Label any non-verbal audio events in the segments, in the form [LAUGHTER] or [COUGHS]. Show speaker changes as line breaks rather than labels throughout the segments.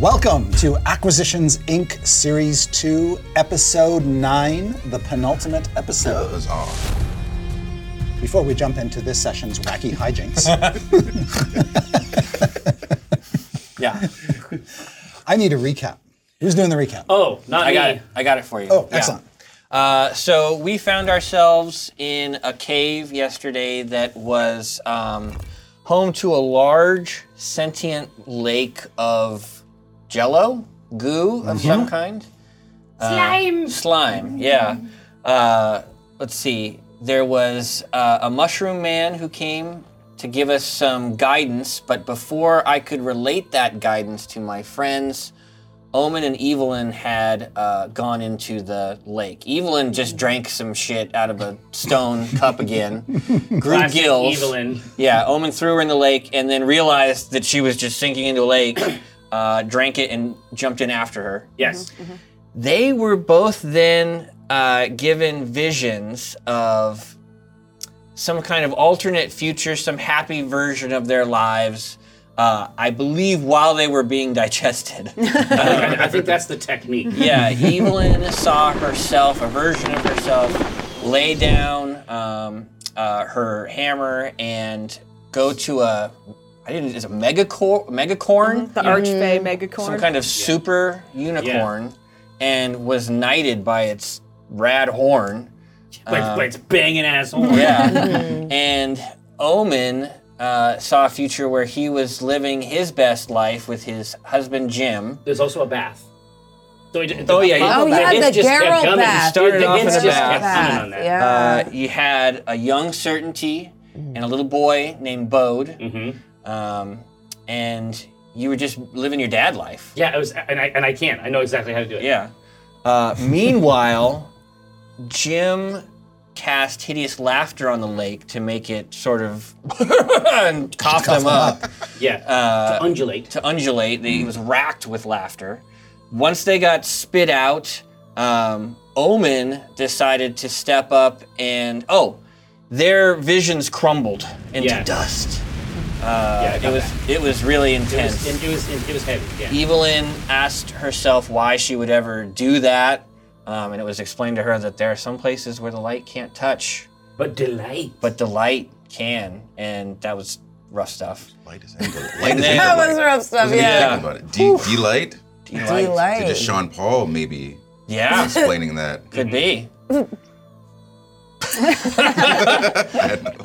Welcome to Acquisitions Inc. Series 2, Episode 9, the penultimate episode.
was off.
Before we jump into this session's wacky hijinks,
Yeah.
I need a recap. Who's doing the recap?
Oh,
[LAUGHS]
not
I
me.
got it. I got it for you.
Oh,
Yeah.
excellent.
Uh, so we found ourselves in a cave yesterday that was um, home to a large sentient lake of jello, goo of some kind. Uh,
Slime.
Slime, yeah. Uh, let's see. There was uh, a mushroom man who came to give us some guidance, but before I could relate that guidance to my friends, Omen and Evelyn had uh, gone into the lake. Evelyn just drank some shit out of a stone cup
[LAUGHS]
again, grew
Classic
gills.
Evelyn.
Yeah, Omen threw her in the lake and then realized that she was just sinking into a [CLEARS THROAT] lake, uh, drank it, and jumped in after her.
Yes.
They were both then uh, given visions of some kind of alternate future, some happy version of their lives. Uh, I believe while they were being [LAUGHS] digested.
I, think, [LAUGHS] I think that's
[LAUGHS]
the technique.
yeah, Evelyn saw herself, a version of herself, lay down um, uh, her hammer and go to a, I didn't, it's a megacor-
Mm-hmm.
megacorn,
The Archfey Megacorn.
some kind of super unicorn, and was knighted by its rad horn.
Like, like it's banging asshole.
Uh, Yeah. and Omen uh, saw a future where he was living his best life with his husband Jim.
There's also a bath. So it,
Oh, yeah,
the-
Oh,
the
yeah,
hits
the
just kept
Gerald
coming.
bath.
Started
the
off
hits
with a
just
bath.
kept coming on that.
Yeah.
Uh, you had a young certainty and a little boy named Bode,
Mhm.
um, and you were just living your dad life.
Yeah, it was, and I and I can. I know exactly how to do it.
Yeah. Uh, meanwhile, Jim cast hideous laughter on the lake to make it sort of [LAUGHS] and cough them up
yeah. to undulate.
Uh, to undulate. They, he was racked with laughter. Once they got spit out, um, Omen decided to step up and oh, their visions crumbled into
Yeah.
dust.
yeah, I
It
got
was
that.
it was really
It
intense.
was, and it was and it was heavy. Yeah.
Evelyn asked herself why she would ever do that, um, and it was explained to her that there are some places where the light can't touch,
But delight.
but the light can, and that was rough stuff.
Light is angle. Light is
then-
angle.
That
light.
was rough stuff,
Think
yeah.
about it. D, D light.
Delight.
So just Sean Paul maybe
Yeah,
explaining that.
could
[LAUGHS]
be. Uh,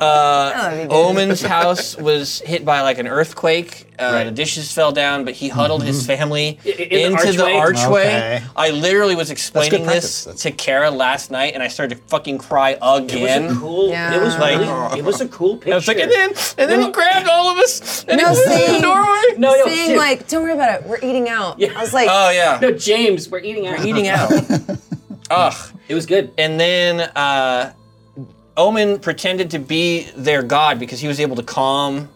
Oh,
I had no-
Omen's house was hit by like an earthquake. Uh,
Right.
The dishes fell down, but he huddled
Mm-hmm.
his family
I- in the
into the
archway?
archway.
Okay.
I literally was explaining
practice.
this
That's-
to Kara last night, and I started to fucking cry
It was
again.
a cool. It was
Yeah.
really, It was a cool picture.
I was like, and then, and then he grabbed all of us and
No,
he was in
see.
the doorway.
no, no,
Saying
dude.
like, don't worry about it. We're eating out. I was like,
Oh yeah,
no, James, we're eating
[LAUGHS]
out.
eating [LAUGHS] out. Ugh.
It was good.
And then uh, Omen pretended to be their god because he was able to calm.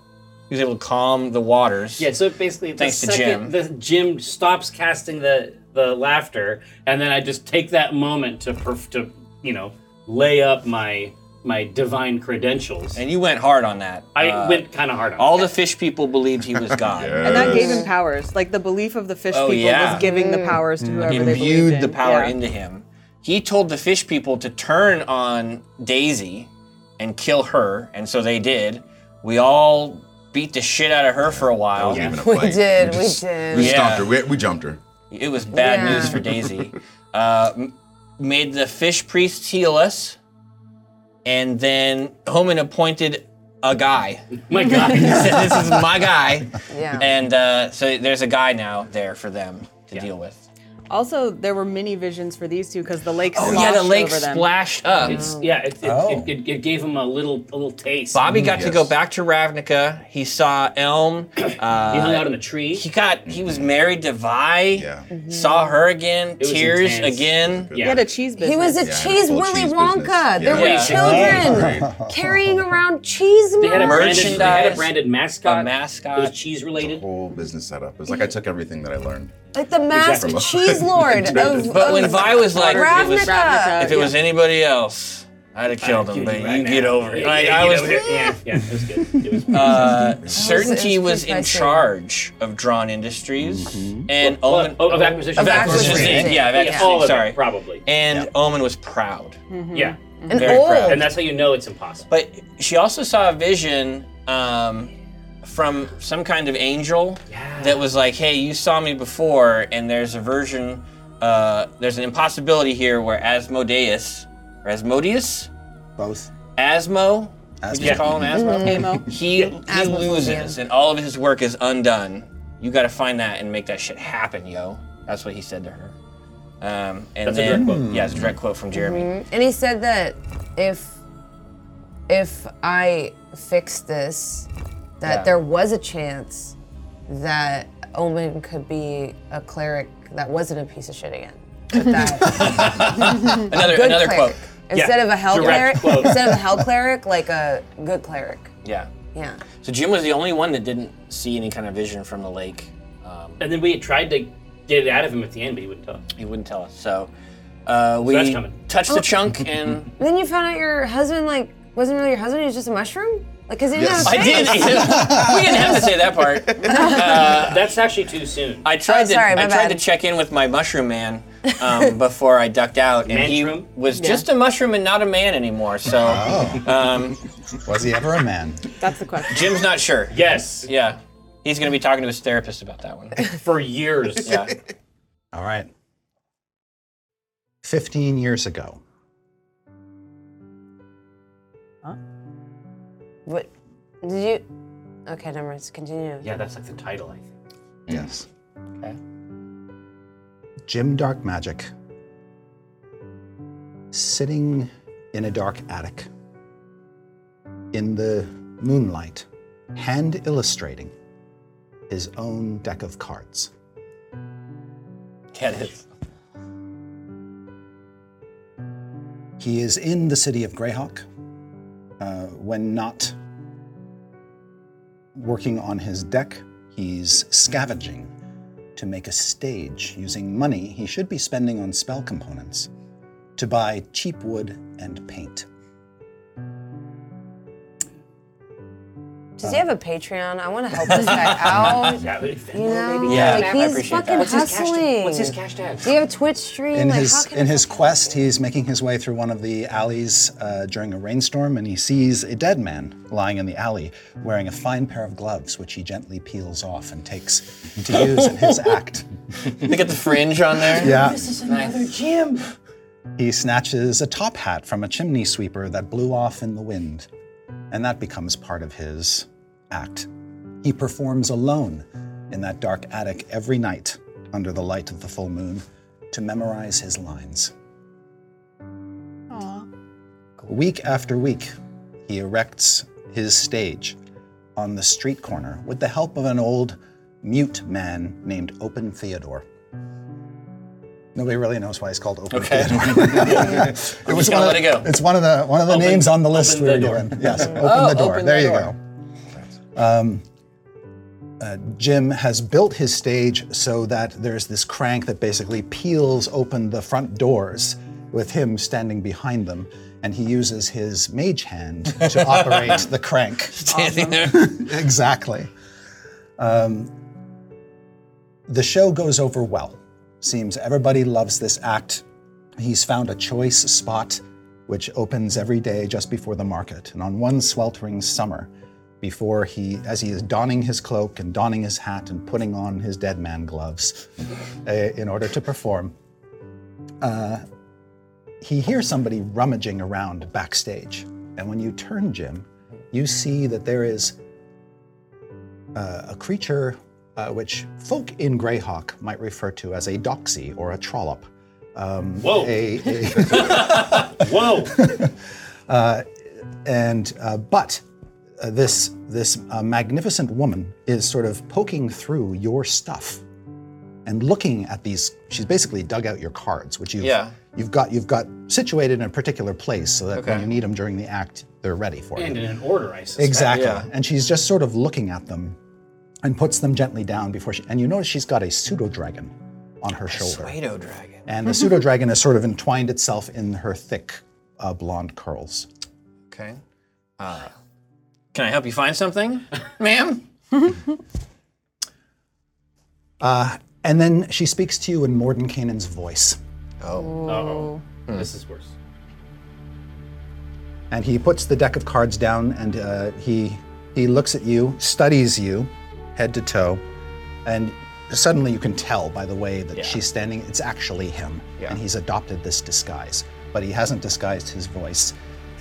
He was able to calm the waters.
Yeah, so basically, the
Thanks to Jim.
second the Jim stops casting the the laughter, and then I just take that moment to perf- to you know lay up my my divine credentials.
And you went hard on that.
I
Uh,
went kind of hard on
All
it.
the fish people believed he was God.
Yeah.
and that gave him powers. Like the belief of the fish
Oh,
people
yeah.
was giving
Mm.
the powers to whoever they believed
Imbued the
in.
power
Yeah.
into him. He told the fish people to turn on Daisy and kill her, and so they did. We all beat the shit out of her for a while.
Even a
we
fight.
did, we
just-
did.
We
Yeah.
stomped her. We, we jumped her.
It was bad
Yeah.
news for Daisy. Uh, m- made the fish priests heal us, and then Homan appointed a guy. [LAUGHS]
my God, [LAUGHS]
Said, this is my guy,
Yeah.
and uh, so there's a guy now there for them to deal with.
Also, there were mini visions for these two because the lake
Oh
sloshed
yeah, the lake
over them.
splashed up.
yeah, it, it,
Oh.
it, it, it gave him a little a little taste.
Bobby got to
yes.
go back to Ravnica. He saw
[CLEARS THROAT]
Elm.
he hung
Uh,
out in the tree.
he got he was married to Vi.
Yeah.
Saw her again.
Mm-hmm. was
Tears
intense.
again.
He
yeah,
had a cheese business.
He was a
Yeah,
cheese
full
Willy
cheese
Wonka.
business.
There
Yeah.
were children carrying around cheese
they had a branded,
merch.
they had a
Merchandise.
branded mascot.
A mascot.
It was cheese related.
Whole business setup. It was
Mm-hmm.
like I took everything that I learned.
Like the masked
Exactly.
[LAUGHS]
cheese lord of,
But
of
But when Vi was like, if it was,
Ravnica.
if it was anybody else, I'd have killed him,
Cutie
but
right
you
now.
get over it.
Yeah,
Like,
yeah,
I
get
was [LAUGHS]
over it. Yeah, yeah, it was good. It was
Uh, certainty
it's
was
pretty
in
pricey.
charge of Drawn Industries and
Well,
Omen.
oh, of acquisition.
Of acquisition.
Acquisition, yeah, of
Yeah,
acquisition,
all of it,
sorry. Mm-hmm.
probably.
and Omen was proud,
Yeah,
And
very proud.
old.
and that's how you know it's impossible.
but she also saw a vision um, from some kind of angel that was like, "Hey, you saw me before, and there's a version, uh, there's an impossibility here where Asmodeus, or Asmodeus,
Both.
Asmo, we just
Asmo.
call him
[LAUGHS]
Asmo.
Mm-hmm.
Amo.
He, he
Asmophobia.
loses, and all of his work is undone. You got to find that and make that shit happen, yo. That's what he said to her. Um, and
That's a
then,
direct quote.
yeah, it's a direct quote from Jeremy.
And he said that if if I fixed this, that
Yeah.
there was a chance that Omen could be a cleric that wasn't a piece of shit again. But that
Another
good
another quote.
cleric. Instead of a hell
direct
cleric,
quote.
instead of a hell cleric, like a good cleric.
Yeah.
Yeah.
So Jim was the only one that didn't see any kind of vision from the lake. Um,
And then we had tried to get it out of him at the end, but he wouldn't tell. us.
he wouldn't tell us. So uh, we
that's coming.
touched the chunk
[LAUGHS]
and
Then you found out your husband like wasn't really your husband. He was just a mushroom. Like, cause he didn't
Yes.
have
I
a
did.
face.
we didn't have to say that part.
That's actually too soon.
[LAUGHS]
I tried
Oh, sorry,
to
my
I tried
bad.
to check in with my mushroom
[LAUGHS]
man um, before I ducked out, and
Mushroom?
he was just a mushroom and not a man anymore. So um,
Was he ever a man?
That's the question.
Jim's not sure.
yes,
Yeah, he's gonna be talking to his therapist about that
[LAUGHS]
one.
for years.
Yeah,
All right. 15 years ago.
What? Did you? Okay, never mind. Just continue.
Yeah, that's like the title, I think.
Yes.
Okay.
Jim Dark Magic, sitting in a dark attic, in the moonlight, hand illustrating his own deck of cards.
get it.
He is in the city of Greyhawk uh, when not working on his deck. He's scavenging to make a stage using money he should be spending on spell components to buy cheap wood and paint.
Does he have a Patreon? I want to help this guy out.
Yeah, but-
You know?
Yeah,
like,
I
he's
appreciate that.
fucking
What's
his cash-
hustling.
what's his cash tag?
Do you have a Twitch stream?
In
like, how
his
can
in
I
his
fucking-
quest, he's making his way through one of the alleys uh, during a rainstorm, and he sees a dead man lying in the alley wearing a fine pair of gloves, which he gently peels off and takes to use in
[LAUGHS]
his act.
They got the fringe on there.
Yeah.
Nice.
He snatches a top hat from a chimney sweeper that blew off in the wind, and that becomes part of his act. He performs alone in that dark attic every night under the light of the full moon to memorize his lines. Week after week, he erects his stage on the street corner with the help of an old mute man named Open Theodore. Nobody really knows why he's called Open
Okay.
Theodore. it was
gonna
one of-
let it go.
It's one of the one of the names on the list
open
we were
the door.
given.
[LAUGHS]
Yes, open
Oh,
the door.
open
there
the
you
door.
go. Um, uh, Jim has built his stage so that there's this crank that basically peels open the front doors with him standing behind them, and he uses his mage hand
[LAUGHS]
to operate the crank.
Standing there.
[LAUGHS] Exactly. Um, the show goes over well. Seems everybody loves this act. He's found a choice spot which opens every day just before the market. And on one sweltering summer, before he, as he is donning his cloak and donning his hat and putting on his dead man gloves uh, in order to perform, he hears somebody rummaging around backstage. And when you turn, Jim, you see that there is uh, a creature uh, which folk in Greyhawk might refer to as a doxy or a trollop. Um,
Whoa.
a- a-
Whoa!
and uh, but uh, this this uh, magnificent woman is sort of poking through your stuff and looking at these. She's basically dug out your cards, which you
Yeah.
you've got you've got situated in a particular place so that when
Okay.
you need them during the act, they're ready for
And
you.
in an order, I suspect.
Exactly.
yeah.
And she's just sort of looking at them and puts them gently down before she. And you notice she's got a pseudo dragon on her shoulder
Swedo dragon.
and the pseudo dragon has sort of entwined itself in her thick uh, blonde curls.
Okay.
Uh, Can I help you find something, ma'am?
And then she speaks to you in Mordenkainen's voice.
Oh, this is worse.
and he puts the deck of cards down and uh, he he looks at you, studies you, head to toe, and suddenly you can tell by the way that she's standing, it's actually him, and he's adopted this disguise, but he hasn't disguised his voice,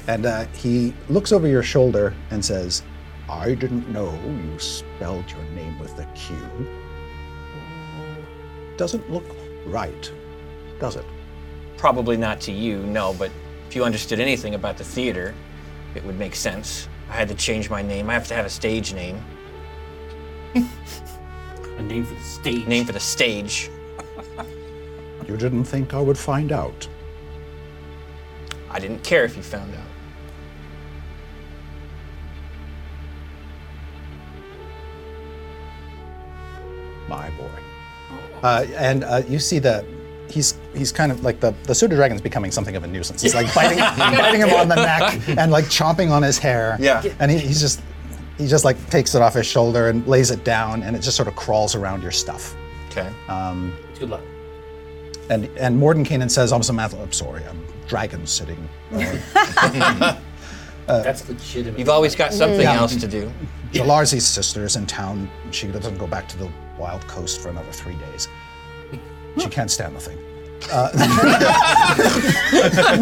and uh, he looks over your shoulder and says, "I didn't know you spelled your name with a Q. Doesn't look right, does it?"
Probably not to you, no, but if you understood anything about the theater, it would make sense. I had to change my name. I have to have a stage name.
A name for the stage.
Name for the stage.
You didn't think I would find out.
I didn't care if you found out.
my boy. Uh, and uh, you see the he's he's kind of like the the pseudo dragon's becoming something of a nuisance. He's like biting, [LAUGHS] biting him on the neck and like chomping on his hair.
Yeah.
And he, he's just he just like takes it off his shoulder and lays it down, and it just sort of crawls around your stuff.
Okay.
Good luck.
And and Mordenkainen says, "I'm some I'm sorry, I'm dragon sitting."
That's legitimate.
You've always Uh, got something else to [LAUGHS] do.
Jalarzi's sister's in town. She doesn't go back to the wild coast for another three days. She can't stand the thing.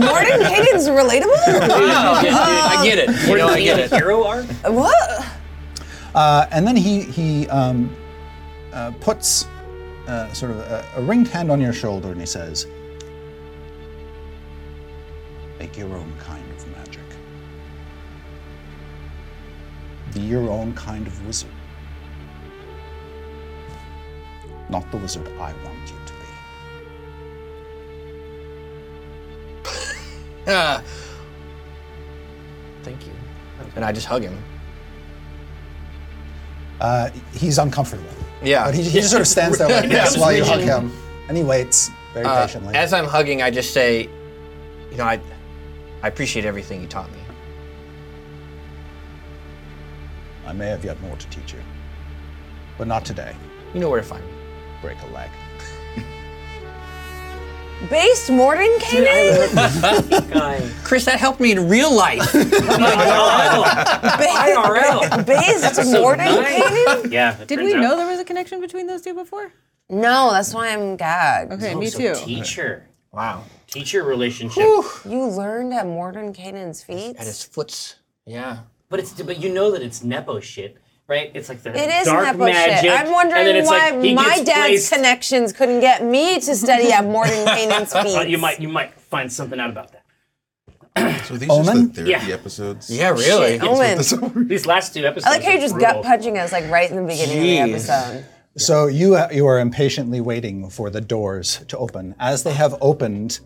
Morton Hayden's
[LAUGHS]
relatable?
I get it. I get it. You know, I get it. [LAUGHS] Oh
Hero arc?
what?
Uh, and then he he um, uh, puts uh, sort of a, a ringed hand on your shoulder and he says, "Make your own kind of magic. Be your own kind of wizard. Not the wizard I want you to be."
Ah. Thank you. And I just hug him.
Uh, he's uncomfortable,
Yeah.
but he, he just sort of stands there
[LAUGHS]
like this while you hug him, and he waits very
Uh,
patiently.
as I'm hugging, I just say, you know, I, I appreciate everything you taught me.
I may have yet more to teach you, but not today.
You know where to find me.
Break a leg.
Based Morton [LAUGHS] Kanan?
Chris, that helped me in real life. [LAUGHS]
IRL.
Based Morton
nice.
Kanan?
Yeah. it
Did
turns
we
out-
know there was a connection between those two before?
No, that's why I'm gagged.
Okay,
Oh,
me
so
too.
Teacher.
wow.
Teacher relationship.
You learned at Morton Kanan's feet?
At his foots. Yeah.
But it's but you know that it's nepo shit, right? It's like the
It is
dark
Nepo
magic.
shit.
and
I'm
then
wondering
it's
why
like he
my
gets
dad's
placed-
connections couldn't get me to study at
[LAUGHS]
Morton Kanan's
Uh,
feet.
you might you might find something out about that.
So are these just the
Omen?
therapy
Yeah.
episodes?
Yeah, really.
Owen.
These last two episodes.
I like how you're
are
just
brutal.
gut punching us like right in the beginning of
Jeez.
the episode.
[LAUGHS] So you uh, you are impatiently waiting for the doors to open, as they have opened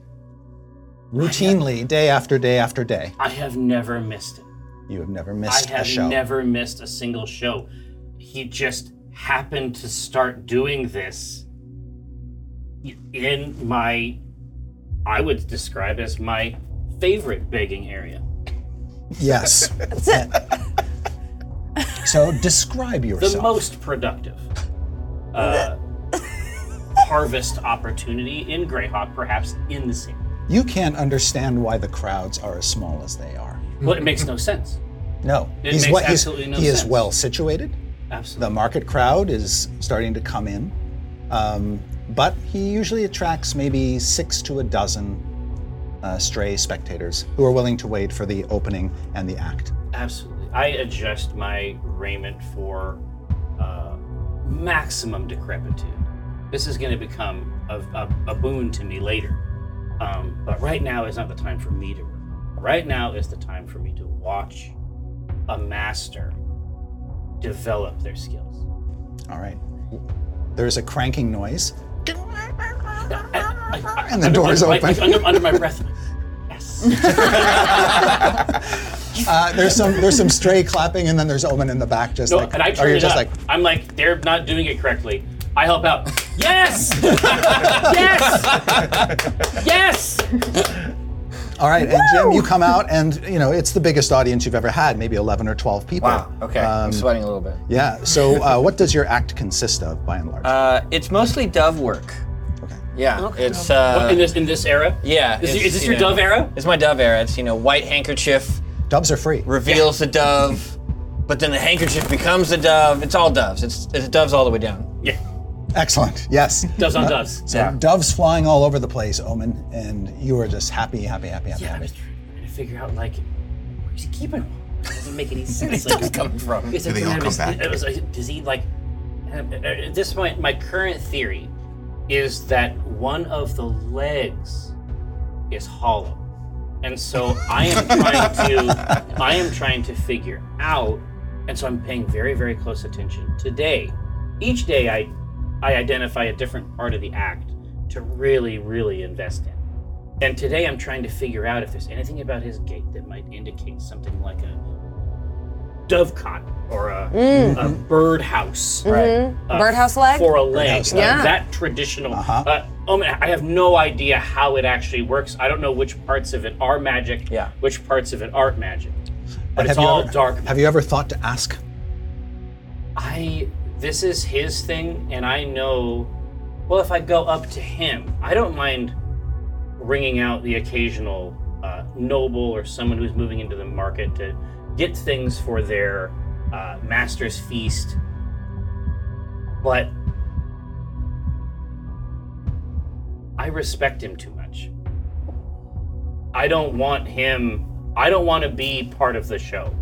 routinely day after day after day.
I have never missed it.
You have never
I
missed a
have
show.
never missed a single show. He just happened to start doing this in my, I would describe as my favorite begging area.
[LAUGHS]
[LAUGHS]
Yes. [LAUGHS] so describe
The
yourself.
most productive uh, harvest opportunity in Greyhawk, perhaps in the city.
you can't understand why the crowds are as small as they are.
Well, it makes no
[LAUGHS]
sense.
No,
It
he's
makes
what he's,
absolutely no
he is
sense.
well situated.
Absolutely.
The market crowd is starting to come in, um, but he usually attracts maybe six to a dozen uh, stray spectators who are willing to wait for the opening and the act.
Absolutely. I adjust my raiment for uh, maximum decrepitude. This is going to become a, a, a boon to me later. Um, but right now is not the time for me to work. Right now is the time for me to watch a master develop their skills.
All right. There's a cranking noise,
I- I-
and the door is
like,
open.
like, under, under my breath. like,
[LAUGHS]
Yes.
Uh, there's some there's some stray clapping, and then there's Omen in the back, just
No,
like,
and I
or
turn
you're
it
just
up.
like,
I'm like, they're not doing it correctly. I help out. Yes! yes! Yes!
All right, and Jim, you come out, and you know it's the biggest audience you've ever had, maybe 11 or 12 people. Um,
Wow. Okay. I'm sweating a little bit.
Yeah. So, uh, what does your act consist of, by and large?
Uh, it's mostly dove work.
Okay.
Yeah. It's uh,
What, in this in this era?
yeah.
Is,
it's,
is this
you
your
know,
Dove era?
It's my dove era. It's you know white handkerchief
Dubs are free.
reveals the dove, but then the handkerchief becomes the dove. It's all doves. It's it's doves all the way down.
Yeah.
Excellent. Yes.
[LAUGHS] Doves on doves.
So doves flying all over the place, Omen, and you are just happy, happy, happy, happy,
Yeah, I
happy.
was trying to figure out like where's he keeping them? It doesn't make any sense. like,
Doves coming from.
It's
Do
like,
they all
it was-
come back?
It was like, does he like? uh, At this point, my current theory is that one of the legs is hollow, and so I
[LAUGHS]
am trying to I am trying to figure out, and so I'm paying very very close attention today. Each day, I I identify a different part of the act to really really invest in. And today I'm trying to figure out if there's anything about his gait that might indicate something like a dovecot or a, a birdhouse.
Right.
uh,
Mm. Mm-hmm. Birdhouse leg?
For a leg.
Birdhouse
uh,
leg.
Yeah.
That traditional.
Uh-huh.
Uh, oh man, I have no idea how it actually works. I don't know which parts of it are magic,
Yeah.
which parts of it aren't magic. But
have
it's
you
all
ever,
dark.
Have you ever thought to ask?
I this is his thing, and I know. Well, if I go up to him, I don't mind ringing out the occasional uh, noble or someone who's moving into the market to get things for their uh, master's feast. But I respect him too much. I don't want him. I don't want to be part of the show.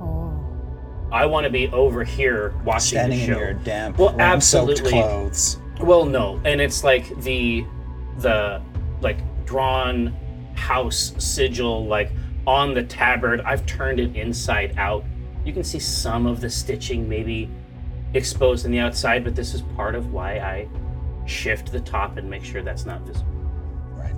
Oh,
I want to be over here watching
Standing
the
in
show.
your damp,
well,
soaked
absolutely.
clothes.
Well, no, and it's like the the like drawn house sigil like on the tabard. I've turned it inside out. You can see some of the stitching maybe exposed on the outside, but this is part of why I shift the top and make sure that's not visible.
Right.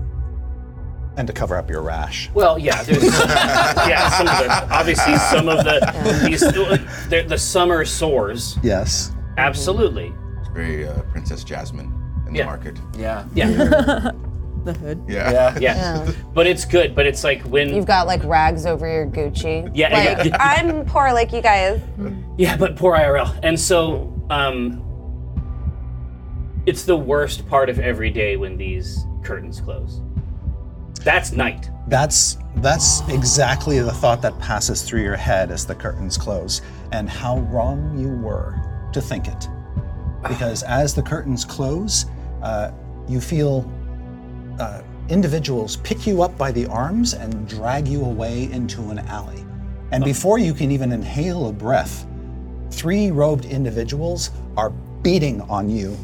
And to cover up your rash.
Well, yeah,
[LAUGHS]
there's yeah, some of the obviously some of the these the, the summer sores.
Yes.
Absolutely.
It's very uh, Princess Jasmine in
Yeah.
the market.
Yeah.
Yeah.
The hood.
Yeah.
Yeah. But it's good, but it's like when
You've got like rags over your Gucci.
Yeah, I [LAUGHS]
Like,
got-
I'm poor like you guys.
Yeah, but poor IRL. And so, um, it's the worst part of every day when these curtains close. That's night.
That's that's exactly the thought that passes through your head as the curtains close, and how wrong you were to think it, because as the curtains close, uh, you feel uh, individuals pick you up by the arms and drag you away into an alley, and before you can even inhale a breath, three robed individuals are beating on you,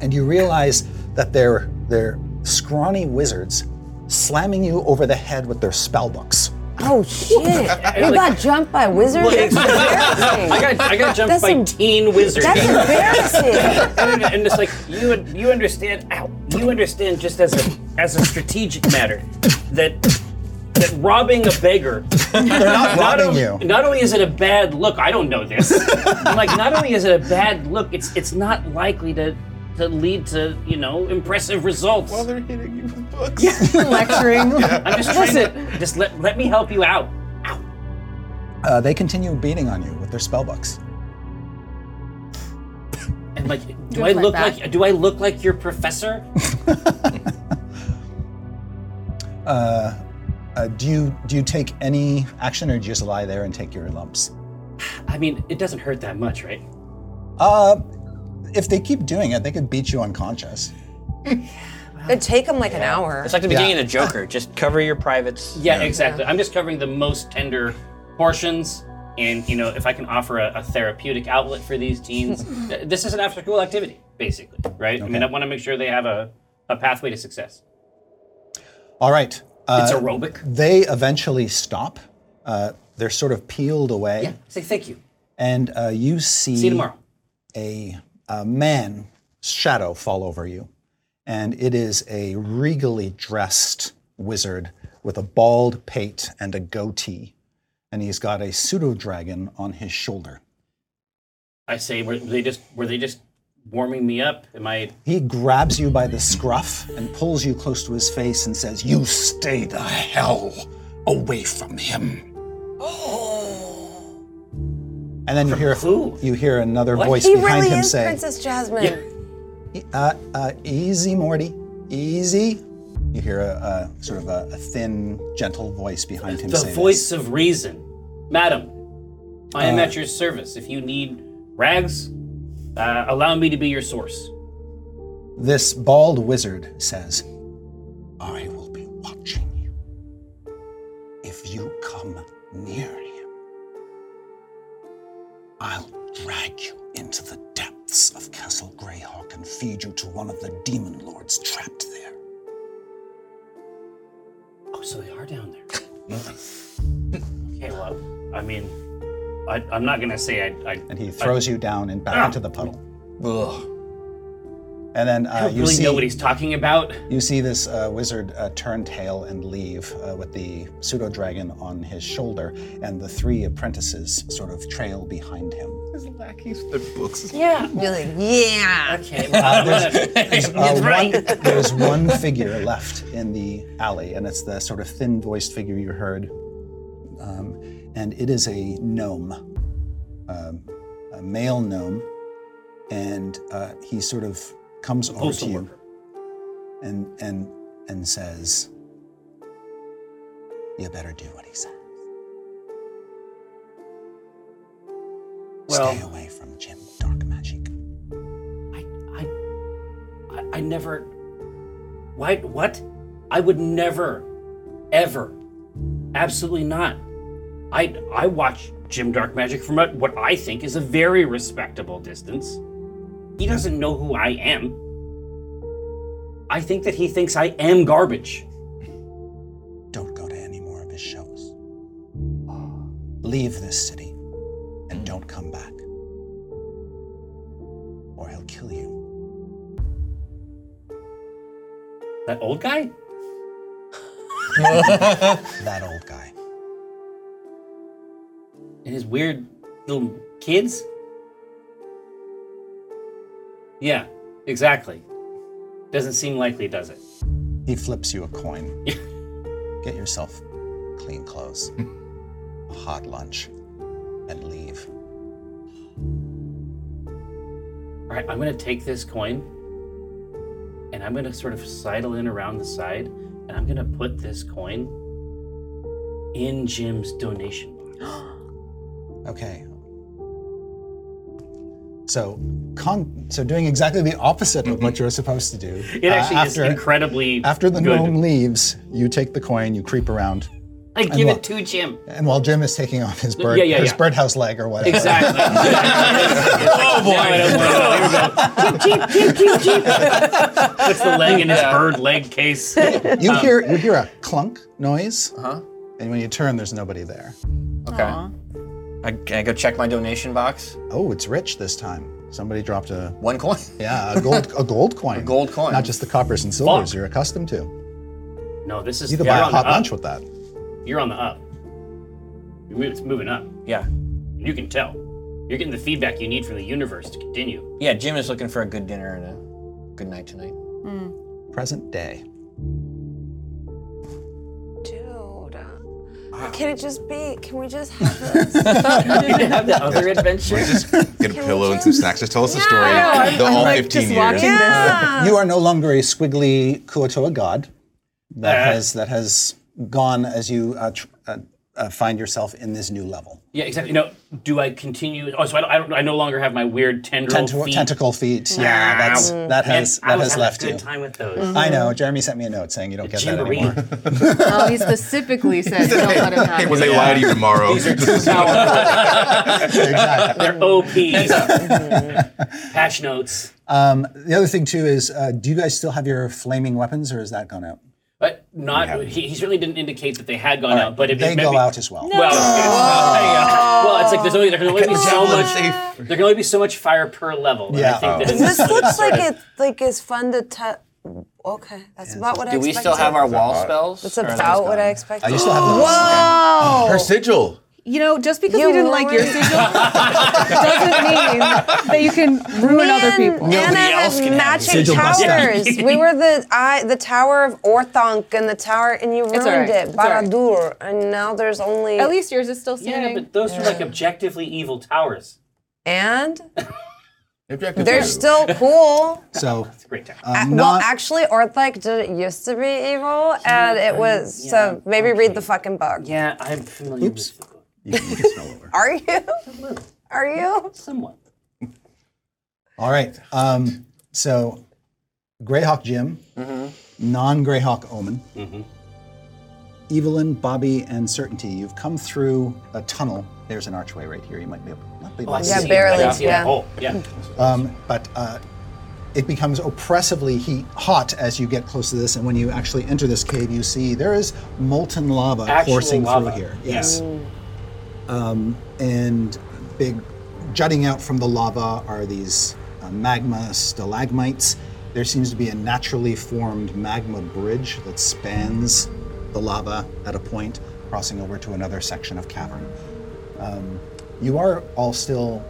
and you realize that they're they're scrawny wizards slamming you over the head with their spell books.
Oh shit! You got jumped by wizards.
[LAUGHS]
That's
I [LAUGHS]
embarrassing.
got I got jumped
That's
by
em-
teen wizards.
That's embarrassing.
and, and it's like you you understand ow, you understand just as a as a strategic matter that that robbing a beggar
They're not robbing
only,
you.
not only is it a bad look, I don't know this. I'm like, not only is it a bad look, it's it's not likely to to lead to you know impressive results.
Well, [LAUGHS] they're hitting you with books. [LAUGHS]
Lecturing.
I'm just trying to just let let me help you out.
Uh, they continue beating on you with their spell books.
And like, do,
Do it
I
like
look
that.
like do I look like your professor?
Uh, uh, do you do you take any action or do you just lie there and take your lumps?
I mean, it doesn't hurt that much, right?
Uh, if they keep doing it, they could beat you unconscious.
It'd take him like an hour.
It's like the beginning of the Joker. Just cover your privates.
Yeah, exactly. I'm just covering the most tender portions. And you know, if I can offer a, a therapeutic outlet for these teens, th- this is an after-school activity, basically, right? I mean, I want to make sure they have a, a pathway to success.
All right. Uh,
It's aerobic.
they eventually stop. Uh, they're sort of peeled away,
Say thank you.
and uh, you see,
See you tomorrow.
a, a man shadow fall over you, and it is a regally dressed wizard with a bald pate and a goatee, and he's got a pseudo dragon on his shoulder.
I say, were they just were they just warming me up? Am I?
He grabs you by the scruff and pulls you close to his face and says, You stay the hell away from him.
Oh.
And then you hear
who?
you hear another voice
He
behind
really
him
is
say,
Princess Jasmine.
uh, uh, easy, Morty. Easy. You hear a, a sort of a, a thin, gentle voice behind him
The
say, that.
voice of reason, madam. I am at your service. If you need rags, uh, allow me to be your source.
This bald wizard says, I will be watching you. If you come near him, I'll drag you into the depths of Castle Greyhawk and feed you to one of the demon lords trapped there.
Oh, so they are down there. okay, well, I mean, I, I'm not gonna say I. I
And he throws you down and back
Ah.
into the puddle.
Ugh.
And then
I
uh,
don't
you
really
see
know what he's talking
[LAUGHS]
about.
You see this uh, wizard uh, turn tail and leave uh, with the pseudo dragon on his shoulder, and the three apprentices sort of trail behind him.
His lackeys, their
[LAUGHS]
books.
Yeah. Be like, yeah.
Okay,
[LAUGHS]
well,
There's, uh, one,
right.
there's one figure left in the alley, and it's the sort of thin voiced figure you heard. Um, and it is a gnome, um, a male gnome, and uh, he sort of comes over to
postal
you
worker.
and and and says, "You better do what he says.
Well-
Stay away from Jim Dark Magic."
I, I, I, I never. Why? What? I would never, ever, absolutely not. I I watch Jim Dark Magic from a, what I think is a very respectable distance. He doesn't know who I am. I think that he thinks I am garbage.
Don't go to any more of his shows. Leave this city and don't come back, or he'll kill you.
That old guy?
That old guy.
and his weird little kids? Yeah, exactly. Doesn't seem likely, does it?
He flips you a coin. Get yourself clean clothes, a hot lunch, and leave.
All right, I'm gonna take this coin and I'm gonna sort of sidle in around the side and I'm gonna put this coin in Jim's donation box.
Okay. So, con- so doing exactly the opposite of what you're supposed to do.
Mm-hmm.
uh,
It actually is incredibly
After the
good.
gnome leaves, you take the coin, you creep around,
I give
look.
it to Jim.
and while Jim is taking off his bird,
yeah, yeah,
his
yeah.
birdhouse leg or whatever, [LAUGHS]
Exactly. oh boy! Puts the leg in his bird leg case. um,
you hear you hear a clunk noise, uh-huh. and when you turn, there's nobody there.
Okay. I, can I go check my donation box?
Oh, it's rich this time. Somebody dropped a
One coin. [LAUGHS]
yeah a gold a
[LAUGHS]
gold coin, a
gold coin.
not just the coppers and silvers
Fuck.
you're accustomed to.
No, this is
You could
you're
buy a
on the
hot
up.
lunch with that.
You're on the up. You're mo- It's moving up.
Yeah.
You can tell. You're getting the feedback you need from the universe to continue.
Yeah, Jim is looking for a good dinner and a good night tonight.
Present day.
Dude. uh, Can it just be? Can we just have
[LAUGHS]
this?
have the
Oh,
other adventure.
Just get a pillow and some snacks. Just tell us the story.
I'm-
the
I'm
all
like
15
just
years.
watching
You are no longer a squiggly Kuotoa god that
Ah.
has that has gone as you uh, tr- uh, uh, find yourself in this new level.
Yeah, exactly. No, do I continue? Oh, so I, don't, I, don't, I no longer have my weird tendril
Tentacle
feet.
Tentacle feet. Yeah, that's that
Man,
has
I
that has
was having
left
a good
you.
time with those.
I know. Jeremy sent me a note saying you don't get that
Jamboree.
anymore.
[LAUGHS]
Oh, he specifically said, "Don't let him have
[LAUGHS] Hey,
it."
when they lie to you tomorrow, [LAUGHS]
exactly.
They're OPs.
[LAUGHS]
Patch notes.
The other thing too is, uh, do you guys still have your flaming weapons, or has that gone out?
But not, he, he certainly didn't indicate that they had gone out, but it,
They
it meant
go
be-
out as well.
Well, [LAUGHS] yeah. well, it's like there's only there can only be so
Javelin
much
safe.
there can only be so much fire per level. and
Yeah. Oh.
I think that it's
this
sort of-
looks like it like is fun to touch. Okay, that's about what I
Do we
expected.
still have our wall spells?
That's about what I expected.
Uh, you still have those.
her sigil.
You know, just because
You
we didn't like your
ruined-
sigil doesn't mean that you can ruin other people.
Anna
else
had
can have
magic
it.
Sigil buster.
towers. we were the I, the tower of Orthonk and the tower, and you ruined
all right.
it,
It's all right.
Baradur. And now there's only
At least yours is still
Yeah,
standing.
but those are like objectively evil towers.
and
Objective
they're
two.
still cool.
So,
It's a great tower.
uh,
well,
not
actually, Orthonk did used to be evil, and it was so. Maybe read the fucking book.
yeah, I'm familiar
Oops.
with the book.
you can smell over.
Are you? [LAUGHS] Are you?
Somewhat.
All right. Um, so, Greyhawk Jim,
Mm-hmm.
non Greyhawk Omen, Evelyn, Bobby, and Certainty. You've come through a tunnel. There's an archway right here. You might be able not be able
Oh, I
to
see
Yeah,
it.
barely,
I see it.
yeah.
Oh, yeah.
Um, but uh, it becomes oppressively heat, hot as you get close to this. And when you actually enter this cave, you see there is molten lava
Actual
coursing
lava.
through here.
Yeah.
Yes. Um, and big, jutting out from the lava are these uh, magma stalagmites. There seems to be a naturally formed magma bridge that spans the lava at a point, crossing over to another section of cavern. Um, You are all still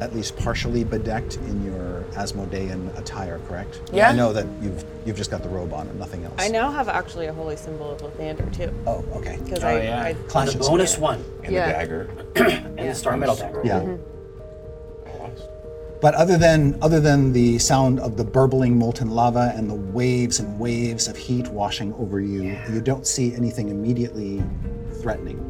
at least partially bedecked in your Asmodean attire, correct?
Yeah.
I know that you've you've just got the robe on and nothing else.
I now have actually a holy symbol of Lathander too,
Oh, okay.
because I, I
The
Clashes.
bonus one
And
Yeah.
the dagger.
and the star metal dagger.
Yeah.
Mm-hmm.
But other than other than the sound of the burbling molten lava and the waves and waves of heat washing over you, you don't see anything immediately threatening.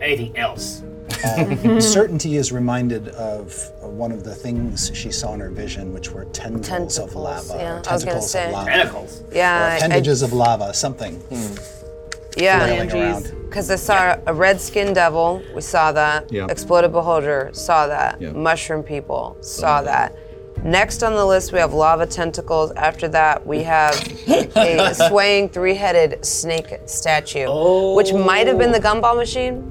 Anything else?
Mm-hmm.
Certainty is reminded of uh, one of the things she saw in her vision, which were tendrils, of
Tentacles,
lava,
yeah. I
or
was gonna
tentacles
say.
of lava,
Tentacles.
Yeah. I- Mm.
appendages of lava, something
yeah.
flailing around.
Because I saw a red skin devil, we saw that.
Yeah.
Exploded beholder, saw that.
Yeah.
Mushroom people, saw that. Next on the list, we have lava tentacles. After that, we have a
[LAUGHS]
swaying three headed snake statue, which
Oh.
might have been the gumball machine.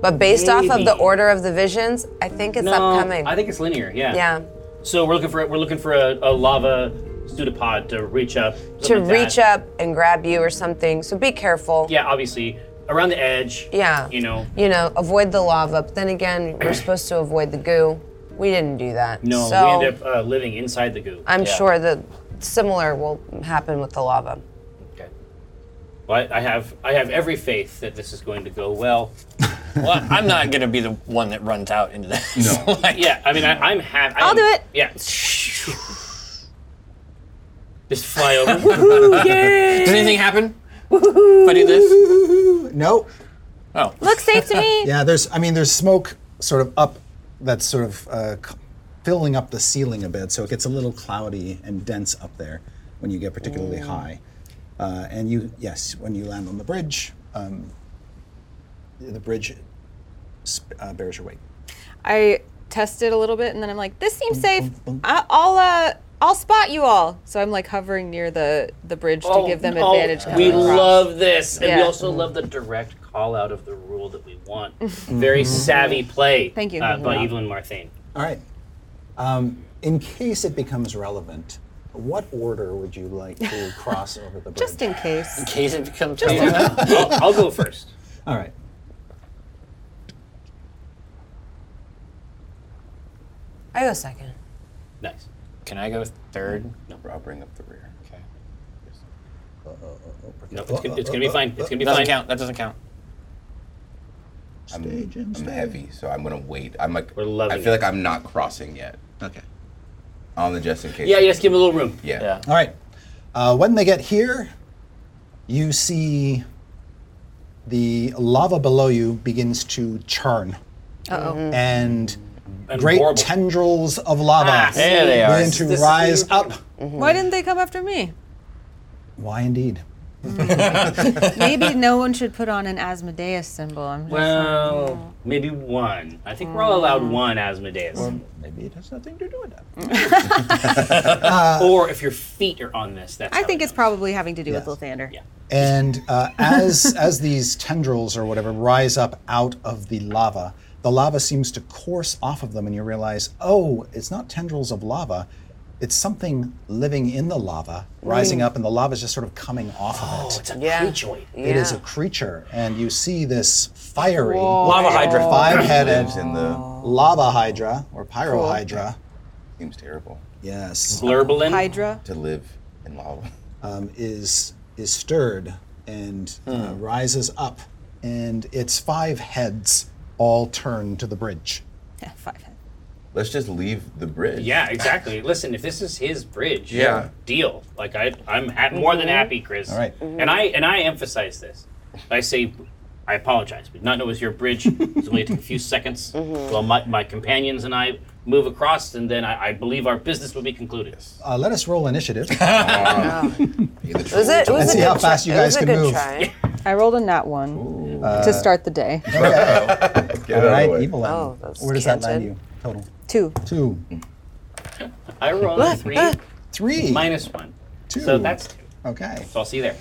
But based off of the
Maybe.
order of the visions, I think it's upcoming.
I think it's linear. Yeah.
yeah.
So we're looking for we're looking for a, a lava pseudopod to reach up.
To
something like
reach
that.
up and grab you or something. So be careful.
Yeah, obviously around the edge.
Yeah.
You know.
you know, avoid the lava. But then again, we're supposed to avoid the goo. We didn't do that.
No,
so
we end up uh, living inside the goo.
I'm sure that similar will happen with the lava.
Okay. Well, I, I have I have every faith that this is going to go [LAUGHS] well.
Well, I'm not gonna be the one that runs out into that.
[LAUGHS]
No.
Yeah. I mean, I, I'm happy.
I'll do it.
[LAUGHS] Yeah. Just fly [LAUGHS] over.
Does anything happen? if I do this?
No,
Oh.
Looks safe to me.
[LAUGHS]
Yeah, there's. I mean, there's smoke sort of up that's sort of uh, c- filling up the ceiling a bit, so it gets a little cloudy and dense up there when you get particularly high. Uh, and you, yes, when you land on the bridge, um, the bridge sp- uh, bears your weight.
I tested a little bit, and then I'm like, "This seems safe. I, I'll uh, I'll spot you all." So I'm like hovering near the the bridge to give them
Oh,
advantage. coming
We
across.
love this, and we
Yeah.
also love the direct call out of the rule that we
[LAUGHS]
want. Very savvy play.
Mm-hmm. Thank you.
uh, by Evelyn Marthain.
All right. Um, in case it becomes relevant, what order would you like to cross over the bridge?
Just in case.
In case it becomes
I'll, I'll go first.
All right.
I go second.
Nice.
Can I go third?
I'll bring up the rear. Okay.
No, it's, gonna, it's gonna be fine. It's gonna be
Doesn't
fine.
count. That doesn't count.
I'm, I'm heavy, so I'm gonna wait. I'm like,
We're loving
I feel
it.
like I'm not crossing yet.
Okay.
On the just in case.
Yeah, yeah. Just give him a little room.
Yeah.
Yeah.
All right. Uh, when they get here, you see the lava below you begins to churn,
Uh-oh.
and
And
great
horrible.
tendrils of lava
Ah, see? There
they are.
begin to rise up.
Why didn't they come after me?
Why indeed?
Maybe no one should put on an Asmodeus symbol. I'm just
Well, maybe one. I think we're all allowed one Asmodeus.
Mm. Maybe it has nothing to do with Uh,
[LAUGHS]
that. [LAUGHS]
or if your feet are on this, that's.
I
how
think
it
it's probably having to do with Lathander.
Yeah.
And uh, as [LAUGHS] as these tendrils or whatever rise up out of the lava, the lava seems to course off of them, and you realize, oh, it's not tendrils of lava. it's something living in the lava, rising
Mm.
up, and the lava is just sort of coming off of it.
It's a creature.
It is a creature, and you see this fiery
Whoa. Lava hydra.
five-headed
Lives in the-
lava hydra or pyro hydra.
Seems terrible.
Yes.
Glurbalin.
Hydra.
To live in lava.
um, is is stirred and uh, rises up, and its five heads all turn to the bridge.
Five heads.
[LAUGHS] Let's just leave the bridge.
Yeah, exactly. Listen, if this is his bridge,
Yeah.
deal. Like I, I'm ha- more
Mm-hmm.
than happy, Chris.
All right.
And I and I emphasize this. I say, I apologize. We did not know it was your bridge. It
[LAUGHS]
only took a few seconds.
Mm-hmm.
Well, my, my companions and I move across, and then I, I believe our business will be concluded.
Uh, let us roll initiative.
It
was it? It was
Let's
a
see
good
how
try.
fast you
it was
guys
a
can
good
move.
try.
I rolled a nat one to start the day.
Get out
All
of the
right,
way.
evil end.
Oh, that's
Where does that land you?
canted.
Total
Two.
two,
I rolled a three
three,
minus one,
two.
so that's two.
Okay.
So I'll see you there.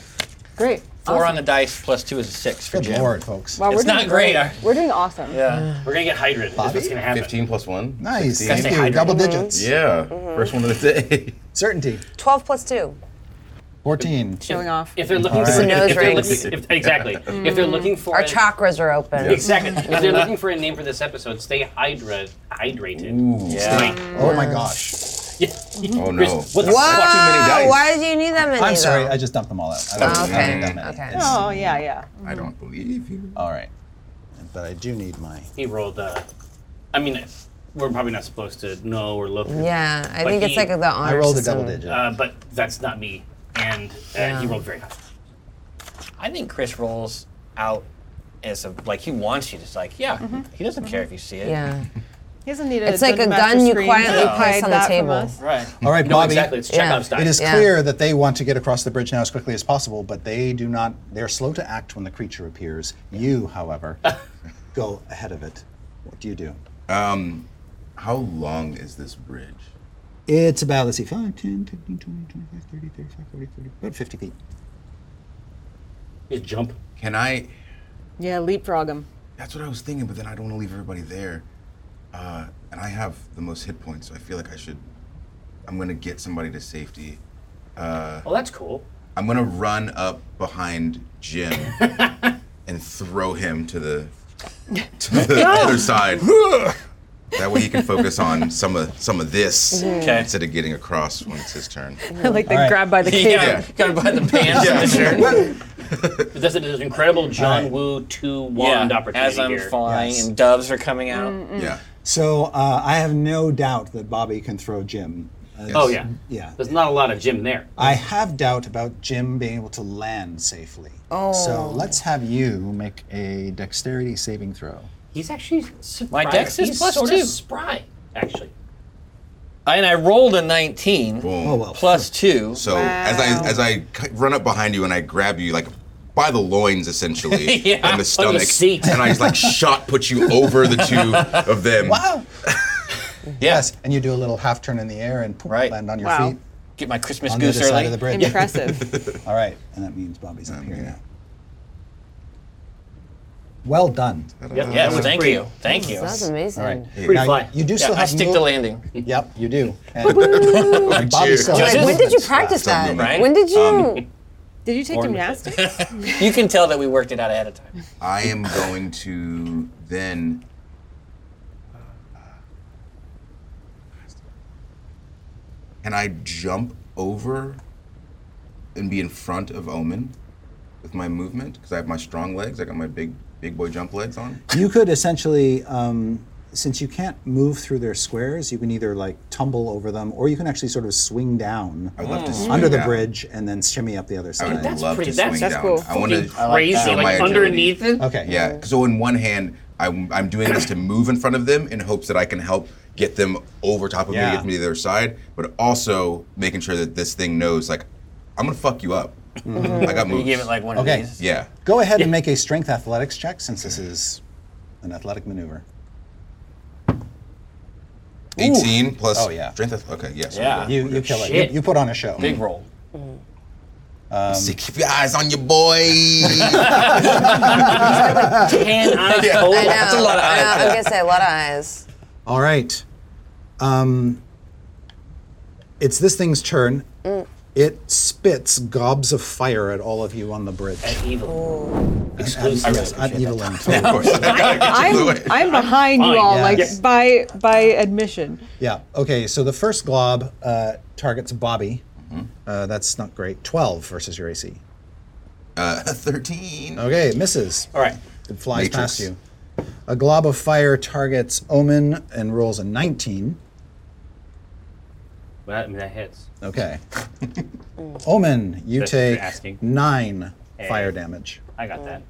Great.
Four on the dice plus two is a six for
Good
Jim.
lord, folks.
Wow,
It's
doing
not great, I-
We're doing awesome.
Yeah.
We're gonna get hydrated. Is what's gonna happen?
15 plus 1.
Nice.
16.
Thank
Gotta stay
you.
hydrated.
Double digits.
Yeah.
Mm-hmm.
First one of
[LAUGHS]
the day.
Certainty.
12 plus 2.
Fourteen.
Showing off.
If they're looking
Alright.
for
Nose
if they're
rings. Mm-hmm.
looking, if, exactly. If they're looking for
Our
an-
chakras are open.
Exactly. if they're looking for a name for this episode, stay hydra hydrated.
Yeah.
Wait.
Oh my gosh.
Oh no.
Chris, what the
Wow.
fuck?
dice.
Why do you need that many?
I'm sorry.
though?
I just dumped them all out. I don't
Oh,
I don't
okay,
need that many.
okay.
It's-
Oh, yeah, yeah.
I don't believe you.
All right. But I do need my.
He rolled. Uh, I mean, we're probably not supposed to know or look.
Yeah, I
But
think it's
he-
like the
I
honor
rolled a
system.
double digit.
Uh, but that's not me. And uh, he rolled very high.
I think Chris rolls out as a like he wants you to like yeah
Mm-hmm.
he doesn't care if you see it.
Yeah.
He doesn't need
It's like a gun you quietly place on the table.
[LAUGHS]
Right.
All right,
You know
Bobby.
exactly. It's
Yeah.
checkout style.
It is
Yeah.
clear that they want to get across the bridge now as quickly as possible, but they do not. They are slow to act when the creature appears. You, [LAUGHS] however, go ahead of it. What do you do?
Um, how long is this bridge?
It's about, let's see, 5, 10, 15, 20, 25, 30, 35, 40, 40, about 50 feet.
Just jump.
Can I?
Yeah, leapfrog him.
That's what I was thinking, but then I don't want to leave everybody there. Uh, and I have the most hit points, so I feel like I should. I'm gonna get somebody to safety.
Oh, that's cool.
I'm gonna run up behind
[LAUGHS]
Jim and throw him to the
[LAUGHS]
to the other side. That way he can focus on some of some of this
Mm-hmm.
instead of getting across when it's
[LAUGHS]
his turn.
[LAUGHS] like they
All right.
grab by the
[LAUGHS]
cape.
Yeah. Got by the pants [LAUGHS] and the shirt.
It does, it does an incredible John
Alright.
Woo two wand opportunity
as I'm
here.
flying
Yes. Mm-hmm.
and doves are coming out.
Yeah.
So uh, I have no doubt that Bobby can throw Jim. Uh,
Oh yeah.
Yeah.
There's not a lot of Jim there.
Uh,
I have doubt about Jim being able to land safely. Oh. So let's have you make a dexterity saving throw.
He's actually surprised.
My dex is
He's
plus
sort
two.
Of spry, actually.
And I rolled a 19
Boom.
Oh, well.
plus two.
So as I as I c- run up behind you and I grab you like by the
[LAUGHS]
loins essentially
Yeah,
and the
on the
stomach,
seat.
and I just like shot put you over
[LAUGHS]
the two of them.
Oh.
Wow. [LAUGHS] yes, and you do a little half turn in the air and poof,
Right.
land on your
Wow.
feet
Get my Christmas
on the
goose
other side
early.
of the bridge.
Impressive.
All right, and that means Bobby's up
Um,
here
yeah.
now. Well done.
Yep.
Yeah,
that's
thank
pretty-
you. Thank you.
That's
All
amazing.
right.
Pretty
Now,
fly.
You do
Yeah,
still
I
have
stick to
move-
landing.
[LAUGHS] Yep, you do. And, and [LAUGHS] Bobby
Cheers.
still
Like,
has
When did you
movement.
practice that?
movement.
Right?
When did you?
Um,
Did you take gymnastics?
You can tell that we worked it out ahead of time.
I am going to then. Can I jump over and be in front of Omen with my movement? Because I have my strong legs. I got my big big boy jump legs on.
You could essentially, um, since you can't move through their squares, you can either like tumble over them, or you can actually sort of swing down
I would love to swing
under the
down.
bridge and then shimmy up the other
I would
side.
That's
love
pretty-
to
that's-
swing
that's
down.
cool.
I want to
Crazy, like underneath it.
Okay.
Yeah. So in one hand, I'm, I'm doing
[CLEARS THROAT]
this to move in front of them in hopes that I can help get them over top of me
Yeah.
to get me to the other side, but also making sure that this thing knows like I'm gonna fuck you up. I got moves.
You give it like one
Okay.
of these.
yeah.
Go ahead and make a strength athletics check since this is an athletic maneuver.
18 plus.
Oh, yeah.
Strength. ath- Okay. Yes.
Yeah.
You, you kill it.
Shit.
You, you put on a show.
Big roll. Um,
keep your eyes on
[LAUGHS]
your boy.
Can
[LAUGHS]
I hold
I know.
[LAUGHS] That's a lot of
I know,
eyes.
I'm gonna say a lot of eyes.
All right. Um, It's this thing's turn. It spits gobs of fire at all of you on the bridge. At
evil.
Exclusive. Yes, at evil end. Of
course. [LAUGHS]
I'm, I'm behind you
Fine,
all, like
yes.
by by admission.
[LAUGHS]
Yeah. Okay. So the first glob uh, targets Bobby. Uh, that's not great. Twelve versus your AC.
Uh, 13.
Okay, misses.
All right.
It flies
Matrix.
past you. A glob of fire targets Omen and rolls a 19.
Well, I mean, that hits.
Okay. Omen, you
That's
take
asking.
nine fire
Hey.
damage.
I got that.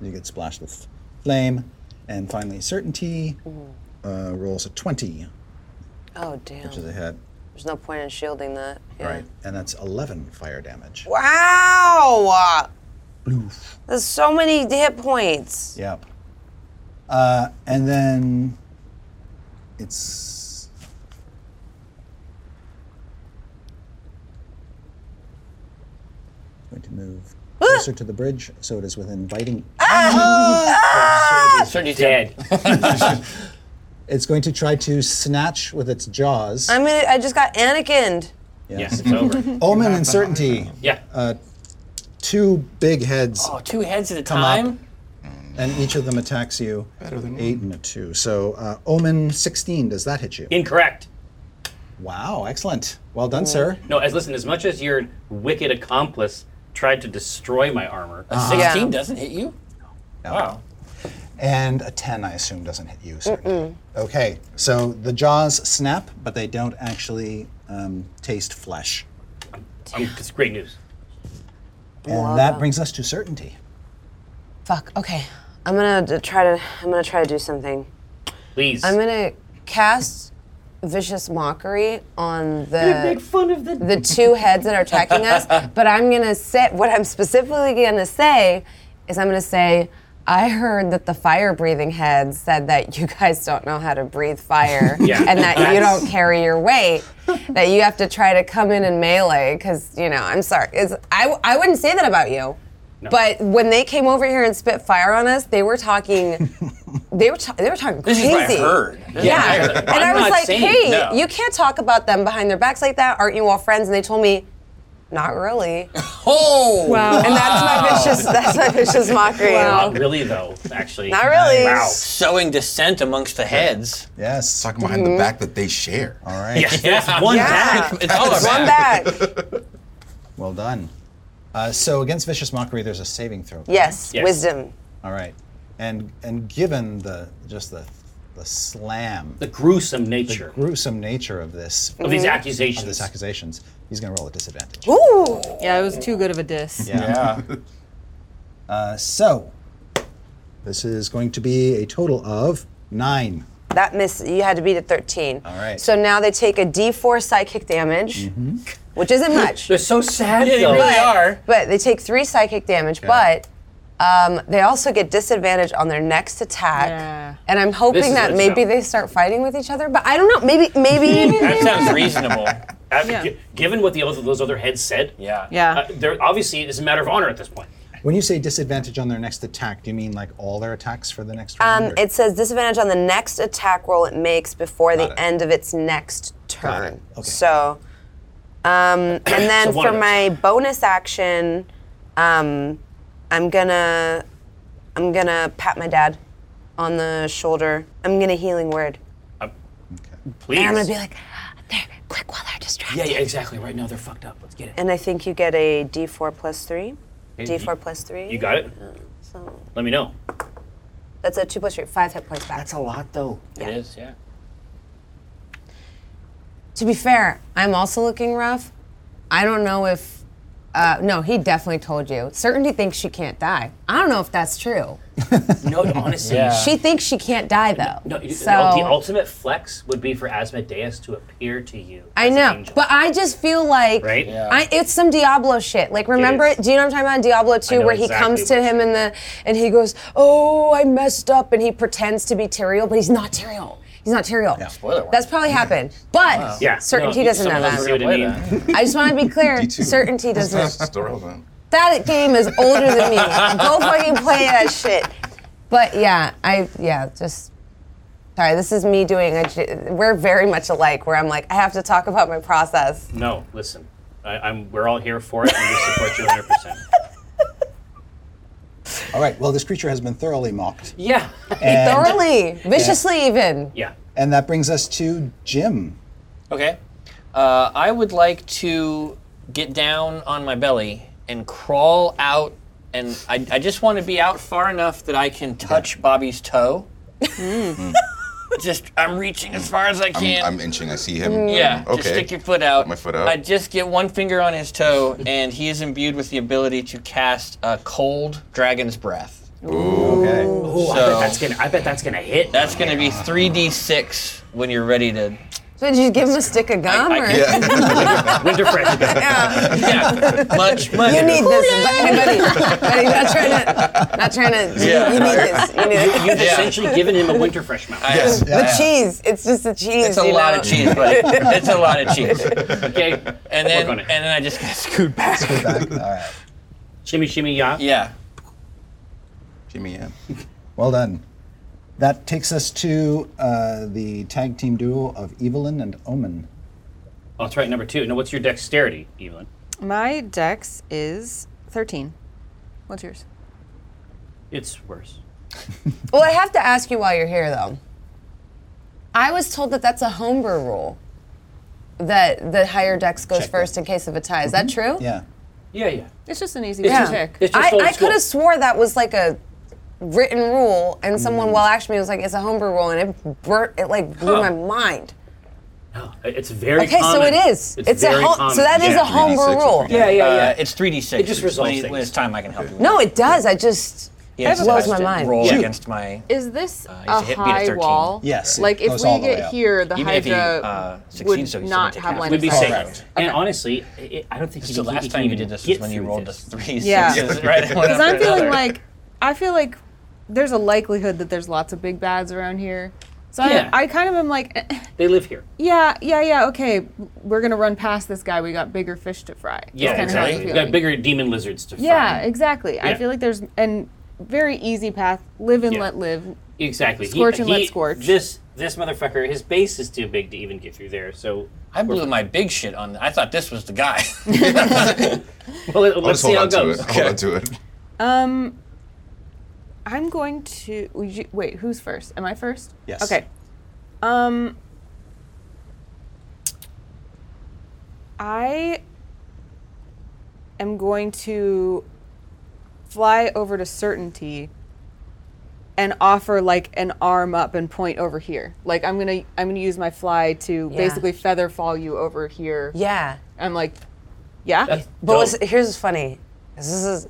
You get splashed with flame. And finally, Certainty uh, rolls a 20,
Oh damn.
which is a hit.
There's no point in shielding that. Yeah.
Right. And that's 11 fire damage.
Wow. There's so many hit points.
Yep. Uh, and then it's. Going to move closer to the bridge so it is within biting.
Certainty's
Dead.
[LAUGHS]
It's going to try to snatch with its jaws.
I'm gonna. I just got Anakin'd.
Yes, it's
[LAUGHS]
over.
Omen and Certainty,
Yeah.
Uh,
two big heads,
Oh, two heads at a
up.
time?
and each of them attacks you. Better than Eight and a two. So, uh, Omen 16, does that hit you?
Incorrect.
Wow, excellent. Well done, sir.
No, as listen, as much as your wicked accomplice tried to destroy my armor,
A 16
Yeah.
doesn't hit you?
wow.
And a 10, I assume, doesn't hit you. Certainly. Okay, so the jaws snap, but they don't actually um, taste flesh.
Um, it's great news.
And that brings us to certainty.
Fuck. Okay. I'm gonna d- try to. I'm gonna try to do something.
Please.
I'm gonna cast vicious mockery on the
fun of the.
the two heads that are
[LAUGHS]
attacking us. But I'm gonna say what I'm specifically gonna say is I'm gonna say I heard that the fire breathing head said that you guys don't know how to breathe fire
[LAUGHS] Yeah,
and that you
that's-
don't carry your weight, that you have to try to come in and melee because you know I'm sorry. It's, I I wouldn't say that about you. But when they came over here and spit fire on us, they were [LAUGHS] talking. They were, ta- they were talking
This
crazy.
is what I heard. This is what I
Yeah.
heard.
and
I'm
I was
not
like,
saying
hey,
no.
you can't talk about them behind their backs like that. Aren't you all friends? And they told me, not really.
[LAUGHS] Oh!
Wow.
And that's my vicious that's my vicious mockery.
Wow.
Not really, though. Actually.
Not really.
Wow.
Sowing dissent amongst the heads.
Yes.
Talking behind the back that they share.
All right.
Yes, one
[LAUGHS] Yeah.
It's all about
One back.
Well done. Uh, so against vicious mockery, there's a saving throw.
Yes,
Yes.
wisdom.
All right. And and given the just the the slam,
The gruesome nature
gruesome nature of this
of
Mm-hmm.
these
of
accusations.
this accusations, he's going to roll a disadvantage.
Ooh.
Yeah, it was too good of a diss.
Yeah. uh, so this is going to be a total of nine.
That miss you had to beat at 13. All
right.
So now they take a D4 psychic damage,
Mm-hmm.
which isn't much.
They're so sad,
they
though.
really are.
But they take three psychic damage, but um, they also get disadvantage on their next attack.
Yeah.
And I'm
This
hoping
is
that
what's
maybe
up.
they start fighting with each other. But I don't know. Maybe
[LAUGHS]
maybe [LAUGHS]
That sounds
[LAUGHS]
reasonable.
Uh, gi- given what the other, those other heads said,
Yeah.
Yeah.
uh, they're obviously it's a matter of honor at this point.
When you say disadvantage on their next attack, do you mean like all their attacks for the next round?
um,
or-
it says disadvantage on the next attack roll it makes before the
Got it.
end of its next
Got
turn.
it. Okay.
So, um, and then
one
for
of those.
my bonus action, um, I'm gonna I'm gonna pat my dad on the shoulder. I'm gonna healing word.
Please.
And I'm gonna be like, there, quick while they're distracted.
yeah, yeah, exactly. Right now they're fucked up. Let's get it.
And I think you get a D4 plus three. D4
you-
plus three.
You got it.
Mm, So
Let me know.
that's a two plus three, five hit points back.
a lot, though.
Yeah.
It is, yeah.
to be fair, I'm also looking rough. I don't know if. Uh, no, he definitely told you. Certainty thinks she can't die. I don't know if that's true.
No,
[LAUGHS]
honestly,
Yeah.
She thinks she can't die though.
No, you-
so
the, the ultimate flex would be for Asmodeus to appear to you.
I
as an
know,
angel,
but I just feel like
right? Yeah.
I, it's some Diablo shit. Like, remember?
is.
Do you know what I'm talking about? Diablo 2,
know
where he
exactly
comes to
what
him
you
in the and he goes, "Oh, I messed up," and he pretends to be Tyrael, but he's not Tyrael. He's not Tyrael.
spoiler warning.
That's probably happened, but certainty
No,
doesn't know
someone else
that.
see what I mean.
I just want to be clear.
D2.
certainty doesn't.
Story's on.
That game is older
[LAUGHS]
than me. Go fucking play that shit. But yeah, I yeah just Sorry, this is me doing. A, j- we're very much alike. Where I'm like, I have to talk about my
[LAUGHS]
process.
No, listen. I, I'm. We're all here for it, and we support you 100.
[LAUGHS]
percent
All right. Well, this creature has been thoroughly mocked.
Yeah.
And,
Thoroughly, viciously, even.
Yeah.
and that brings us to Jim.
Okay. Uh, I would like to get down on my belly and crawl out, and I, I just want to be out far enough that I can touch Bobby's toe. Mm. just, I'm reaching as far as I can.
Mm. I'm, I'm inching. I see him.
yeah,
Okay.
just stick your foot out.
my foot out.
I just get one finger on his toe, and he is imbued with the ability to cast a cold dragon's breath.
Okay.
Ooh,
So-
I bet that's gonna. I bet that's gonna hit.
That's going to be 3d6 when you're ready to.
So did you give him a stick of gum?
I- [LAUGHS]
or?
Yeah. [LAUGHS]
winter [LAUGHS] fresh.
[LAUGHS]
Yeah, much, much.
You need this, buddy. buddy, buddy not trying to, not trying to.
Yeah.
you, need this. You need
[LAUGHS]
this.
You've
Yeah.
essentially given him a winter fresh mouth.
Yes.
The cheese. It's just the cheese.
It's a
you
lot
know?
of cheese, buddy. It's a lot of cheese.
Okay.
And then,
Work
and
on it.
then I just scoot back.
Back. All right.
[LAUGHS] shimmy, shimmy, yeah.
Yeah.
Jimmy, yeah.
Well done. That takes us to uh, the tag team duo of Evelyn and Omen.
Oh, that's right. Number two. Now, what's your dexterity, Evelyn?
My dex is 13. What's yours?
It's worse.
Well, I have to ask you while you're here, though. I was told that that's a homebrew rule. That the higher dex goes first in case of a tie. Is that true?
Yeah.
Yeah, yeah.
It's just an easy
It's
yeah.
just-
check.
It's just
I,
old
I
school.
could have swore that was like a written rule, and someone well actually was like, "It's a homebrew rule," and it bur- it like blew my mind.
No, it's very
Okay, so
common.
it is. It's, a
very
home.
common.
So that is
yeah.
a homebrew
3D6
rule.
or
Yeah, yeah, yeah.
Uh, it's 3d6.
It just resolves
when,
things.
when it's time, I can help you.
No, it does. I just
Yeah,
have a
blows my
question.
mind.
roll
Shoot.
against my.
Is this
Uh,
you
a
should hit- beat a
high
13.
wall?
Yes, it
Like
goes
if
all
we
the way
get
up.
here, the
Even if he
Hydra
uh,
would
succeeds, so he still
not
take
have
half.
line
Would be
of
safe.
sight.
Correct.
And honestly, i I don't think he
The
can- he
last
can
time you
even
did this was
get
when you
through
rolled
this.
the three
Yeah.
sixes, right? One
Because I'm
after
feeling
another.
like I feel like there's a likelihood that there's lots of big bads around here. So
Yeah.
I, I kind of am like, [CLEARS THROAT] eh,
They live here.
yeah, yeah, yeah, okay. We're gonna run past this guy. We got bigger fish to fry. That's
Yeah,
kinda How
exactly.
I'm
You
feeling.
got bigger demon lizards to
yeah,
find.
exactly. I
Yeah.
feel like there's an very easy path. Live and
Yeah.
let live.
exactly. He-
Scorch and let
he-
scorch.
This this motherfucker, his base is too big to even get through there. So [LAUGHS]
I blew my big shit on. I thought this was the guy. [LAUGHS]
well, let,
I'll
us
just
see
hold
how
on
it goes.
to it. I'll Hold on to it.
Um, I'm going to would you- wait. Who's first? Am I first?
Yes.
Okay. Um, I am going to fly over to certainty and offer like an arm up and point over here. Like I'm gonna I'm gonna use my fly to
Yeah.
basically feather fall you over here.
yeah.
I'm like, yeah.
But what's, here's what's funny. 'cause This is,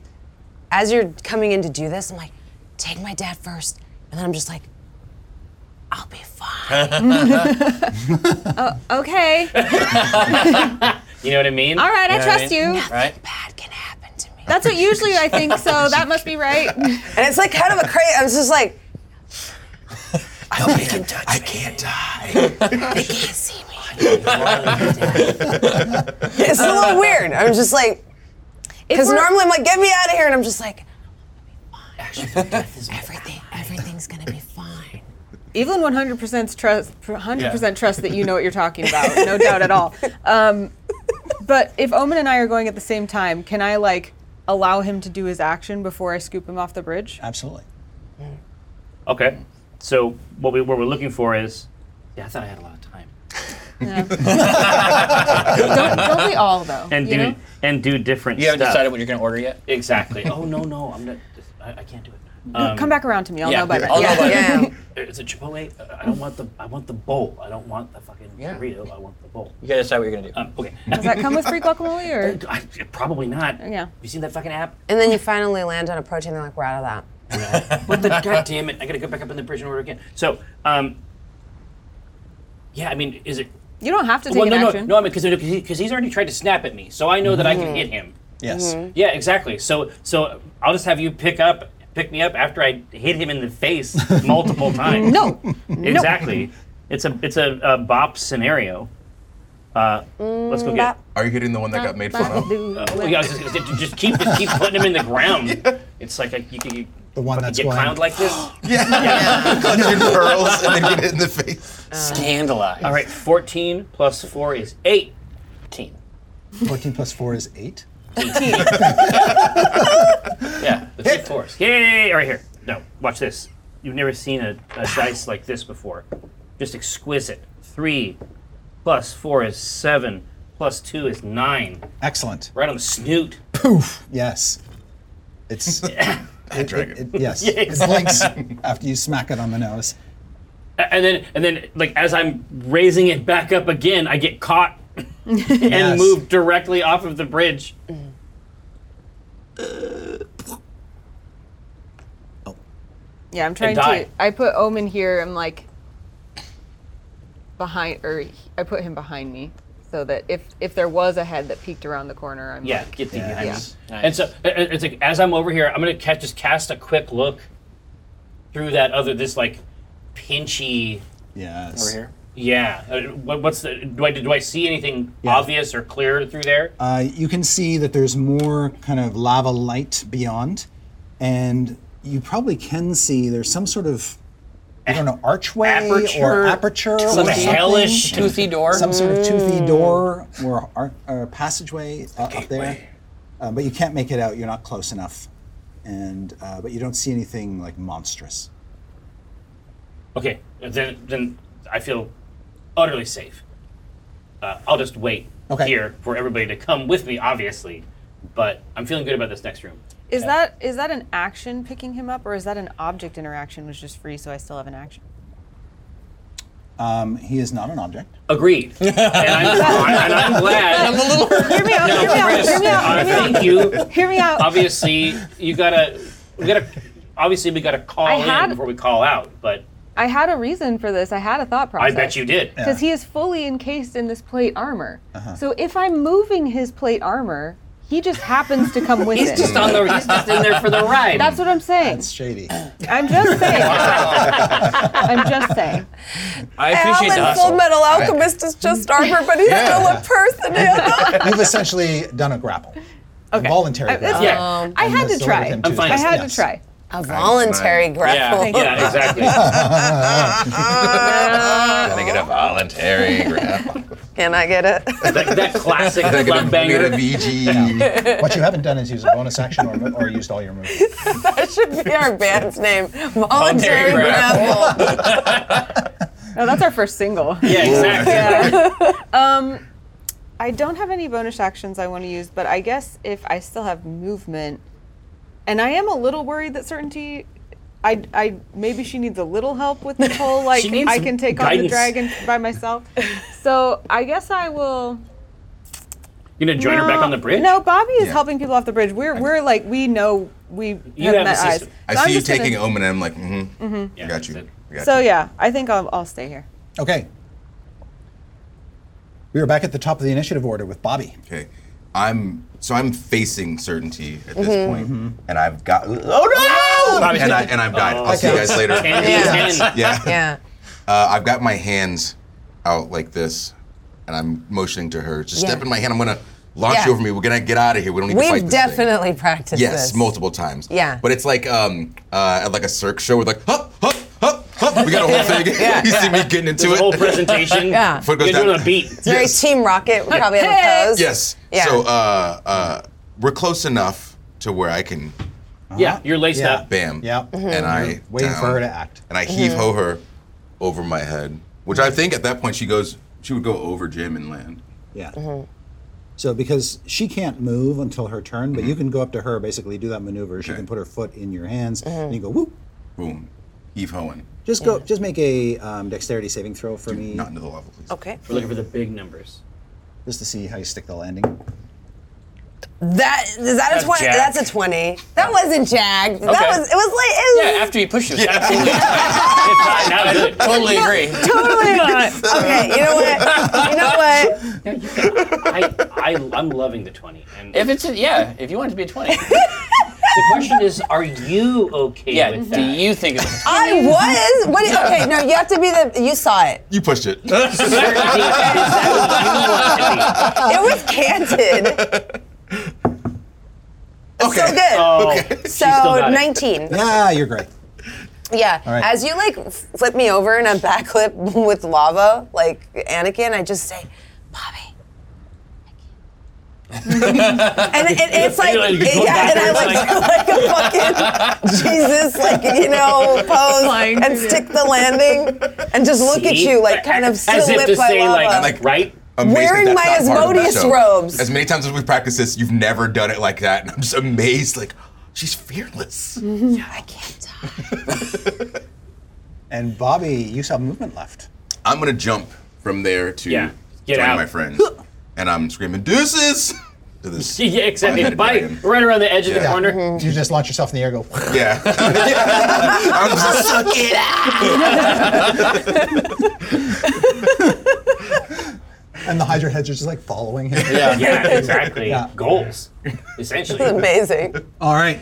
as you're coming in to do this, I'm like, take my dad first, and then I'm just like, I'll be fine.
okay.
You know what I mean?
All right. I trust you.
right?
Bad can happen to me.
That's what usually I think, so that must be right. [LAUGHS]
and it's like kind of a crazy. I was just like,
Nobody can touch I can't
they can't see me. it's a little weird. I'm just like, because
we're-
normally I'm like, get me out of here, and I'm just like, everything, everything's gonna be fine.
Evelyn 100% trust, 100% trust that you know what you're talking about, no doubt at all. Um, but if Omen and I are going at the same time, can I like allow him to do his action before I scoop him off the bridge?
Absolutely.
Okay. So what we what we're looking for is. Yeah, I thought I had a lot of time.
don't, don't we all [LAUGHS] though?
And
you
do
know?
and do different
You haven't
stuff.
decided what you're going to order yet?
Exactly. oh no no, I'm not. I, I can't do it. Um,
come back around to me. I'll
yeah.
know by
I'll
then.
know by-
Yeah.
Is it Chipotle? I don't want the. I want the bowl. I don't want the fucking
Yeah.
burrito. I want the bowl.
You got to decide what you're going to do.
Um, okay.
Does that come with free guacamole
[LAUGHS]
or?
I, probably not.
Yeah.
You seen that fucking app? [LAUGHS]
And then you finally land on a protein, and like, we're out of that.
What the god damn it! I gotta go back up in the bridge and order again. So, um, yeah, I mean, is it?
You don't have to take
Well,
an
no, no,
action.
no. I mean, because because he's already tried to snap at me, so I know that I can hit him.
Mm-hmm.
Yes.
Yeah, exactly. So so I'll just have you pick up pick me up after I hit him in the
[LAUGHS]
face multiple times.
No.
exactly. It's a it's a, a bop scenario. Uh, let's
Mm,
go get.
Are you hitting the one that got made fun of?
Oh, yeah, I was just, just keep just keep putting him in the ground. It's like a, you can
The one that's
Get
going.
clowned
[GASPS]
like this?
[LAUGHS] Collecting pearls and then get hit in the face.
Scandalized.
All right, 14 plus 4 is 18.
14 plus 4 is 8.
Yeah, the two fours. Yeah, yeah, yeah, yeah, right here. No, watch this. You've never seen a, a
[SIGHS]
dice like this before. Just exquisite. Three plus four is seven, plus two is nine.
Excellent.
Right on the snoot.
Yes. It's. it, it-
dragon.
it- yes. It blinks after you smack it on the nose.
A- And then, and then, like as I'm raising it back up again, I get caught [LAUGHS] and
Yes.
moved directly off of the bridge.
Yeah, I'm trying to.
die.
I put Omen here. I'm like behind, or he- I put him behind me, so that if if there was a head that peeked around the corner, I'm
Yeah,
like,
get the behind us.
Nice.
And so a- a- it's like as I'm over here, I'm gonna ca- just cast a quick look through that other this like pinchy
Yes.
Over here.
Yeah. Uh, what, what's the? Do I do I see anything obvious or clear through there?
Uh, you can see that there's more kind of lava light beyond, and you probably can see there's some sort of I don't know archway or
Aperture.
aperture or
Some
something,
hellish-
Toothy door.
some sort of toothy
Mm.
door or ar- or passageway uh, up there, uh, but you can't make it out. You're not close enough, and uh, but you don't see anything like monstrous.
Okay. Then then I feel utterly safe. Uh, I'll just wait
Okay.
here for everybody to come with me, obviously. But I'm feeling good about this next
[LAUGHS]
room.
is that is that an action picking him up, or is that an object interaction, which is free, so I still have an action?
Um, he is not an object.
Agreed.
[LAUGHS]
and, I'm, and I'm glad.
Hear me out. Hear me out. Hear me out.
Uh,
Hear me out.
thank you.
Hear me out.
Obviously, you gotta. We gotta. Obviously, we gotta call
I
in
had-
before we call out. But
I had a reason for this. I had a thought
I
process.
bet you did.
Because he is fully encased in this plate armor.
Uh-huh.
So if I'm moving his plate armor, he just happens to come with it.
He's just on the. He's just in there for the ride.
That's what I'm saying.
It's
[COUGHS]
shady.
I'm just saying. I'm just saying.
I appreciate the
Alan
hustle.
Full Metal Alchemist is just armor, but he's still a person. Hannah.
You've essentially done a grapple, a voluntary
I,
grapple.
it's fair.
Um,
I had to
That's sort of
try.
him too.
fine.
I had
Yes.
to try.
[LAUGHS] A voluntary grapple.
Yeah.
Yeah, exactly.
Gotta get a voluntary grab.
[LAUGHS] Can I
[LAUGHS]
get it? [LAUGHS]
that, that classic
Gotta
love
get a
banger.
[LAUGHS] VG.
What you haven't done is use a bonus action or, or used all your movement.
that should be our band's name. Voluntary
Voluntary [LAUGHS]
grapple.
No, that's our first single.
Yeah, exactly.
[LAUGHS] Um, I don't have any bonus actions I want to use, but I guess if I still have movement, and I am a little worried that certainty. I, I maybe she needs a little help with this whole like
[LAUGHS] She needs
I
some
can take on the
guidance.
dragon by myself. [LAUGHS] So I guess I will.
You gonna join her back on the bridge?
No, Bobby is
Yeah.
helping people off the bridge. We're we're like we know we
You have
have
a
met eyes.
system.
I
So I'm
see you
just gonna-
taking Omen, and I'm like, mm-hmm. I got
that's
you.
it.
I got
So
you.
yeah, I think I'll, I'll stay here.
Okay. We are back at the top of the initiative order with Bobby.
Okay. I'm so I'm facing certainty at this point, and I've got oh no, and I and I've died. I'll see Mm-hmm. you guys later.
Ten,
Yeah.
ten.
Yeah.
Yeah.
Uh, I've got my hands out like this, and I'm motioning to her. Just step
Yeah.
in my hand. I'm gonna launch
Yeah.
you over me. We're gonna get out of here. We don't need to fight
We've
this thing.
definitely practiced
Yes,
this.
multiple times.
Yeah.
But it's like um uh at like a circ show with like hop hop hop hop. We got a whole
[LAUGHS]
thing. [LAUGHS] you see me getting into
There's a
it.
whole presentation.
Yeah.
Foot goes
You're doing
down.
a beat.
Very
Yes.
Team Rocket. We probably have a pose.
[LAUGHS] Yes.
Yeah.
So uh uh we're close enough to where I can
Yeah, you're laced
Yeah.
up.
bam
Mm-hmm.
Yep.
and I
Waiting
down,
for her to act.
and I heave ho her over my head. Which
Mm-hmm.
I think at that point she goes she would go over Jim and land.
Yeah. So because she can't move until her turn, but you can go up to her, basically do that maneuver. She
Okay.
can put her foot in your hands, and you go whoop.
Boom. Heave hoing.
Just go. Just make a um, dexterity saving throw for me,
Not into the level, please.
Okay.
We're looking for the big numbers.
just to see how you stick the landing.
That is that a
That's
twenty?
jacked.
That's a twenty. That wasn't jagged. That
Okay.
was. It was like. It was,
Yeah,
[LAUGHS]
after he pushes. [LAUGHS] Absolutely.
It's not now do it.
totally agree. [LAUGHS]
Totally not.
Okay, you know what? You know what?
I, I, I'm loving the 20. And
If it's a, yeah, if you want it to be a [LAUGHS] twenty,
the question is, are you okay
yeah.
with
Do
that?
you think it's
I
[LAUGHS]
was. What? do you- Okay, no, you have to be the. You saw it.
You pushed it. [LAUGHS]
Certainty, [LAUGHS] is [LAUGHS]
[LAUGHS]
that what you want to be?
It was canted. It's so good.
Oh, she
So
still got it.
19.
Yeah, you're great.
Yeah.
right.
As you like flip me over and I'm backflip [LAUGHS] with lava, like Anakin, I just say, Bobby.
[LAUGHS]
I can't." and it, it's like,
You're like, going
yeah, and I
backwards,
like, do, [LAUGHS] like a fucking Jesus, like you
[LAUGHS]
know, pose
Flying
and
through the-
stick the landing, and just look at
See?
you, like kind of still
As if
lit
to
by
say,
lava.
like,
like- [LAUGHS]
right?
Amazed that
Wearing
that's
my
not part of the
Asmodeus
show.
robes.
As many times as we practice this, you've never done it like that, and I'm just amazed. Like, she's fearless.
I can't die.
And Bobby, you saw movement left.
I'm gonna jump from there to
Yeah. Get
join
out.
my friends, and I'm screaming deuces to this.
[LAUGHS] Yeah, except
five-headed
by,
dragon.
right around the edge of the
Yeah.
corner.
Mm-hmm.
You just launch yourself in the air, go. [LAUGHS]
[LAUGHS]
Yeah. I'm just suck it
And the Hydra heads are just like following him.
Yeah, exactly.
Yeah.
Goals, essentially.
It's [LAUGHS] [LAUGHS] amazing.
[LAUGHS] All right.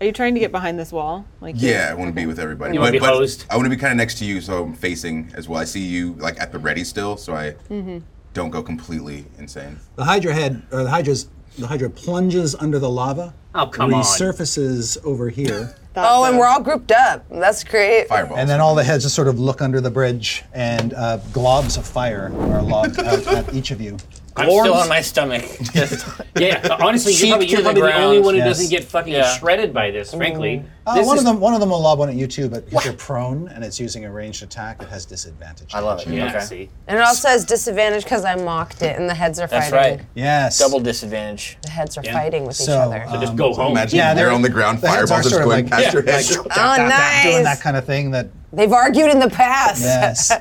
Are you trying to get behind this wall? Like
Yeah, I want to be with everybody.
You wanna be hosed?
I want to be kind of next to you, so I'm facing as well. I see you like at the ready still, so I
Mm-hmm.
don't go completely insane.
The Hydra head, or the Hydra's, the Hydra plunges under the lava.
Oh, come on.
resurfaces over here.
Oh, and we're all grouped up. That's great.
Fireball.
And then all the heads just sort of look under the bridge, and uh, globs of fire are
[LAUGHS]
lobbed out at each of you.
I'm
Or
still
on my stomach. Just
Yeah, honestly,
Cheek
you're probably, you're
to the
probably the, only
ground.
one who
Yes.
doesn't get fucking
Yeah.
shredded by this, frankly.
Mm-hmm.
Uh,
this
one
is,
of them, one of them will lob one at you too, but because you're prone and it's using a ranged attack, it has disadvantage.
[LAUGHS] I love it.
Yeah,
okay.
see.
And it also has disadvantage because I mocked it, and the heads are
That's
fighting.
right.
Yes.
Double disadvantage.
The heads are fighting with each
So,
other.
uh,
Just go home.
Imagine
Yeah,
they're
they're-
on the ground,
the heads are
fireballs are just
sort of
going
like-
past your
like, [LAUGHS]
head.
Oh,
dap, dap, dap, Doing
nice.
that kind of thing that
They've argued in the past.
[LAUGHS]
Yes.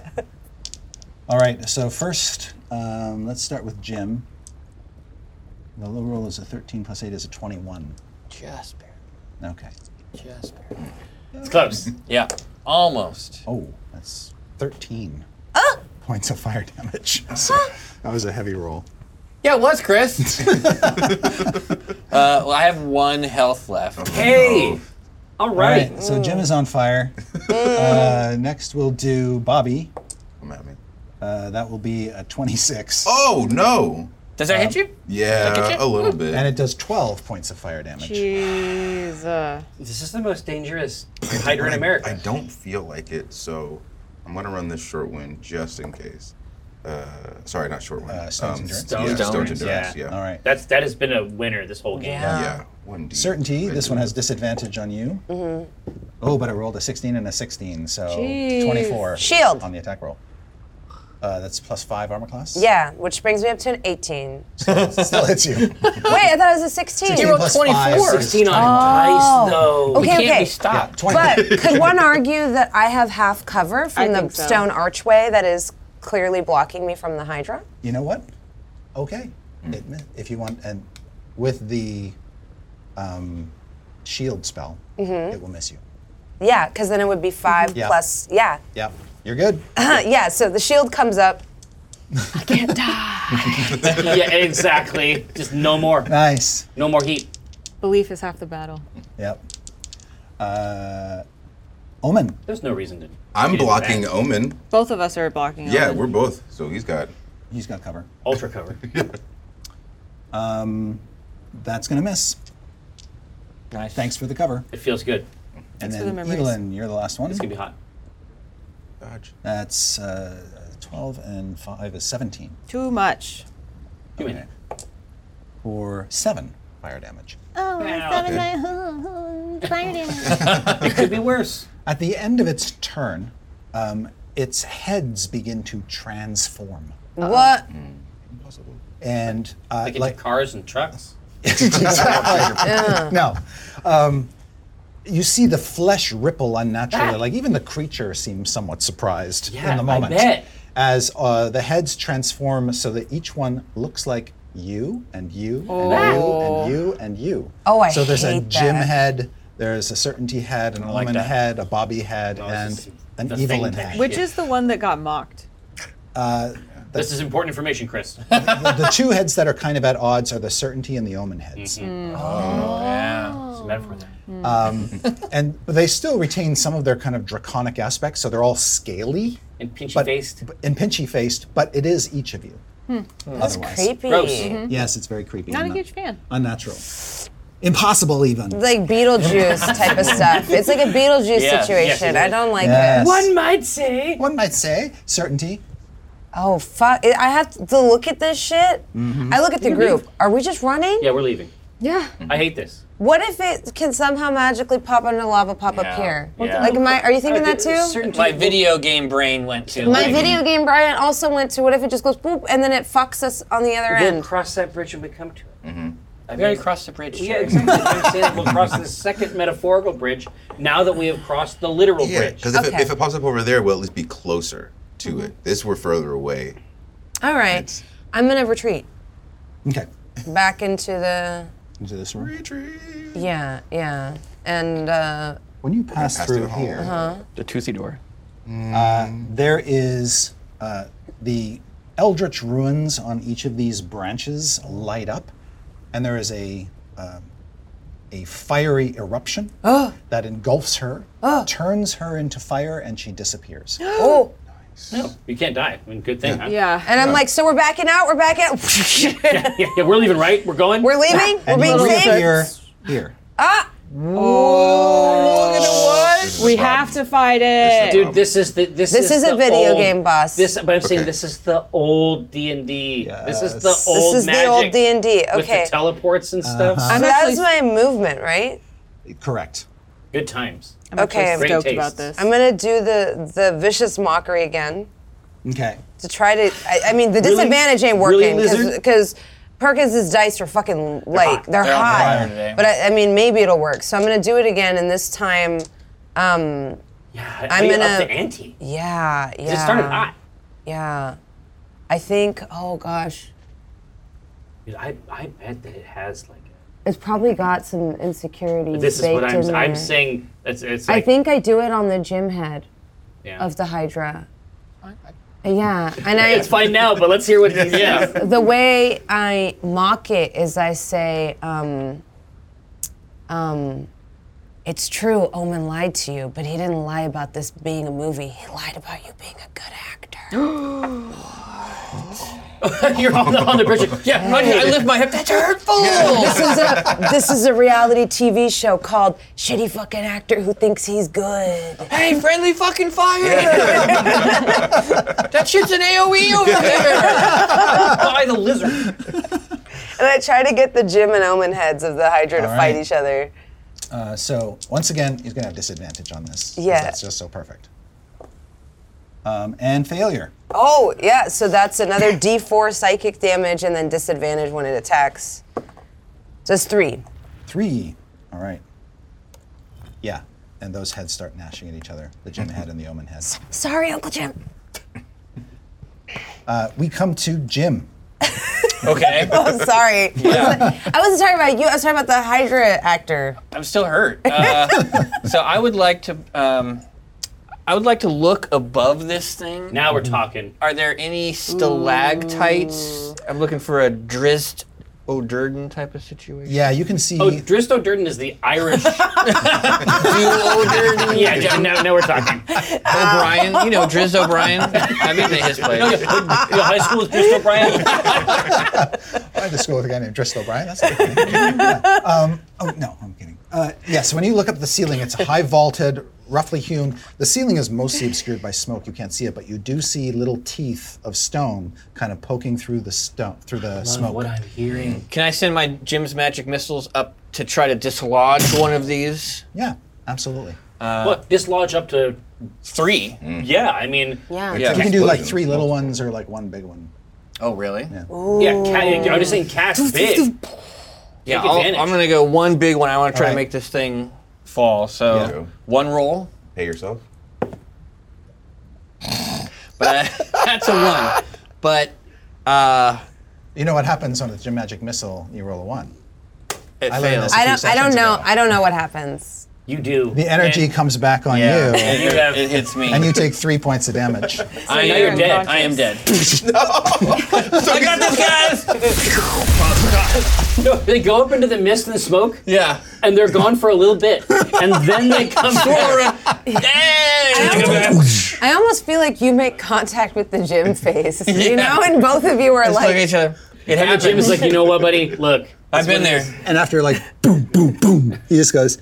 All right. So first, um, let's start with Jim. The low roll is a 13 plus 8 is a 21.
Just barely.
Okay.
Just barely.
It's
[LAUGHS]
close.
Yeah. Almost.
Oh, that's 13
Uh.
points of fire damage. [LAUGHS] So that was a heavy roll.
Yeah, it was, Chris. uh, well, Oh, I have one health left.
Oh,
Hey! All
All
right.
right. So Jim is on
[LAUGHS]
fire. uh, next, we'll do Bobby.
Come at me.
Uh, that will be a 26.
Oh no!
Does that hit you?
Yeah, a little bit.
And it does 12 points of fire damage.
Jeez. uh,
This is the most dangerous hydra in
I-
America.
I don't feel like it, so I'm gonna run this short wind just in case. Uh, sorry, not short wind.
Uh, Stone's Endurance?
Yeah,
Stone's
Stone's
Endurance,
endurance. Yeah.
yeah.
All right.
That's that has been a winner this whole game.
Yeah.
Yeah. One D.
Certainty, this one has disadvantage on you.
Mm-hmm.
Oh, but it rolled a 16 and a 16, so 24.
Shield.
On the attack roll. Uh, that's plus five armor class.
Yeah, which brings me up to an 18.
[LAUGHS] Still hits
[LAUGHS]
you.
Wait, I thought it was a 16.
16 plus five
24.
is
16 on
21.
dice, though.
Oh. Okay,
Can't
okay.
be stopped.
20.
But
[LAUGHS]
could one argue that I have half cover
I
from the
think so.
stone archway that is clearly blocking me from the Hydra?
you know what? Okay. It mi- if you want, and with the um, shield spell, it will miss you.
Yeah, because then it would be 5
Yeah.
plus. Yeah.
Yep. You're good.
[LAUGHS] yeah, so the shield comes up.
yeah, exactly. Just no more.
nice.
No more heat.
belief is half the battle.
Yep. Uh, Omen.
There's no reason to.
I'm
to do
blocking
that.
Omen.
Both of us are blocking.
Yeah,
Omen.
we're both. So he's got.
He's got cover.
Ultra cover.
That's going to miss.
Nice.
Thanks for the cover.
It feels good.
And
for the
then
memories.
Evelyn, you're the last one.
It's gonna be hot.
Dodge.
That's uh, 12 and 5 is 17
Too much.
Give me that.
or 7 fire damage.
Oh,
Yeah,
seven
okay.
nine, oh, oh, fire
[LAUGHS]
damage.
It could be worse.
At the end of its turn, um, its heads begin to transform.
What?
Impossible.
And uh,
Like,
like [LAUGHS]
into cars and trucks.
no, um, you see the flesh ripple unnaturally. Like even the creature seems somewhat surprised
Yeah,
in the
I
moment
bet.
as uh, the heads transform so that each one looks like you and you and you and you and you.
Oh, I
So there's a
hate
Jim
that.
head, there's a certainty head, an
like
Omen
that.
head, a Bobby head,
it's
and an
the
Evelyn
thing
head.
thing.
Which
Yeah.
is the one that got mocked?
This is important information, Chris.
the, the two heads that are kind of at odds are the certainty and the Omen heads.
Oh.
It's a metaphor there.
Mm.
And but they still retain some of their kind of draconic aspects, so they're all scaly.
And pinchy
but-
faced.
b- and pinchy faced, but it is each of you. That's
Creepy.
Gross.
Mm-hmm. Yes, it's very creepy.
Not a
unna-
huge fan.
Unnatural. Impossible, even.
like Beetlejuice type of stuff. It's like a Beetlejuice
Yes, yes,
situation.
it
I
is.
don't like
Yes.
it.
One
might say.
One might say certainty.
Oh fuck! I have to look at this shit.
Mm-hmm.
I look at the group. Are we just running?
Yeah, we're leaving.
Yeah.
I hate this.
What if it can somehow magically pop under lava, pop up
Yeah,
here?
yeah.
Like, am I, are you
Uh,
thinking that too?
My video game brain went to.
My
like-
video game Brian also went to. What if it just goes boop and then it fucks us on the other
We'll
end?
cross that bridge when we come to it.
I've already crossed the bridge.
Yeah, exactly. I'm saying we'll cross the second metaphorical bridge now that we have crossed the literal
Yeah,
bridge.
because if, it, if it pops up over there, we'll at least be closer to it. This we're further away.
All right. I'm gonna retreat
Okay.
back into the.
Into this room.
Yeah, yeah. And uh,
When you pass,
pass
through
through the hall.
here,
Uh-huh.
the Tusi door, there is uh, the eldritch ruins on each of these branches light up, and there is a uh, a fiery
[GASPS]
eruption
Oh.
that engulfs her, turns her into fire, and she
[GASPS]
disappears.
oh.
No, you can't die. I mean, good thing, huh?
And I'm like, so we're backing out. We're backing
[LAUGHS]
out.
yeah, yeah, yeah, we're leaving, right? We're going.
We're leaving.
and
we're
you
being
reappear
saved.
here.
We have to fight it.
Dude, this is the this,
This is a
the
video
old-
game boss.
This, but I'm saying
Okay.
this is the old D and D. This is the
Yes. This
old.
is the
magic
old D&D,
With
okay.
the teleports and stuff.
So that was my movement, right?
Correct.
Good times.
okay,
Great taste.
I'm gonna do the the vicious mockery again
Okay.
to try to. I, I mean, the
Really?
disadvantage ain't
Really,
working
lizard?
because Perkins' dice are fucking like they're,
They're on
hot.
fire today.
But I, I mean, maybe it'll work. So I'm gonna do it again, and this time, um,
yeah,
I'm
you
gonna
up the ante?
Yeah, yeah.
It started hot.
Yeah, I think. Oh gosh,
Dude, I, I bet that it has like.
it's probably got some insecurities.
This is what
baked in
I'm I'm
there.
saying. It's, it's
I
like
think I do it on the gym head
Yeah.
of the Hydra. Yeah, and I.
it's fine now, but let's hear
[LAUGHS]
what. yeah.
the way I mock it is I say, um, um, it's true, Omen lied to you, but he didn't lie about this being a movie. He lied about you being a good actor.
[LAUGHS] You're on the, on the bridge. Yeah,
I, I lift my hip. That's hurtful.
this is a this is a reality TV show called Shitty Fucking Actor Who Thinks He's Good.
Hey, friendly fucking fire! [LAUGHS] that shit's an AOE [LAUGHS] over there.
By the lizard.
And I try to get the Jim and Omen heads of the Hydra to
All
fight
right.
each other.
Uh, so once again, he's gonna have disadvantage on this. 'cause
Yeah.
That's just so perfect. Um, and failure.
Oh, yeah, so that's another D4 psychic damage and then disadvantage when it attacks. So it's three.
Three. All right. Yeah. And those heads start gnashing at each other the Jim head and the Omen head.
Sorry, Uncle Jim.
Uh, we come to Jim.
okay.
Oh, sorry. [LAUGHS] I wasn't talking about you, I was talking about the Hydra actor.
[LAUGHS] I'm still hurt. Uh, so I would like to. Um, I would like to look above this thing.
Now we're
Mm-hmm.
talking.
Are there any stalactites? I'm looking for a Drizzt O'Durden type of situation.
Yeah, you can see.
Oh, Drist O'Durden is the Irish.
O'Durden.
yeah, yeah, now, now we're talking.
O'Brien, you [LAUGHS] know Drizzt O'Brien. I've been to his [LAUGHS] place.
No, your, your high school is Drist O'Brien.
I went to school with a guy named Driscoll O'Brien. That's not funny. Yeah. um, Oh, no, I'm kidding. Uh, yes, when you look up at the ceiling, it's high vaulted, roughly hewn. The ceiling is mostly obscured by smoke. You can't see it, but you do see little teeth of stone kind of poking through the stone, through the smoke.
What I'm hearing.
Can I send my Jim's magic missiles up to try to dislodge one of these?
Yeah, absolutely.
what? Dislodge up to.
Three.
Mm.
Yeah, I mean.
Yeah.
Yeah.
You can do like three little ones or like one big one.
Oh, really? Yeah.
Yeah, cat, I'm just saying cast big.
Yeah,
Take
I'll,
advantage.
I'm gonna go one big one. I want to try
Alright.
to make this thing fall. So
Yeah.
one roll,
Pay yourself.
but [LAUGHS] that's a one. But uh,
You know what happens on a gym magic missile? You roll a one.
it
I learned
fails.
this.
[LAUGHS]
few
I don't I don't
sessions
know
ago.
I don't know what happens.
You do.
The energy comes back on
Yeah,
you,
and
You
it,
have-
it hits me.
and you take three points of damage.
I,
now you're
am
dead.
dead. I am dead.
So
[LAUGHS] I got this, guys.
No, they go up into the mist and the smoke,
yeah.
and they're gone for a little bit, and then they come forward.
Hey!
I almost feel like you make contact with the Jim face. You know, and both of you are
Let's look at
like
each other. It
And Jim is like, you know what, buddy? Look,
I've been [LAUGHS] there.
And after like boom, boom, boom, he just goes,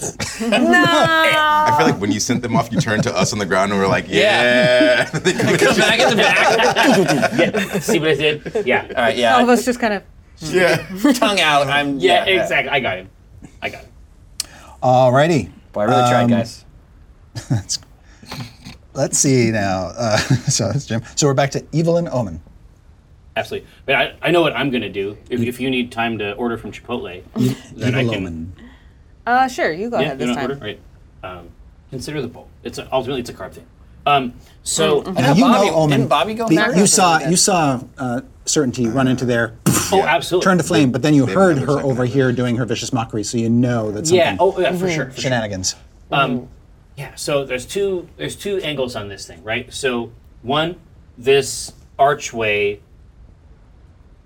I feel like when you sent them off, you turned to us on the ground and we're like,
Yeah.
yeah. [LAUGHS] They come
Come back in the back.
yeah, see what I did? Yeah.
All right,
All of
yeah.
us just kind of.
yeah.
Tongue out. I'm.
Yeah, exactly. I got him. I got him.
alrighty.
Boy, I really
Um,
tried, guys.
Let's, let's see now. Uh, [LAUGHS] so that's Jim. So we're back to Evil and Omen.
Absolutely. But I, I know what I'm going to do. If, if you need time to order from
[LAUGHS]
Chipotle, then I
Evil
can.
Omen.
Uh, sure, you go
Yeah,
ahead
you
this
know,
time.
order- right. Um, consider the bowl. It's a, ultimately it's a carb thing. Um, so
Yeah,
you
Bobby-
know Omen.
didn't Bobby go
The-
back?
You saw you saw uh, certainty run into there,
oh, absolutely.
turn to flame, but then you
They've
heard
never
her
seconded
over
it.
here doing her vicious mockery, so you know that something
Yeah. Oh, yeah,
Mm-hmm.
for sure. For sure.
shenanigans.
Um, yeah. So there's two there's two angles on this thing, right? So one, this archway.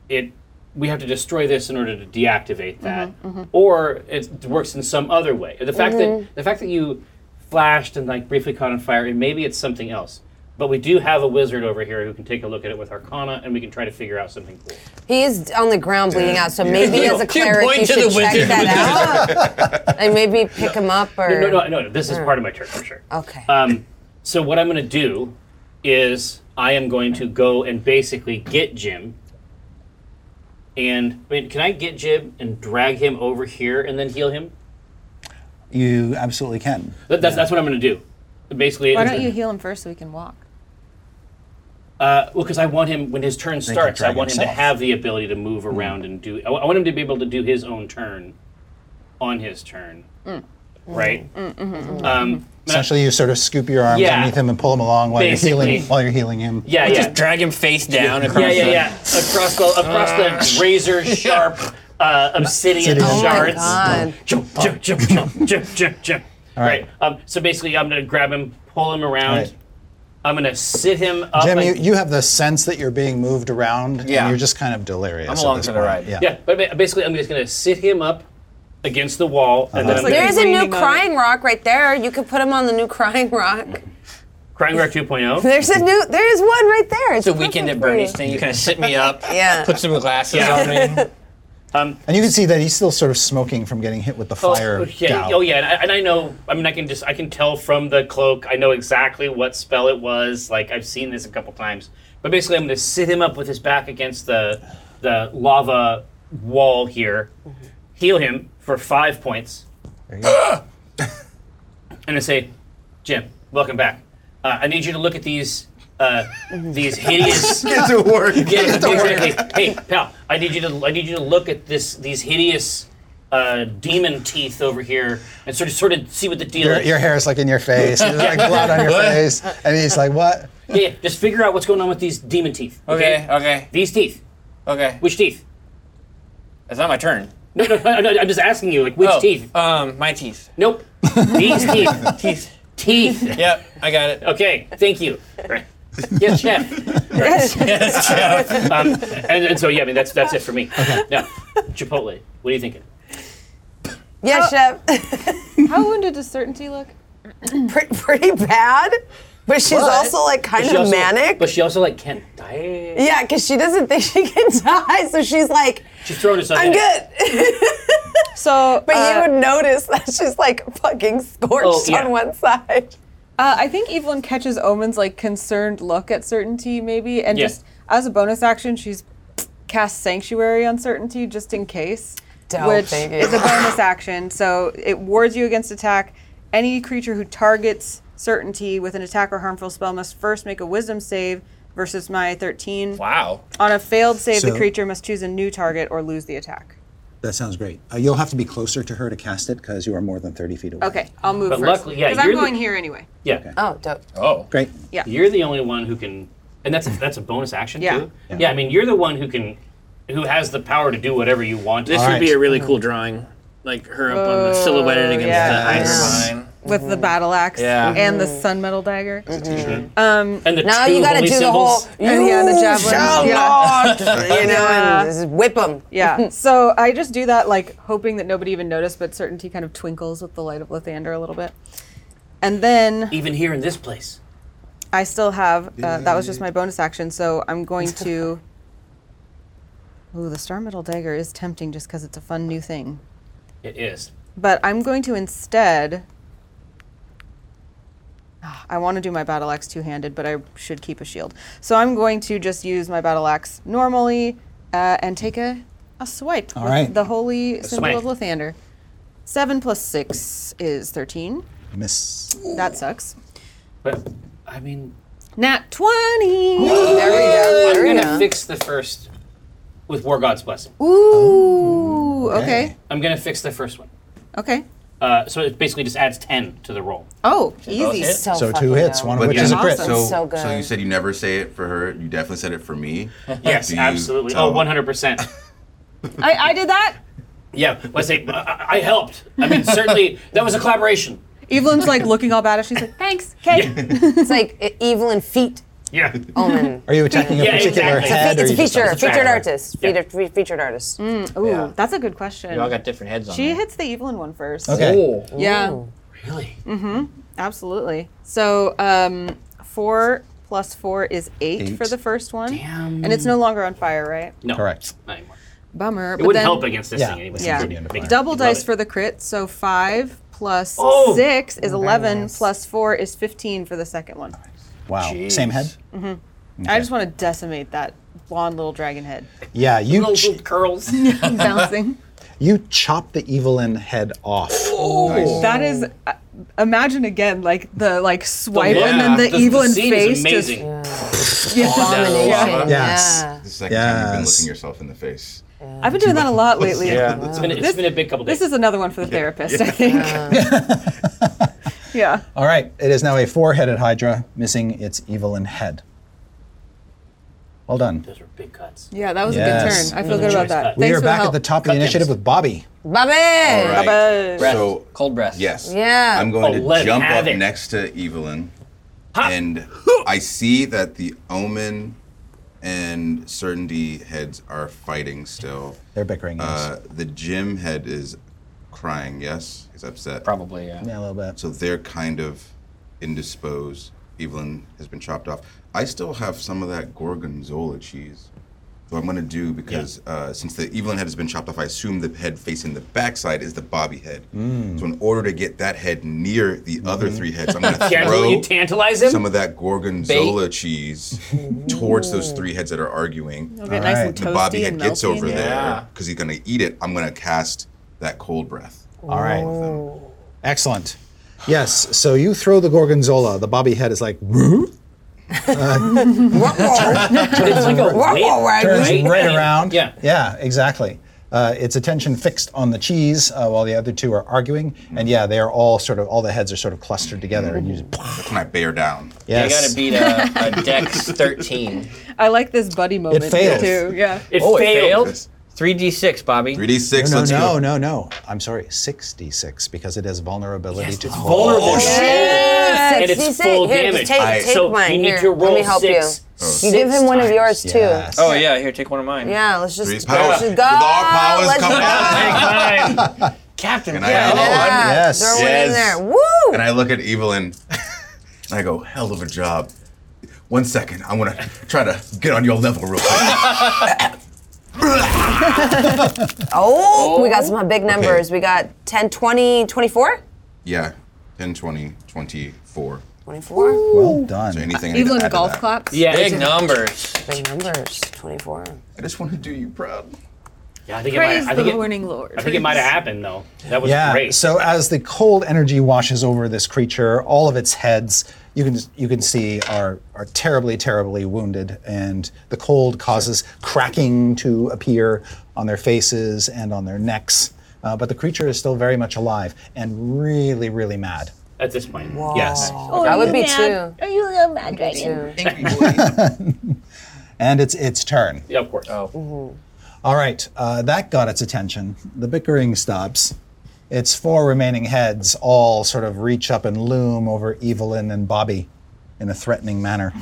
It we have to destroy this in order to deactivate that, or it works in some other way. The fact that the fact that you flashed and like briefly caught on fire, and maybe it's something else. But we do have a wizard over here who can take a look at it with Arcana, and we can try to figure out something cool.
He is on the ground bleeding out, so
Yeah.
maybe
You
as a
point
cleric you
to the
should check
wizard.
that out. and maybe pick him up or.
No, no, no, no. This is part of my turn for sure.
Okay.
Um, so what I'm going to do is I am going to go and basically get Jim. And I mean, can I get Jim and drag him over here and then heal him?
You absolutely can.
That, that's, that's what I'm going to do. Basically,
Why don't you heal him first so we can walk?
uh, well, because I want him when his turn
can
starts, I
drag
want him to
himself.
have the ability to
Hmm.
move around and do. I, I want him to be able to do his own turn on his turn,
Hmm.
right? Um,
Essentially, you sort of scoop your arms
Yeah.
underneath him and pull him along while you're healing
Basically.
while you're healing him.
yeah, yeah.
Just drag him face down across
Yeah, yeah,
the-
yeah. Across the across the razor sharp uh, obsidian
Obsidian.
oh my
shards.
god.
Jump, jump, jump, jump, jump, jump, jump. All
right.
right. Um, so basically, I'm gonna grab him, pull him around.
Right.
I'm gonna sit him up.
Jim, you,
like-
you have the sense that you're being moved around.
Yeah.
And you're just kind of delirious.
I'm
at
along
this
for the
point.
ride.
Yeah.
yeah, but ba- basically, I'm just gonna sit him up against the wall,
Uh-huh.
and then I'm
like-
gonna,
There's a new
Leaning on it.
crying rock right there. You could put him on the new [LAUGHS] crying rock.
crying rock 2.0.
There's a
Mm-hmm.
new. There is one right there. It's
The weekend at
perfect for you.
Bernie's thing. You kind of sit me up.
[LAUGHS] Yeah.
Put some glasses
Yeah.
on me.
And you can see that he's still sort of smoking from getting hit with the fire.
Oh, yeah,
gout.
oh yeah, and I, and I know. I mean, I can just I can tell from the cloak. I know exactly what spell it was. Like I've seen this a couple times. But basically, I'm going to sit him up with his back against the the lava wall here, heal him for five points, and I say, Jim, welcome back. Uh, I need you to look at these uh, these hideous.
[LAUGHS] Get to
[LAUGHS]
work.
Yeah, exactly. hey, pal, I need you to I need you to look at this these hideous uh, demon teeth over here and sort of sort of see what the deal
Your,
is.
your hair is like in your face. There's like blood on
[LAUGHS]
your face. And he's like, what?
Yeah, yeah, just figure out what's going on with these demon teeth.
Okay, okay,
These teeth.
[LAUGHS] okay.
Which teeth?
It's not my turn.
No, no, no, no, I'm just asking you, like which
Oh,
teeth?
Um, my teeth.
[LAUGHS]
nope. These teeth.
Teeth.
teeth.
Yep, I got it.
Okay, thank you. Right.
[LAUGHS]
Yes, chef.
Yes, Jeff.
Um, and, and so yeah, I mean that's that's it for me. Okay. Now, Chipotle. What are you thinking?
Yeah, chef. [LAUGHS]
How wounded does certainty look?
Pretty, pretty bad, but she's also like kind
She
of
also-
manic.
But she also like can't die.
yeah, because she doesn't think she can die, so she's like,
She's throwing herself.
"I'm
in it.
good." [LAUGHS]
So,
But
uh,
you would notice that she's like fucking scorched
Oh, yeah.
on one side.
Uh, I think Evelyn catches Omen's like concerned look at certainty, maybe, and
Yeah.
just as a bonus action, she's cast Sanctuary on certainty just in case,
Don't
which
think it- [LAUGHS]
is a bonus action. So it wards you against attack. Any creature who targets certainty with an attack or harmful spell must first make a Wisdom save versus my 13.
Wow.
On a failed save,
So-
the creature must choose a new target or lose the attack.
That sounds great. Uh, you'll have to be closer to her to cast it because you are more than 30 feet away.
Okay, I'll move
But
first.
luckily- yeah,
because I'm
you're the-
going here anyway.
Yeah.
Oh, dope.
Oh.
Great.
You're the only one who can, and that's a, that's a bonus action
Yeah.
too. Yeah. I mean, you're the one who can, who has the power to do whatever you want.
This
All
would be
right.
a really cool drawing. Like her up on the silhouetted against the ice line.
With the battle axe
Yeah.
Mm-hmm.
and the sun metal dagger.
and the
Um, Now
two
you gotta
holy
do
symbols.
the whole.
And
You
Oh, yeah, the javelin.
shall
Yeah. [LAUGHS]
not. You know, and just whip them.
Yeah. [LAUGHS] so I just do that, like hoping that nobody even noticed, but certainty kind of twinkles with the light of Lethander a little bit. And then
even here in this place.
I still have uh, that was just my bonus action, so I'm going to Ooh, the star metal dagger is tempting just because it's a fun new thing.
It is.
But I'm going to instead. Ah, I want to do my battle axe two handed, but I should keep a shield. So I'm going to just use my battle axe normally uh, and take a, a swipe
All
with
right.
the holy symbol
swipe.
of Lathander. Seven plus six is 13.
Miss.
That sucks.
But I mean,
Nat 20!
There we go.
I'm gonna
Marina.
fix the first with War God's blessing.
Ooh, okay.
I'm gonna fix the first one.
Okay.
Uh, so it basically just adds ten to the roll.
Oh,
both
easy.
hit?
So,
So
fucking
two hits,
dope.
one of
But
which
yeah,
is a crit.
Awesome.
So,
So good.
so you said you never say it for her. You definitely said it
[LAUGHS]
for me.
Yes,
Do you
absolutely.
tell
Oh,
them?
100. percent
[LAUGHS] I, I did that.
Yeah, let's say I- I, I helped. I mean, certainly that was a collaboration.
[LAUGHS] Evelyn's like looking all bad at She's like,
[LAUGHS]
Thanks.
It's like e- evil and feet.
[LAUGHS] Yeah.
Oh.
Omen.
Are you attacking a
Yeah,
particular
exactly.
head?
It's
or
a
you just-
feature.
just-
Featured artist.
Yeah.
Featured, fe- featured artist.
Mm,
ooh,
Yeah.
that's a good question.
You all got different heads on.
She
there.
hits the Evelyn one first.
Okay.
Oh.
Yeah,
Really?
absolutely. So um, four plus four is eight,
Eight.
for the first one.
Damn.
And it's no longer on fire, right?
No.
Correct.
Not anymore.
Bummer.
It wouldn't help against this
Yeah,
thing anyway.
it's
Yeah.
continuing to fire.
Double
Love
dice
it.
for the crit. So five plus
Oh!
six is 11, plus four is 15 for the second one.
Wow. Same head.
I just want to decimate that blonde little dragon [LAUGHS] head.
Yeah. You
[LAUGHS] Little,
ch-
little curls.
[LAUGHS] Bouncing.
you chop the Evelyn head off.
Nice.
[LAUGHS] That is, uh, imagine again, like the like swipe
look-
and then the,
the
evil in
scene is
face just
amazing.
Domination.
Yeah.
Oh, Yes.
This is the second time you've been looking yourself in the face.
I've been doing that a [LAUGHS] lot lately.
It's been, it's
This-
been a big couple days.
This is another one for the therapist, I think. [LAUGHS] yeah.
All right, it is now a four-headed hydra, missing its Evelyn head. Well done.
Those were big cuts.
Yeah, that was
Yes.
a good turn. I feel good about that.
Choice cut.
we
Thanks
are
for
back
the
at
help.
the top of the initiative with Bobby.
Bobby!
All right.
Breath.
So
Cold breath.
Yes.
Yeah.
I'm going
Oh, let
to
him
jump
have
up
it.
next to Evelyn, and I see that the Omen and Certainty heads are fighting still.
They're bickering. yes.
Uh, the Jim head is crying. Yes, he's upset.
Probably. Yeah.
yeah, a little bit.
So they're kind of indisposed. Evelyn has been chopped off. I still have some of that gorgonzola cheese. So I'm gonna do because uh, since the Evelyn head has been chopped off, I assume the head facing the backside is the Bobby head.
Mm.
So in order to get that head near the other three heads,
[LAUGHS]
I'm gonna
Tantal-
throw
Mm-hmm. you tantalize him?
some of that gorgonzola
[LAUGHS]
cheese towards those three heads that are arguing.
It'll get nice and
Alright.
toasty
The Bobby head
and
gets
melty
over
and-
there because he's gonna eat it. I'm gonna cast that cold breath.
All right. Excellent. Yes, so you throw the gorgonzola. The Bobby head is like, "Woo?"
[LAUGHS] it's like a
Whoa,
whip,
turns right,
Yeah.
around.
Yeah.
Yeah, exactly. Uh, its attention fixed on the cheese uh, while the other two are arguing. And yeah, they are all sort of, all the heads are sort of clustered together. And you just,
That's when I bear down.
You
yes.
gotta beat a, a Dex 13.
I like this buddy moment
fails.
too. Yeah.
It
Oh, it
failed.
failed. 3d6, Bobby.
3d6.
No,
let's go.
no, no, no. I'm sorry, 6d6 because it has vulnerability to cold.
Vulnerable. And it's
66.
full
Here,
damage.
just take,
I-
take
so
mine.
you need
Here,
to roll
let me help
six.
you.
[LAUGHS]
You give him one of yours too.
Yes.
Oh, yeah, here, take one of mine.
Yeah, let's just,
Three
let's
power.
just
With
go.
all powers
let's
come
go.
on.
Captain,
And I have
Oh,
Captain.
one.
Yeah,
Yes.
Throw one in
Yes.
there. Woo!
And I look at Evelyn and I go, hell of a job. One second, I'm gonna try to get on your level real quick.
Oh, we got some big numbers. We got 10, 20, 24?
yeah, 10, 20, 24.
24?
Well done.
So anything I need to
Evelyn
add to
golf
that.
claps.
Yeah,
Big
it's-
numbers.
Big numbers. 24.
I just want to do you proud.
yeah, I think it might. I think it,
Lord.
I think it might have happened though. That was
Yeah.
great.
So as the cold energy washes over this creature, all of its heads you can you can see are are terribly terribly wounded, and the cold causes cracking to appear on their faces and on their necks. Uh, but the creature is still very much alive and really really mad.
At this point,
Yes.
I would be too.
Are you a little mad dragon?
And it's its turn.
yeah, of course.
All right, uh, that got its attention. The bickering stops. Its four remaining heads all sort of reach up and loom over Evelyn and Bobby in a threatening manner.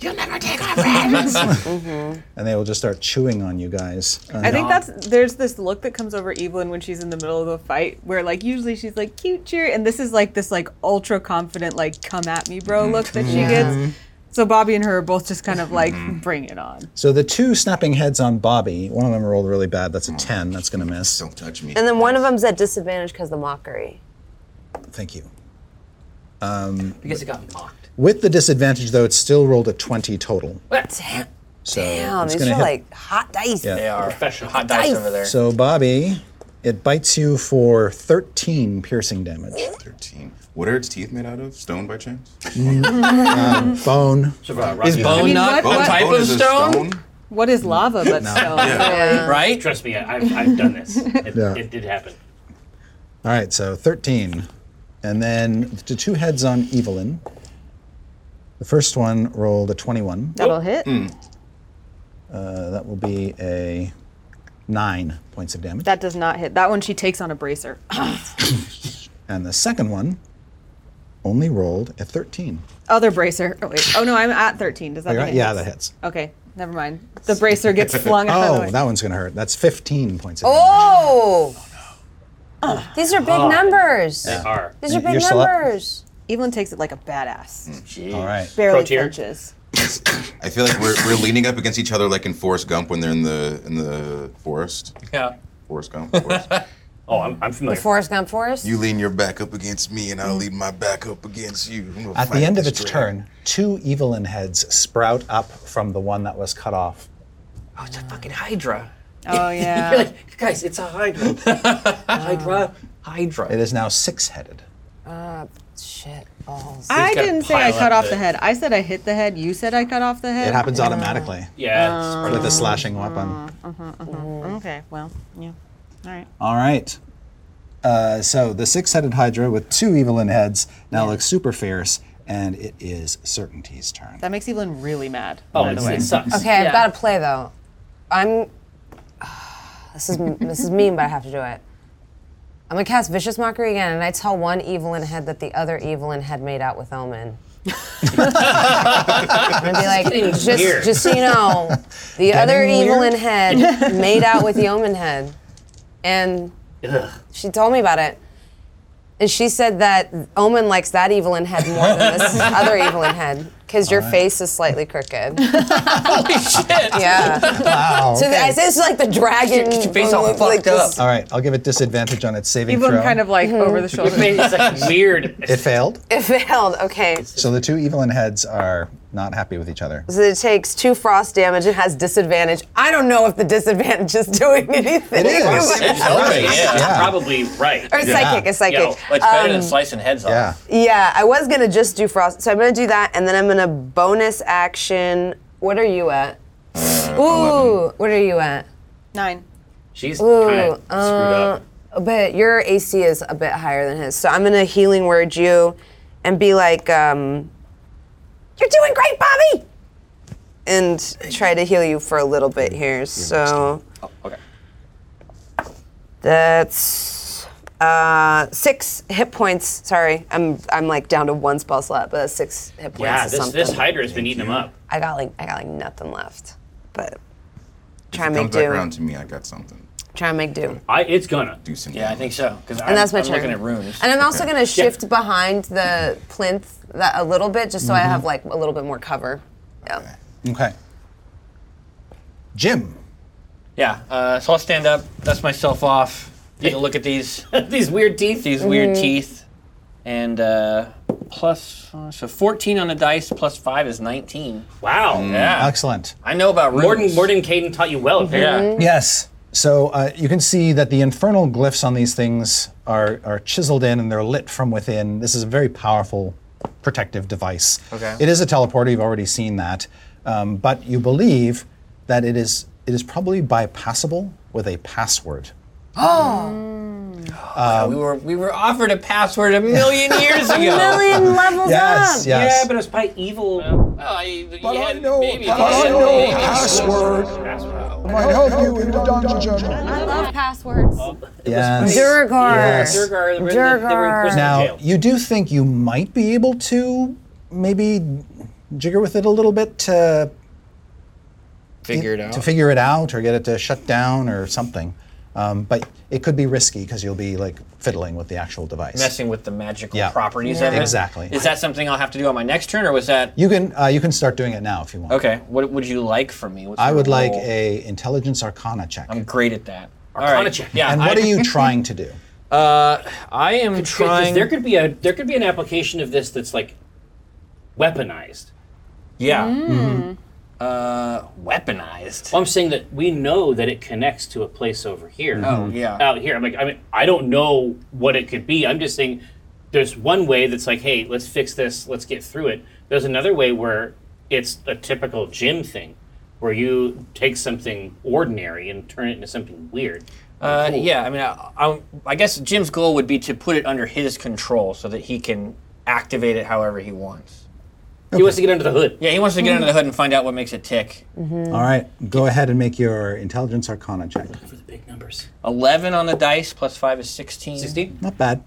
You'll never take our
[LAUGHS]
friends.
and they will just start chewing on you guys. Uh,
I think that's there's this look that comes over Evelyn when she's in the middle of a fight where like usually she's like
Mm-hmm.
cute cheer and this is like this like ultra confident like come at me bro look that she gets. So Bobby and her are both just kind of like,
Mm-hmm.
bring it on.
So the two snapping heads on Bobby, one of them rolled really bad. That's a 10. That's going to miss.
Don't touch me.
And then one of them's at disadvantage because the mockery.
Thank you.
Because it got mocked.
With the disadvantage, though, it still rolled a 20 total.
Damn.
So
Damn,
it's
these
gonna
are
hit-
like hot dice.
They are
Professional.
hot dice over there.
So, Bobby, it bites you for 13 piercing damage.
13. What are its teeth made out of? Stone by chance?
Bone.
Is bone
mean,
not
what-
a
what-
type
bone
of
is a
stone?
What is lava but stone?
Right?
Trust me, I- I've, I've done
[LAUGHS]
this. It,
Yeah.
it did happen.
All right, so 13. And then the two heads on Evelyn. The first one rolled a 21.
That'll hit.
Uh, that will be a 9 points of damage.
That does not hit. That one she takes on a bracer. [GASPS]
And the second one only rolled a 13.
Other bracer. Oh, wait. oh no, I'm at 13. Does that
Right?
mean it
Yeah,
hits?
that
[LAUGHS]
hits.
Okay, never mind. The bracer gets
[LAUGHS]
flung out of
Oh,
the way.
that one's going to hurt. That's 15 points of damage.
Oh! These are big numbers.
They are.
These are
Oh. You're
big
still up?
numbers.
Evelyn takes it like a badass.
All right.
Barely
Frontier.
flinches.
I feel like we're, we're leaning up against each other like in Forrest Gump when they're in the in the forest.
Yeah.
Forrest Gump. Forrest.
Oh, I'm, I'm familiar.
Forrest Gump Forrest?
[LAUGHS] you lean your back up against me, and I'll lean my back up against you. We'll
At the
fight
end of
this
its
dragon.
turn, two Evelyn heads sprout up from the one that was cut off.
Oh, it's a fucking Hydra.
[LAUGHS]
Oh
You're
yeah.
like, guys, it's a Hydra. Hydra.
Hydra.
It is now six headed.
Shit balls.
I
gotta
didn't say I
pile
cut
up
off
the-
the head. I said I hit the head. You said I cut off the
It
head.
happens automatically
Yeah.
Um,
it's part of
with a slashing weapon.
Okay. Well, yeah. All right.
All right. Uh, so the six headed Hydra with two Evelyn heads now looks super fierce, and it is Certainty's turn.
That makes Evelyn really mad.
Oh, it's, it sucks.
Okay, I've got to play though. I'm. [SIGHS] This is this is mean, but I have to do it. I'm gonna cast Vicious Mockery again, and I tell one Evelyn head that the other Evelyn had made out with Omen. I'm gonna be like, just,
weird.
just so you know, the other
weird?
Evelyn head made out with the Omen head, and she told me about it. And she said that Omen likes that Evelyn head more than this other Evelyn head because your face is slightly crooked.
Holy shit.
Yeah.
[LAUGHS]
Wow.
So I say it's like the dragon.
Get your face all
like
fucked up.
this-
All right, I'll give it disadvantage on its saving
Evelyn
throw.
kind of like over
[LAUGHS]
the shoulder.
Maybe it's like weird. [LAUGHS]
it failed.
[LAUGHS] It failed. Okay.
So the two Evelyn heads are not happy with each other.
So it takes two frost damage and has disadvantage. I don't know if the disadvantage is doing anything.
It
[LAUGHS]
is.
It's helping,
yeah,
yeah.
probably right.
Or psychic, it's psychic. Um,
Yo, it's better than slicing heads off.
Yeah.
Yeah, I was gonna just do frost. So I'm gonna do that, and then I'm gonna bonus action. What are you at? Ooh, what are you at?
Nine.
She's kind of screwed
uh,
up.
But your AC is a bit higher than his, so I'm gonna healing word you, and be like, um, "You're doing great, Bobby," and try to heal you for a little bit here. So
Oh,
Okay.
that's uh, six hit points. Sorry, I'm I'm like down to one spell slot, but that's six hit points.
Yeah,
is
this,
something.
this Hydra has been eating them up.
I got like I got like nothing left, but
If
try
it
and
comes
make
back
do.
around to me, I got something.
Try and make do.
I, it's gonna. [LAUGHS]
Do some
Yeah, I think so. Because I'm,
And that's my
I'm
turn.
looking at runes.
And I'm also going to shift behind the plinth that a little bit, just so I have like a little bit more cover. Yeah.
Okay. Jim.
Yeah. Uh, so I'll stand up, dust myself off, take a look at
[LAUGHS]
these
These weird teeth.
these weird
Mm.
teeth, and uh, plus uh, so 14 on the dice plus five is 19.
Wow.
Yeah.
Excellent.
I know about runes.
Morden, Morden Caden taught you well.
Yeah.
Mm. Mm-hmm.
apparently.
Yes. So uh, you can see that the infernal glyphs on these things are, are chiseled in and they're lit from within. This is a very powerful protective device.
Okay.
It is a teleporter. You've already seen that, um, but you believe that it is it is probably bypassable with a password.
we were we were offered a password
[LAUGHS]
a million years ago.
Million levels
Yes. Yes.
Ah,
up.
Yeah, but it was probably evil.
Oh, you- you
I
had-
know-
maybe-
but I
maybe-
know
maybe-
password.
That's wow.
Might help you in the dungeon journey.
I love passwords.
Yes.
Durgar.
Yes.
Durgar, they were in the- they were in
Durgar.
prison
Now
jail.
you do think you might be able to maybe jigger with it a little bit to
Figure it out.
to figure it out or get it to shut down or something. Um, but it could be risky because you'll be like fiddling with the actual device.
Messing with the magical
Yeah.
properties of
Yeah.
it.
Exactly.
Is that something I'll have to do on my next turn, or was that
You can uh, you can start doing it now if you want.
okay? What would you like from me? What's
I
your
would like
role?
a intelligence arcana check. I'm
great at that. All right. Yeah.
And what
I-
are you trying to do?
Uh, I am trying.
There could be a there could be an application of this that's like weaponized.
Yeah.
Mm-hmm.
Uh, weaponized. Well, I'm saying that we know that it connects to a place over here.
Oh, yeah.
Out here, I'm like, I mean, I don't know what it could be. I'm just saying, there's one way that's like, hey, let's fix this, let's get through it. There's another way where it's a typical gym thing, where you take something ordinary and turn it into something weird.
Uh, Yeah, I mean, I, I, I guess Jim's goal would be to put it under his control so that he can activate it however he wants.
He wants to get under the hood.
Yeah, he wants to get under the hood and find out what makes it tick.
All right, go ahead and make your intelligence arcana check.
Eleven on the dice plus five is sixteen. Sixteen.
Not bad.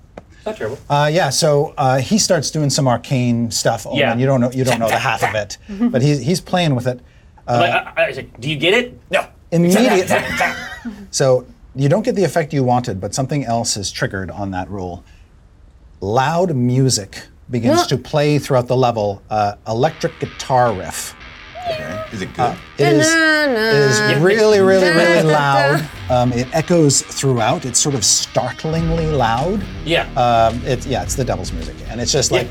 Not terrible.
Uh, yeah, so uh, he starts doing some arcane stuff. Omen.
Yeah.
you don't know you don't know the half of it, but he's he's playing with it.
I'm like, I, I, I said, do you get it? No.
Immediately. so you don't get the effect you wanted, but something else is triggered on that roll. Loud music begins
Yeah.
to play throughout the level. Uh, electric guitar riff.
Okay. Is it good?
It is, it is really, really, really loud. Um, it echoes throughout. It's sort of startlingly loud.
Yeah.
Um, it's yeah, it's the devil's music, and it's just like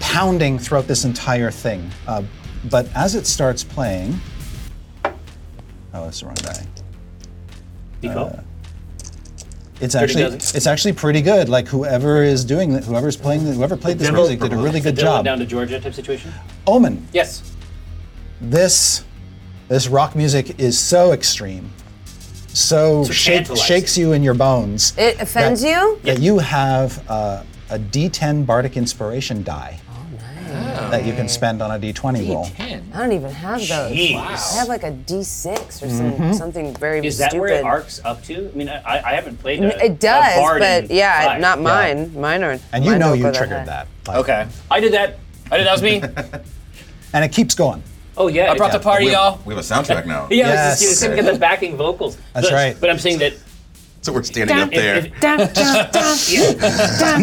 pounding throughout this entire thing. Uh, but as it starts playing, oh, that's the wrong guy.
Default.
It's
Pretty
actually
dozen.
it's actually pretty good. Like whoever is doing that, whoever's playing, that- whoever played this
Devil-
music did a really
It's a
good
Dylan
job.
Down to Georgia type situation.
Omen,
Yes.
this this rock music is so extreme, so
So
shake,
tantalizing.
shakes you in your bones.
It offends
that-
you?
That you have uh, a D10 bardic inspiration die
Oh,
that you can spend on a D20 roll.
I don't even have those.
Jeez.
I have like a D6 or some,
Mhm.
something very
Is that
stupid.
where it arcs up to? I mean, I, I haven't played
N-
a,
it
a
does,
bard
but
in
yeah,
five.
not mine. Mine are.
And you
mine
know
don't
you
go that
triggered
high.
that.
okay. I did that. I did that was me.
And it keeps going.
[LAUGHS] Oh yeah,
I brought the party,
we have,
y'all.
We have a soundtrack now.
Yeah, I was just gonna say, we got the backing vocals.
That's
But-
right.
But I'm saying that
So we're standing up
If-
there.
if- [LAUGHS] in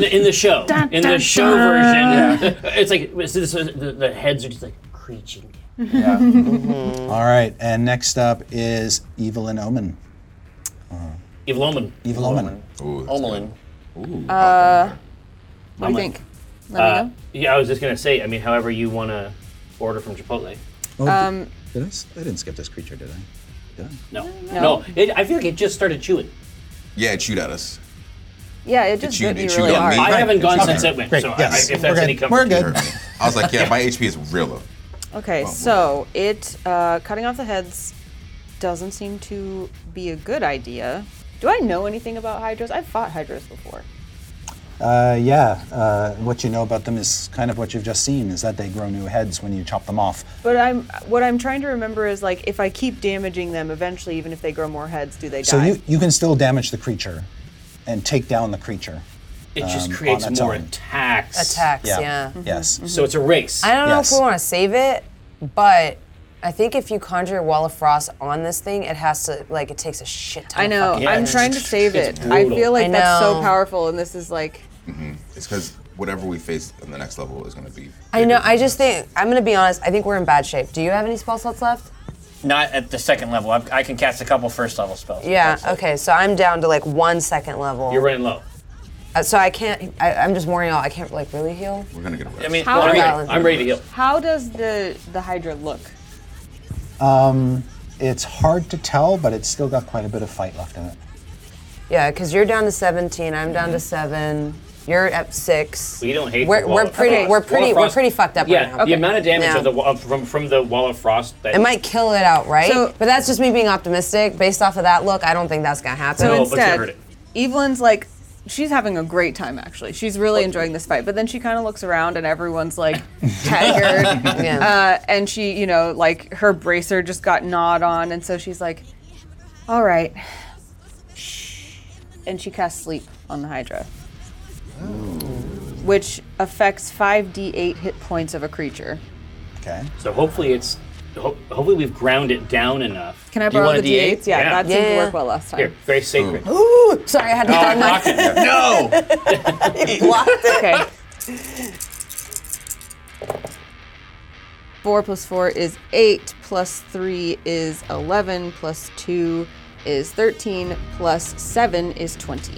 the in the show,
[LAUGHS] Dun,
in the
dun,
show
dun.
version, [LAUGHS] it's like it's this, the, the heads are just like creaking.
All right, and next up is Evil and Omen.
Evil Omen.
Evil Omen.
Omelin.
Uh, what
Omen.
do you think? Let
Uh,
me
yeah, I was just gonna say. I mean, however you want to order from Chipotle.
Oh, did-
Um,
did I, s- I didn't skip this creature, did I? Did I?
No,
No.
no. it, I feel like it just started chewing.
yeah, it chewed at us.
go. Yeah, it just
chewed-
bit
it
you
chewed
really
on
hard.
me.
I haven't gone since
Okay.
it went,
Great.
so I-
Yes.
I, if that's
We're
any
good.
comfort,
We're
to
good.
you.
I was like, yeah, my HP is real low.
Okay, so it uh, cutting off the heads doesn't seem to be a good idea. Do I know anything about hydras? I've fought hydras before.
Uh, yeah, uh, what you know about them is kind of what you've just seen, is that they grow new heads when you chop them off.
But I'm what I'm trying to remember is like if I keep damaging them, eventually, even if they grow more heads, do they
So
die?
you, you can still damage the creature and take down the creature.
It just
um, on
creates
its
more
own.
attacks. Mm-hmm.
Attacks, yeah.
Yes.
So it's a race.
I don't know
Yes.
if we want to save it, but I think if you conjure a wall of frost on this thing, it has to like it takes a shit ton.
I
of
know.
fucking
I'm
energy.
trying to save
It's
it. I feel
brutal.
like
I
that's so
know.
powerful, and this is like
hmm It's because whatever we face on the next level is going to be.
I know. I just think I'm gonna be honest. I think we're in bad shape. Do you have any spell slots left?
Not at the second level. I've, I can cast a couple first level spells.
Yeah. Okay. So I'm down to like one second level.
You're running low.
Uh, So I can't. I, I'm just warning y'all. I can't like really heal.
We're going to get a rest.
I mean,
How-
I'm,
Valid.
ready. I'm ready to heal.
how does the the hydra look?
Um,
Mm-hmm.
it's hard to tell, but it's still got quite a bit of fight left in it.
Yeah, because you're down to 17. I'm down to seven. You're at six.
We don't hate.
We're,
the wall
we're
of
pretty.
frost.
We're
Wall of
pretty. We're
frost-
pretty fucked up
yeah,
right now.
the amount of damage
Yeah.
of the wall, from from the wall of frost. That
It might kill it outright,
So-
but that's just me being optimistic. Based off of that look, I don't think that's gonna happen.
So instead, Evelyn's like, she's having a great time actually. She's really enjoying this fight. But then she kind of looks around and
[LAUGHS]
everyone's like tired. uh, and she, you know, like her bracer just got gnawed on. And so she's like, all right. And she casts sleep on the Hydra, which affects 5d8 hit points of a creature.
Okay.
So hopefully it's ho- hopefully we've ground it down enough.
Can I
Do you
borrow
want
the
a
D8s? Yeah, that seemed to work well last time.
Here, very sacred.
Ooh, sorry, I had to find my.
no!
[LAUGHS] Okay. Four plus four is eight, plus three is 11, plus two is 13, plus seven is 20.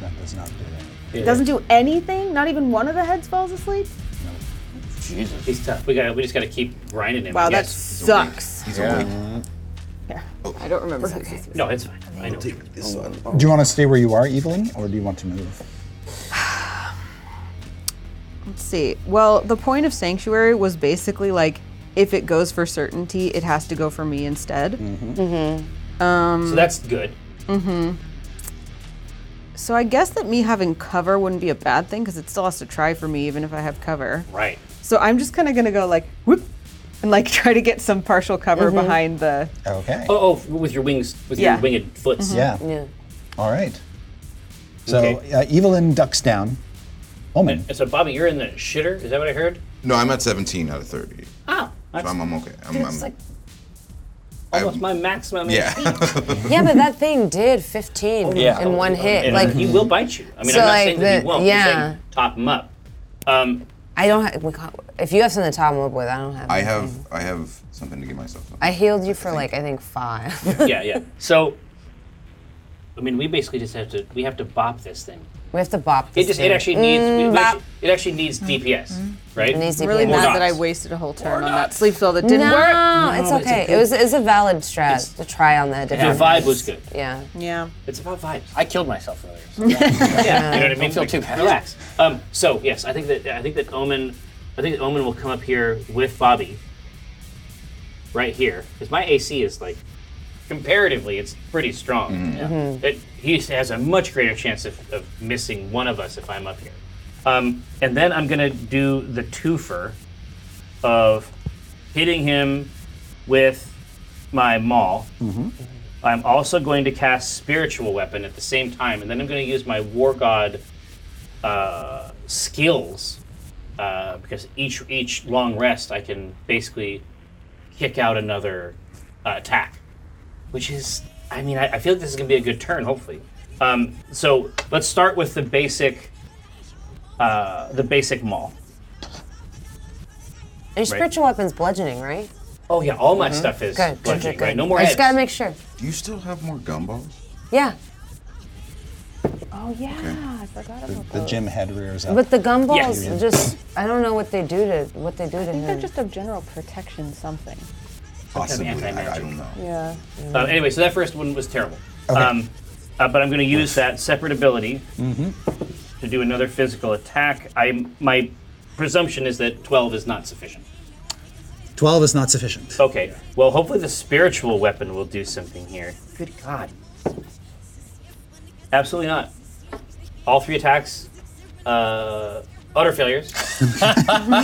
That does not do it.
It doesn't do anything? Not even one of the heads falls asleep?
Jesus, he's tough. We got. We just got to keep grinding him.
Wow, that
Yes.
sucks.
He's
Yeah.
awake.
I don't remember. how this is.
No, it's fine. I know.
This one.
Do you want to stay where you are, Evelyn, or do you want to move?
Let's see. Well, the point of sanctuary was basically like if it goes for certainty, it has to go for me instead. Mm-hmm. Um,
So that's good.
hmm So I guess that me having cover wouldn't be a bad thing because it still has to try for me even if I have cover.
Right.
So I'm just kind of gonna go like whoop and like [LAUGHS] try to get some partial cover
Mhm.
Mm-hmm.
behind the.
Okay.
Oh, oh, with your wings, with
Yeah.
your winged foots.
Mm-hmm.
Yeah. All right. So uh, Evelyn ducks down. Omen.
And so, Bobby, you're in the shitter. Is that what I heard?
No, I'm at 17 out of 30.
Oh,
So I'm, I'm okay. I'm,
That's
I'm,
like almost my maximum.
yeah.
Yeah, but that thing did 15
Yeah.
in one hit.
And
like
he will bite you. I mean,
So,
I'm not
like,
saying that
the-
he won't. I'm
yeah.
saying top him up. Um,
I don't. Have, we can't, if you have something to top him up with, I don't have.
I
anything.
have I have something to give myself.
I healed you for like I think five. [LAUGHS]
yeah, yeah. So, I mean, we basically just have to we have to bop this thing.
We have to bop.
It
This
just
thing.
it actually needs
Mm,
it
bop. Mm.
actually, it actually needs DPS, right?
It needs
I'm really
Or
mad
not.
that I wasted a whole turn on that sleep spell that didn't
no,
work.
it's okay. it was it's a valid strat to try on that.
The vibe was good.
Yeah.
Yeah.
It's about vibes.
I killed myself earlier. so-
yeah, you know what I
Don't
mean.
feel
Like,
too bad.
Relax. Um, so yes, I think that I think that Omen, I think that Omen will come up here with Bobby. Right here, because my AC is like, comparatively, it's pretty strong. Mm-hmm. Yeah. It- he has a much greater chance of, of missing one of us if I'm up here. Um, and then I'm gonna do the twofer of hitting him with my maul. I'm also going to cast Spiritual Weapon at the same time, and then I'm going to use my War God uh, skills uh, because each each long rest I can basically kick out another uh, attack, which is I mean I, I feel like this is going to be a good turn hopefully. Um, so let's start with the basic uh, the basic maul.
And your
Right.
spiritual weapons bludgeoning, right?
Oh yeah, all my stuff is
Mm-hmm. Good, good,
bludgeoning,
good,
right?
good.
No more
I
heads.
just gotta make sure.
Do you still have more gumballs?
Yeah.
Oh yeah,
Okay.
I forgot
The, the gym head rears up.
But the gumballs
Yes.
just I don't know what they do to what they do to
I think
him.
they're just a general protection something.
Possibly. I, I don't know.
Yeah.
Uh, anyway, so that first one was terrible. Um, uh, but I'm going to use that separate ability
Mhm.
to do another physical attack. I my presumption is that 12 is not sufficient.
12 is not sufficient.
Okay. Well, hopefully the spiritual weapon will do something here. Good God. Absolutely not. All three attacks, uh, utter failures.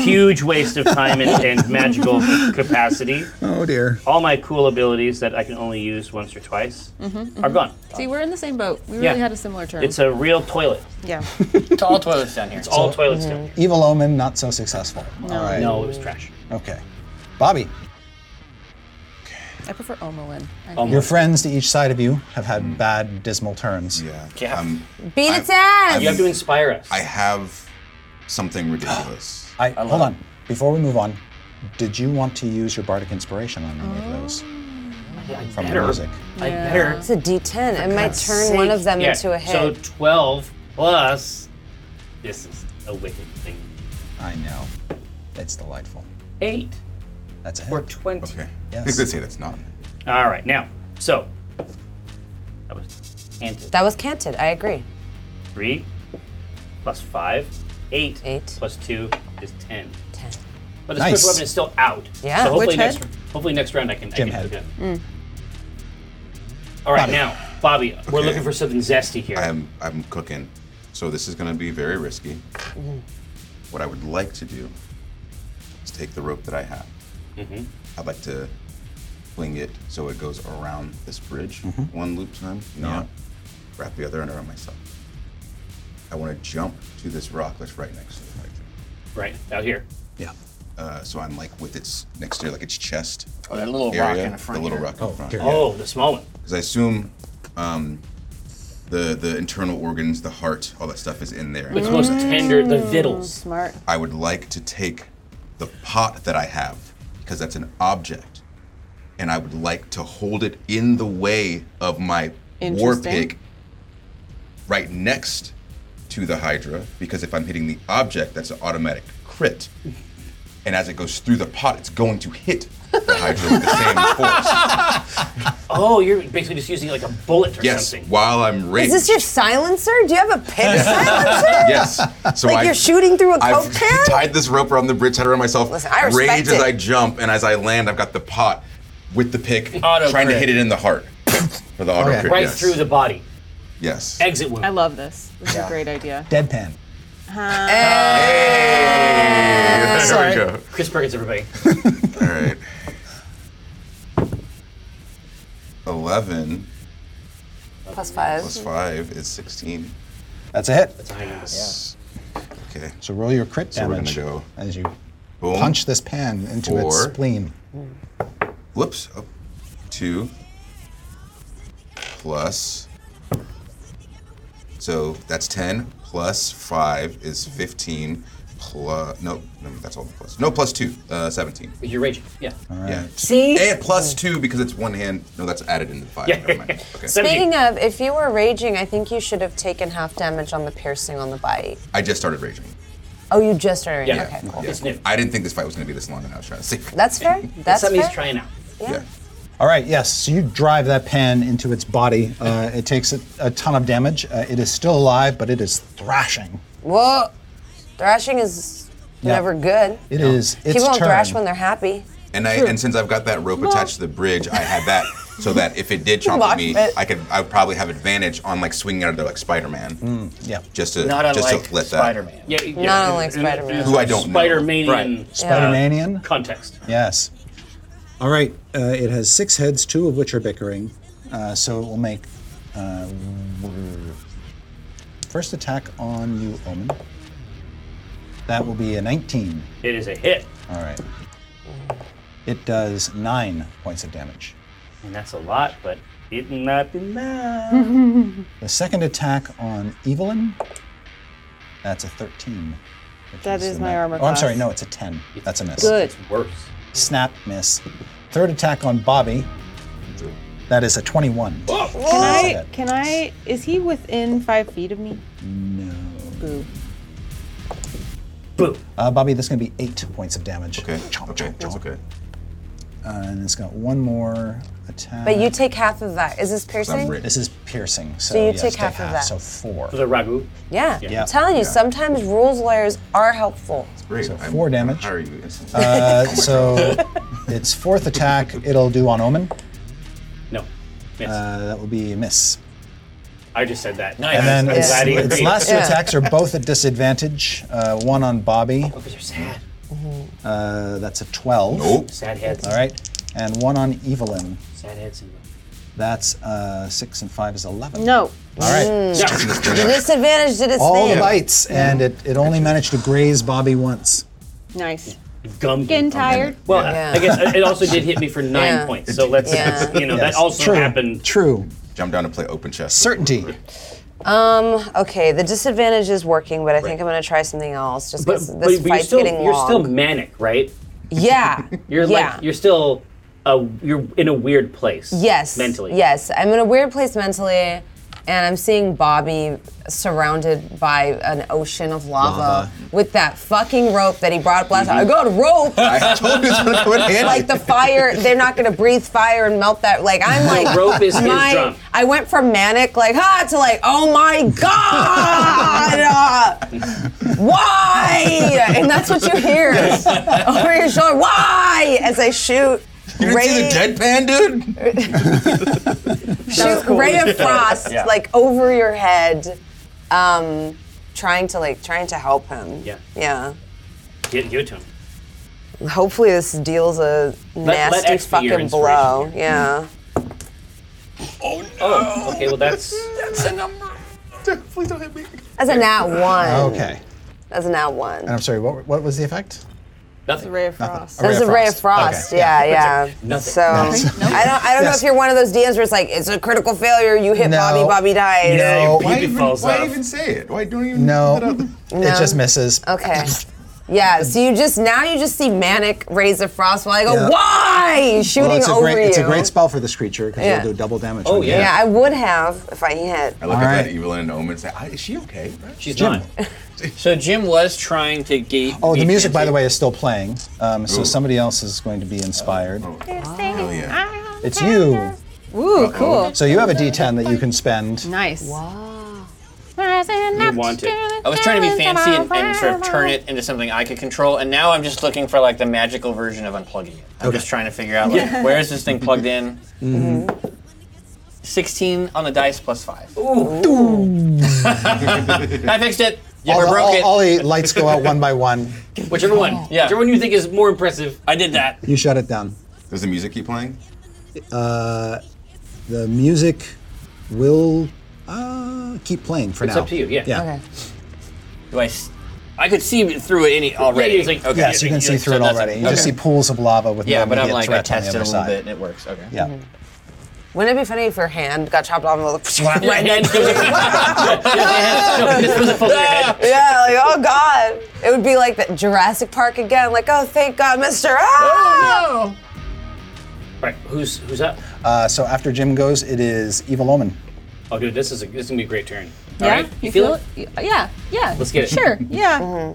Huge waste of time and, and magical capacity.
Oh dear.
All my cool abilities that I can only use once or twice
Mm-hmm.
are gone.
See, we're in the same boat. We
Yeah.
really had a similar turn.
It's a real toilet.
yeah.
It's all toilets down here.
It's all toilets down here.
Evil Omen, not so successful.
No.
All right.
No, it was trash.
Okay. Bobby,
I prefer Omelin. I
your friends to each side of you have had bad, dismal turns.
Mm. Yeah.
Yeah.
Beat its ass.
you have to inspire us.
I have something ridiculous.
[GASPS]
I, hold on. Before we move on, did you want to use your bardic inspiration on any of those from the
Oh. better.
music?
I better.
It's a D10. it might turn
God's
one
sake.
of them
Yeah,
into a
So
hit.
12 plus. This is a wicked thing.
I know. It's delightful.
Eight.
That's it.
Or 20.
Okay. I [LAUGHS]
Yes.
think they say that's not.
All right, now, so. That was canted.
that was canted. I agree.
Three plus five, eight. Eight. Plus two is ten.
Ten.
But the
Nice.
special weapon is still out.
Yeah.
So hopefully
Which Mm.
next,
head?
hopefully next round I can, I
Jim
can
head.
pick it up. All right, now, Bobby, we're
Okay.
looking for something zesty here.
I'm I'm cooking, so this is gonna be very risky.
Mm-hmm.
What I would like to do is take the rope that I have.
Mm-hmm.
Mhm.
I'd like to fling it so it goes around this bridge
Mm-hmm.
one loop time, not wrap the other end around myself. I want to jump to this rock that's right next to the right.
Right, out here.
Yeah.
uh, so I'm like with its next to like its chest.
Oh, that little rock in the front
The little
here.
rock
Oh,
in front.
here, yeah. Oh,
the small one.
Because I assume um, the the internal organs, the heart, all that stuff is in there.
It's
Mm.
most tender, the vittles.
Smart.
I would like to take the pot that I have because that's an object, and I would like to hold it in the way of my war
Interesting.
pig right next to the Hydra because if I'm hitting the object, that's an automatic crit. And as it goes through the pot, it's going to hit the Hydra with the same force.
Oh, you're basically just using like a bullet or
Yes,
something.
while I'm
Is
raged.
this your silencer? Do you have a pig silencer?
yes. So
like
I,
you're shooting through a
I've
coke
[LAUGHS]
can?
tied this rope around the bridge, tied around myself.
Listen, I respect
rage as
it.
I jump, and as I land, I've got the pot with the pick,
Auto
trying to
crit.
hit it in the heart for the auto crit.
Right
yes.
through the body.
Yes.
Exit wound.
I love this. This is
Yeah.
a great idea.
Deadpan.
There
Sorry.
we go.
Chris Perkins,
[LAUGHS]
everybody.
All right. 11
Plus five.
plus 5 is 16.
That's a hit.
Yes. Okay.
So roll your crit
So we're gonna
damage
go
as you
Boom.
punch this pan into its
Four.
spleen.
Whoops. Oh, two plus. So that's 10 plus 5 is 15 plus. No, no that's all the plus. No, plus 2, uh, 17.
You're raging. Yeah.
Yeah.
See?
And plus 2 because it's one hand. No, that's added into the 5.
Yeah.
Never mind.
[LAUGHS]
Okay.
Speaking of, if you were raging, I think you should have taken half damage on the piercing on the bite.
I just started raging.
Oh, you just started.
Yeah.
Okay, cool.
Yeah.
It's new.
I didn't think this fight was going to be this long, and I was trying to save
That's fair. That's
Something
fair.
he's trying out.
Yeah.
All right, yes. So you drive that pan into its body.
[LAUGHS]
Uh, it takes a, a ton of damage. Uh, it is still alive, but it is thrashing.
Well, thrashing is
Yeah.
never good.
It is. It's
People don't
turn.
thrash when they're happy.
And I and since I've got that rope attached to the bridge, I had that so that
[LAUGHS]
if it did chomp
Lock
at me,
it.
I could I would probably have advantage on like swinging out of there like Spider-Man.
yeah.
Just to
Not
just to
unlike
let that
Spider-Man.
Yeah, yeah.
Not unlike
In- in- in-
Spider-Man.
in
Who I don't know.
Spider-Manian uh,
Right.
Spider-Manian?
context.
Yes. All right. Uh, it has six heads, two of which are bickering. Uh, so it will make uh, first attack on you, Omen. That will be a 19.
It is a hit,
All right. It does nine points of damage.
and that's a lot, but it's not enough.
The second attack on Evelyn. That's a 13. which
That is
the
my
ma-
armor
Oh, I'm sorry.
class.
No, it's a 10. That's a miss.
Good.
It's worse.
Snap miss. Third attack on Bobby. That is a 21.
Oh!
Can I? Can I? Is he within five feet of me?
No.
Boo.
Boom.
Uh, Bobby, that's going to be eight points of damage.
Okay.
Chomp,
okay.
chomp,
That's
chomp.
okay.
Uh, and it's got one more attack.
But you take half of that. Is this
I'm
piercing?
rich.
This is piercing, so,
you
yes,
take half of that.
So four.
The ragu.
Yeah.
Yeah.
I'm telling you, sometimes rules lawyers are
[COUGHS]
helpful.
Great.
So
I'm-
four
I'm
damage.
hire you instantly.
Uh, so its fourth attack, it'll do on Omen.
No. Miss.
Uh, that will be a miss.
I just said that.
Nice.
And then
I'm
its,
glad he
its
agreed.
last two
Yeah.
attacks are both at disadvantage. Uh, one on Bobby,
Because you're sad.
uh, that's a 12.
Nope.
Sad heads.
All right. And one on Evelyn,
Sad heads. and-
that's uh, 6 and 5 is 11.
No.
All right.
Mm. The disadvantage did its
All
thing.
the bites, and it, it only managed to graze Bobby once.
Nice.
Gum.
Getting tired.
Well,
Yeah.
I guess it also did hit me for nine
Yeah.
points. So let's,
Yeah.
[LAUGHS] you know, that
Yes.
also
True.
happened.
True.
[LAUGHS] Jump down to play open chest.
Certainty.
Um, okay, the disadvantage is working, but I think I'm gonna try something else just
But,
because
but,
this
but you're
fight's
still
getting
you're
long.
still manic, right?
yeah.
[LAUGHS] You're
yeah.
like you're still uh, you're in a weird place.
Yes.
Mentally.
Yes. I'm in a weird place mentally, and I'm seeing Bobby surrounded by an ocean of lava, with that fucking rope that he brought up last time. I got a rope!
[LAUGHS] I told you it's gonna come in
[LAUGHS]
handy.
like the fire, they're not gonna breathe fire and melt that. Like I'm like
rope is- is
my.
drum.
I went from manic like ha to like oh my god, uh, why? And that's what you hear over your shoulder. Why? As I shoot.
you didn't see the deadpan, dude?
shoot ray of frost like over your head, um, trying to like trying to help him.
Yeah.
Yeah.
Give, give it to him.
Hopefully this deals a
let
nasty
X be your
fucking
inspiration
blow. Yeah.
Oh, okay. Well, that's
Please don't hit me.
That's a nat one.
Okay.
That's a nat one.
I'm sorry, what, what was the effect?
Nothing.
Ray of Frost.
There's a ray of frost. Yeah, yeah.
Nothing.
So I don't, I don't know if you're one of those DMs where it's like it's a critical failure. You hit Bobby, Bobby dies.
why, even, why even say it? Why don't even
No,
No.
it just misses.
Okay. Yeah, so you just now you just see manic rays of frost while I go,
Yeah.
why shooting
well, it's a
over
great,
you?
It's a great spell for this creature because
Yeah.
it'll do double damage.
Oh
when you
yeah.
hit.
I would have if I hit.
I look at
Alright.
that evil end omen and say, "Ah, "Is she okay?"
She's not. so Jim was trying to gate.
Oh, the music, by the way, is still playing. Um, so
Ooh.
somebody else is going to be inspired.
Oh yeah.
Ah.
It's you.
Ooh, cool.
So you have a D10 that you can spend.
Nice. Wow.
You want it. I was trying to be fancy and, and sort of turn it into something I could control, and now I'm just looking for like the magical version of unplugging it. I'm just trying to figure out like
Yeah.
where is this thing plugged in.
Mm-hmm.
16 on the dice plus five. [LAUGHS] I fixed it.
all,
or
the-
broke
all-
it.
all the lights go out one by one.
Whichever one.
Yeah.
Whichever one you think is more impressive.
I did that.
You shut it down.
Does the music keep playing?
Uh, the music will uh, keep playing for
It's
now.
up to you, yeah.
Yeah.
Do I? s- I could see through it any already.
it's like-
okay.
yes, you can see through
so
it
that's-
already. You just see
okay.
pools of lava with
Yeah,
no
but I'm
immediate
like I
threats on the
tested a
other
little
side.
bit and it works. Okay.
Yeah.
Wouldn't it be funny if your hand got chopped off and was like,
Yeah,
right
yeah,
next to
yeah,
[LAUGHS]
yeah. This was a full head.
[LAUGHS] Yeah, like, oh God. It would be like the Jurassic Park again, like, oh thank God, Mr.
Oh,
Ah!
Right. Who's who's up?
Uh, so after Jim goes, it is Evil Omen.
Oh, dude, this is a, this is gonna be a great turn.
Yeah.
All right. You, feel, it?
Yeah. Yeah.
Let's get it.
Sure. Yeah.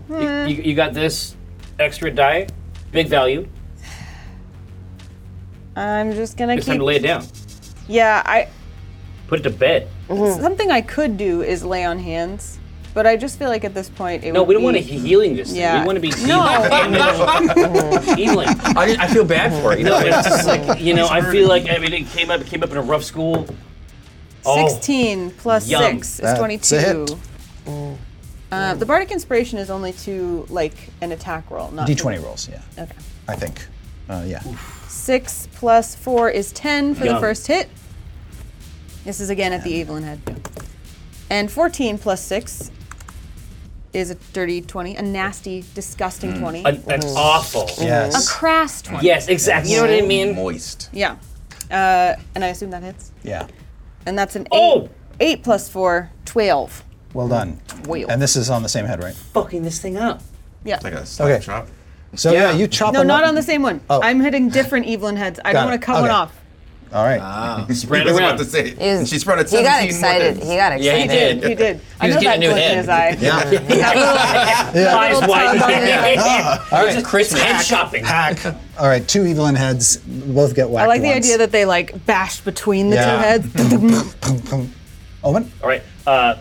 You, you got this extra die, big value.
I'm just gonna
It's
keep.
time to lay it down.
Yeah. I.
Put it to bed.
Something I could do is lay on hands, but I just feel like at this point it
No,
would
we don't
be-
want to healing this thing.
Mm-hmm. Yeah.
We want to be
[LAUGHS] No.
healing.
I, did- I feel bad for it. You
No,
know,
it's just like [LAUGHS] you know. I feel like I mean, it came up, it came up in a rough school. Oh.
16 plus
Yum.
6 is
That's a
22. Uh, the bardic inspiration is only to like an attack roll, not
D20 rolls, yeah,
Okay.
I think. Uh, yeah.
Six plus four is ten for the
Yum.
first hit. This is again at the Evelyn head. And fourteen plus six is a dirty twenty, a nasty, disgusting twenty.
An, an awful.
A crass twenty.
Yes, exactly. You know what I mean?
Moist.
Yeah. Uh, and I assume that hits.
Yeah.
And that's an eight. Oh! Eight plus four, twelve.
Well done.
Twelve.
And this is on the same head, right?
Fucking this thing up.
Yeah.
Like a slap
Okay.
chop.
So yeah, you chop.
No,
a
not
lo-
on the same one.
Oh.
I'm hitting different Evelyn heads. I
Got
don't
it.
want to cut one
Okay.
off.
All right.
Ah.
Spread
I was
around.
about to say. and she spread it.
He got
17 more
excited.
than-
He got excited.
Yeah, he did.
He did. I
was
know that
getting a new
glint in
head.
his eye.
Yeah.
That little- that
Eyes
little
wide.
tug on his eye.
[LAUGHS]
All
It's
right.
Christmas.
Head shopping.
All right. Two evil in heads both get whacked.
I like the
once.
idea that they like bashed between
[LAUGHS]
the
Yeah.
two heads.
Omen.
All right. Uh,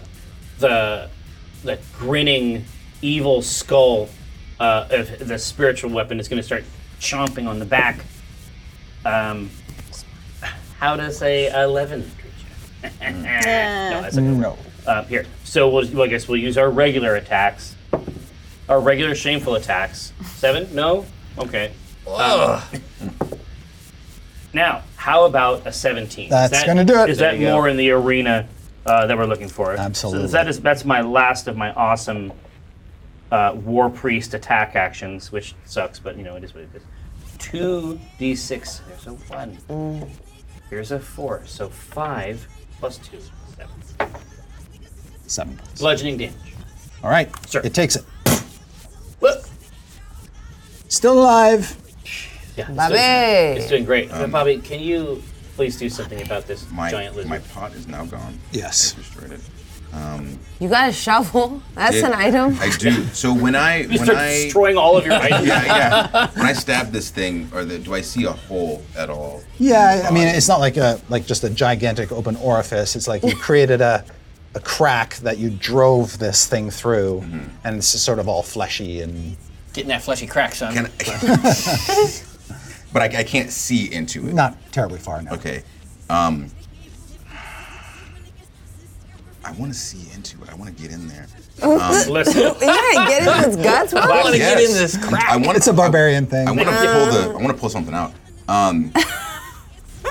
the the grinning evil skull uh, of the spiritual weapon is going to start chomping on the back. Um, how does a eleven? treat you? [LAUGHS] no, that's a
Mm, No.
uh, here. So we'll, well, I guess we'll use our regular attacks, our regular shameful attacks. Seven? No. Okay. Um, now, how about a seventeen?
That's
Is that-
gonna do it.
Is
There
that
you go.
more in the arena uh, that we're looking for?
Absolutely.
So that is that's my last of my awesome uh, war priest attack actions, which sucks, but you know it is what it is. Two d six. There's a one. Here's a four. So five plus two. Seven.
Seven points.
Bludgeoning damage.
All right.
Sure.
It takes it.
Look.
Still alive.
Yeah, it's doing-
Bobby.
It's doing great. Uh, Bobby, can you please do something about this
Um, My
giant lizard?
my pot is now gone.
Yes.
I destroyed it. Um,
You got a shovel? That's
it-
an item.
I do. So
[LAUGHS]
when I
you
when
start
I
destroying all
[LAUGHS]
of your items.
yeah, yeah. When I stab this thing, or the, do I see a hole at all?
Yeah. I mean, it's not like a like just a gigantic open orifice. It's like you
[LAUGHS]
created a. A crack that you drove this thing through,
Mm-hmm.
and it's just sort of all fleshy and
Getting that fleshy crack,
[LAUGHS]
son.
[LAUGHS] Can but I, I can't see into it.
not terribly far now.
Okay. Um, I want to see into it. I want to get in there. Um,
Listen,
[LAUGHS] yeah, get in his guts. What?
I want to get
Yes.
in this
I
crack.
want.
It's a barbarian thing.
I want to pull the. I want to pull something out. Um,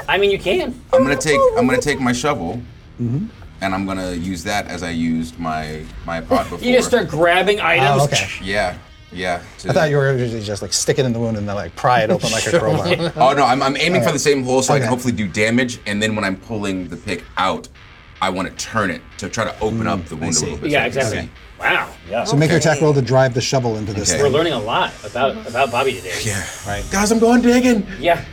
I mean, you can.
I'm gonna take. I'm gonna take my shovel.
Mm-hmm.
And
[GASPS]
I'm gonna use that as I used my my pot before. Ah,
You just start grabbing items.
Oh, okay.
Yeah. Yeah.
I thought you were usually just like stick it in the wound and then like pry it open like
[LAUGHS]
a crowbar.
Oh no, I'm, I'm aiming for the same hole so I
Okay.
can hopefully do damage, and then when I'm pulling the pick out, I want to turn it to try to open up the wound a
Mm, see.
little bit.
Yeah,
so I can
exactly.
see.
Wow. Yeah.
So make your attack roll to drive the shovel into this
Okay.
We're
thing.
learning a lot about about Bobby today.
Yeah.
Right.
Guys, I'm going digging.
Yeah.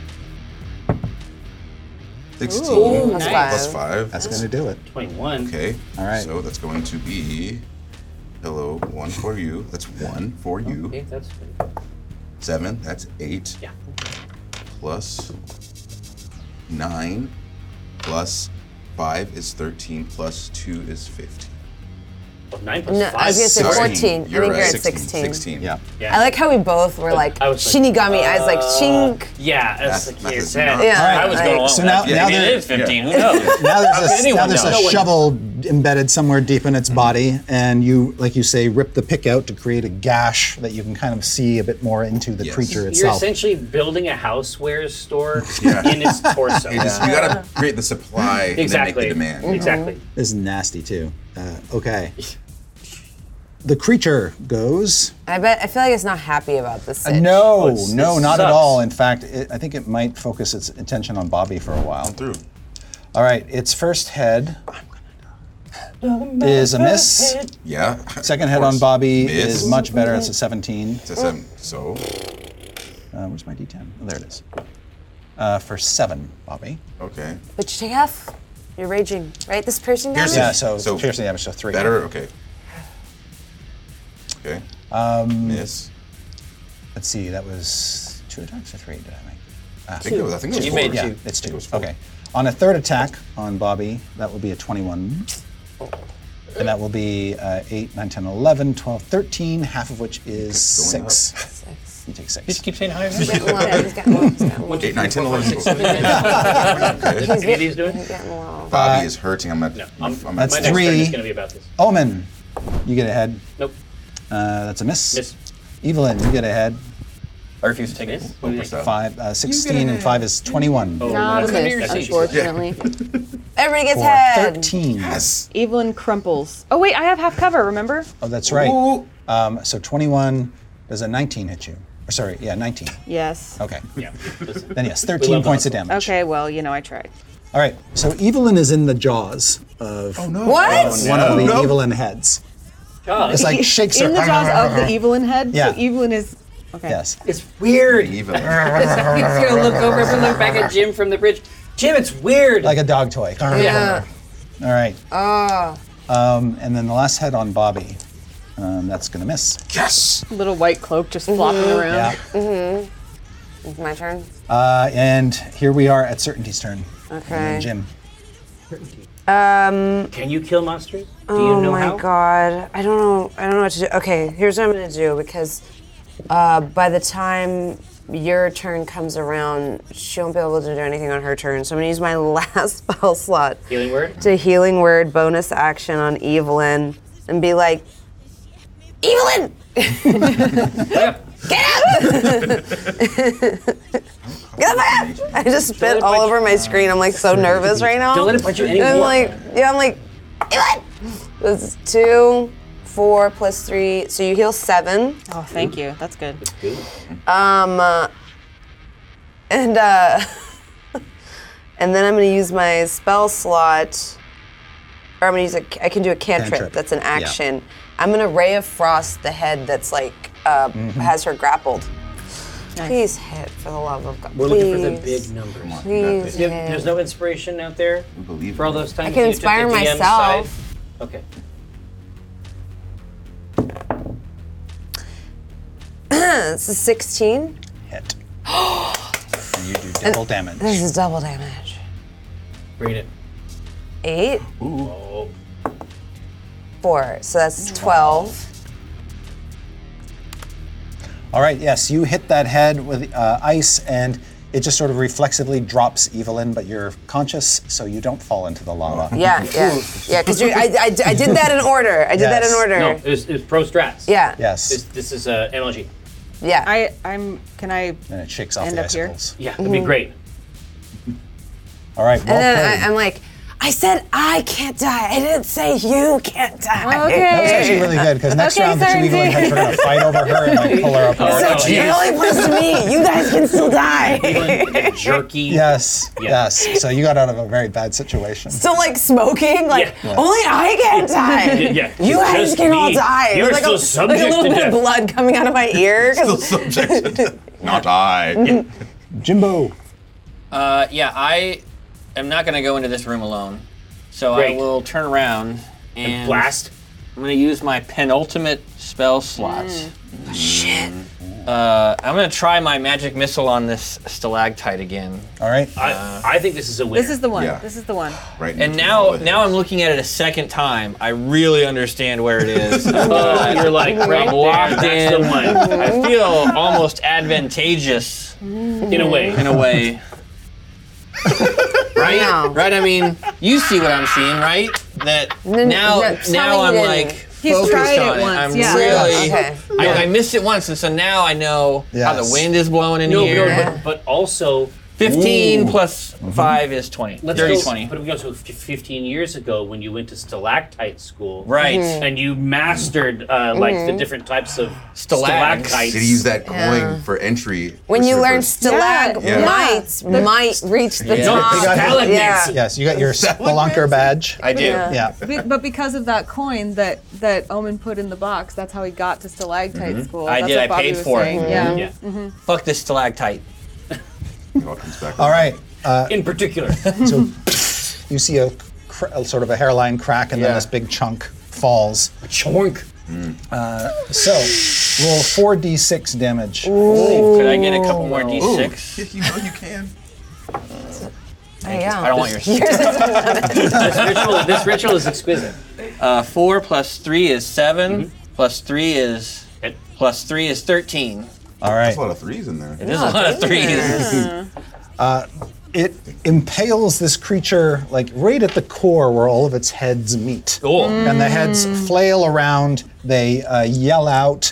16
Ooh,
plus
nice.
five.
Plus
That's gonna do it.
21.
Okay.
All right.
So that's going to be hello one for you. That's one for you.
Okay, that's pretty
Seven. That's eight.
Yeah.
Plus nine. Plus five is thirteen. Plus two is fifteen.
Well, 9 plus
No,
5.
I was gonna say
Sorry.
14. I
You're
think
right.
you're at
16,
16.
16. Yeah.
Yeah.
I like how we both were like,
I was like,
Shinigami eyes, like, shink.
Yeah, that's
Math-
like
math
you
is
said.
not- Yeah,
I was going
like-
along
So
with
now-
that.
now
Maybe it
there-
is 15.
[LAUGHS]
Who knows?
Now there's
How could
a, now
anyone
there's a
know?
shovel embedded somewhere deep in its body, and you, like you say, rip the pick out to create a gash that you can kind of see a bit more into the
Yes.
creature
You're
itself.
essentially building a housewares store
Yeah.
in its torso.
You just- you gotta create the supply
Exactly.
and then make the demand. you know?
Exactly.
Mm-hmm.
This is nasty too. Uh, okay. The creature goes.
I bet, I feel like it's not happy about this. Sit.
no,
it's-
no,
it
not at
sucks.
all. In fact, it, I think it might focus its attention on Bobby for a while.
Through.
All right, its first head is a miss.
Yeah.
Second
of
head on
course.
Bobby
Miss.
is much better. It's a 17.
It's a seven. So
Uh, where's my D10? Oh, there it is. Uh, for seven, Bobby.
okay.
But you take half. You're raging, right? This piercing damage?
Piercing.
Yeah, so,
So
piercing damage, so three.
Better. Okay. Okay. Um. Miss.
Let's see, that was two attacks or three, did I make?
I think it was. I think it was
You
four.
made
Yeah,
two.
it's two.
It was four.
Okay. On a third attack on Bobby, that will be a 21. And that will be uh, 8, 9, 10, 11, 12, 13, half of which is
Going
[LAUGHS]
up.
6. You take 6.
keep saying hi.
He's getting low. He's getting low. He's getting low.
Eight, nine, ten, eleven, twelve. Okay.
He's
Any of these
getting,
doing?
he's getting low.
Bobby is hurting. I'm at.
No,
I'm,
I'm-
I'm
My
at
That's
next turn
three.
is going to be about this.
Omen, Oh, you get ahead.
Nope.
Uh, that's a miss.
Miss.
Evelyn, you get ahead.
I refuse to take it.
What do you
What's
think?
that?
Five, uh, 16 and 5 is 21.
Oh,
Nah, it's
that's-
a
that's-
miss,
that's what she said.
unfortunately.
Everybody gets
Or
head.
13.
Yes.
Evelyn crumples. Oh wait, I have half cover. Remember?
Oh, that's right. Um, so 21, does a 19 hit you? Or sorry, yeah, 19.
Yes.
Okay.
Yeah. Listen,
Then yes,
We
13
love
points of
that.
damage.
Okay. Well, you know, I tried.
All right. So Evelyn is in the jaws of
What?
one of the
Oh, No.
Evelyn heads.
Jaws.
It's like shakes her.
In the jaws of the Evelyn head.
Yeah.
So Evelyn is.
[LAUGHS]
Okay. [LAUGHS]
Yes.
[LAUGHS] It's weird. He's
Even.
gonna look over and look
[LAUGHS]
back at Jim from the bridge. Jim, it's weird.
Like a dog toy.
Yeah.
All right.
Ah.
Oh.
Um, and then the last head on Bobby. Um, that's going to miss.
Yes.
Little white cloak just flopping around.
Yeah.
It's my turn.
Uh, and here we are at Certainty's turn.
Okay.
Jim.
Can you kill monsters? Do you
Oh
know
my
how?
god. I don't know. I don't know what to do. Okay, here's what I'm gonna do because uh, by the time your turn comes around, she won't be able to do anything on her turn. So I'm gonna use my [LAUGHS] last spell slot
Healing word?
to healing word bonus action on Evelyn and be like, Evelyn,
[LAUGHS]
get up! [LAUGHS] get up! man!" I just spit all over my screen. I'm like
[LAUGHS]
so nervous right now.
Don't let it punch you
I'm
anymore.
like, yeah, I'm like, Evelyn. That's two, four plus three. So you heal seven.
Oh, thank you. That's good.
Good.
Um, uh, and uh, [LAUGHS] and then I'm gonna use my spell slot, or I'm gonna use a. I can do a cantrip.
Cantrip,
That's an
yeah.
action. I'm gonna ray of frost the head that's like uh,
Mm-hmm.
has her grappled. Please hit for the love of God.
We're
Oh, Please.
looking for the big numbers.
Please
There-
hit.
There's no inspiration out there
Believe
for all
me. [LAUGHS]
those times
I can
you took the
inspire
DM
myself.
side? Okay.
This is 16.
Hit.
[GASPS]
and you do double damage.
This is double damage.
Read it.
Eight,
Oh.
four. So that's 12.
All right, yes, you hit that head with uh, ice, and it just sort of reflexively drops Evelyn, but you're conscious, so you don't fall into the lava.
Yeah, yeah, yeah. Because I, I, I did that in order. I did that in
Yes.
order.
No, it was, it was pro strats.
Yeah.
This,
Yes,
this is uh, MLG.
Yeah.
I I'm. Can I?
and it shakes off
End
the
up here.
Mm-hmm. [LAUGHS]
icicles.
Yeah, that'd be great.
All right, well played.
and then I, I'm like, I I said I can't die. I didn't say you can't die.
That was actually really good because next
Okay,
round the two
Sergeant.
eagle heads are gonna fight over her and like pull her apart.
[LAUGHS]
Oh,
So it really was me. You guys can
[LAUGHS]
still die.
jerky.
Yes, yes. So you got out of a very bad situation.
So like smoking, like
Yeah.
only I can die.
Yeah, yeah.
[LAUGHS]
You
It's
guys
just
can all
me.
die.
You're
like a,
still
like a
subject
little
to
bit of
death.
blood coming out of my ear. 'cause-
[LAUGHS]
Not I.
Jimbo.
Uh, yeah, I am not going to go into this room alone. So I
Great.
will turn around and,
blast?
I'm going to use my penultimate spell slots.
Shit.
Uh, I'm going to try my magic missile on this stalactite again.
All right.
I,
I think this is a
This is the one. This is the one.
Right.
And now, now I'm looking at it a second time. I really understand where it is.
Oh, you're like,
I'm
right there,
locked
that's
in.
the one.
I feel almost advantageous.
In a way. [LAUGHS]
In a way. right? Right? I mean, you see what I'm seeing, right? That
no,
now,
no, tell
now
me
I'm
you
like
didn't. He's
focused
tried
on
it
it.
once,
I'm
yeah.
really.
Yeah, okay.
I, I missed it once, and so now I know how the
Yes.
wind is blowing in
No, no,
here.
but- but also.
15
Ooh. Mm-hmm.
plus 5 is 20.
Let's
Dirty
go,
20.
But we go to f- 15 years ago when you went to stalactite school.
Right. Mhm.
And you mastered uh, like the
Mhm.
different types of
Stalags.
stalactites.
Did he use that coin
Yeah.
for entry?
When you
Christopher?
learn stalagmites
Yeah.
might reach the
Yeah.
top.
You got-
yeah.
Yes, you got your spelunker badge.
I do.
Yeah.
Be- but because of that coin that that Omen put in the box, that's how he got to
Mm-hmm.
stalactite
Mhm.
school.
I
that's
did,
what
I
Bobby
paid
was
for it.
saying.
Mhm.
Yeah.
Yeah.
Mm-hmm.
Mhm.
Fuck this stalactite.
All right. Uh,
In particular.
so you see a, cr- a sort of a hairline crack, and then
Yeah.
this big chunk falls. A
chunk.
Hmm.
Uh, so roll four d6 damage.
Could I get a couple more d6?
You know you
[LAUGHS]
can.
I don't want your
this, ritual, this ritual is exquisite.
Uh,
[LAUGHS]
four plus three is 7
Mm-hmm.
plus three is plus three is thirteen.
All right. There's
a lot of threes in there.
It is a lot of threes.
Uh, it impales this creature like right at the core where all of its heads meet.
Cool.
And the heads flail around. They uh, yell out,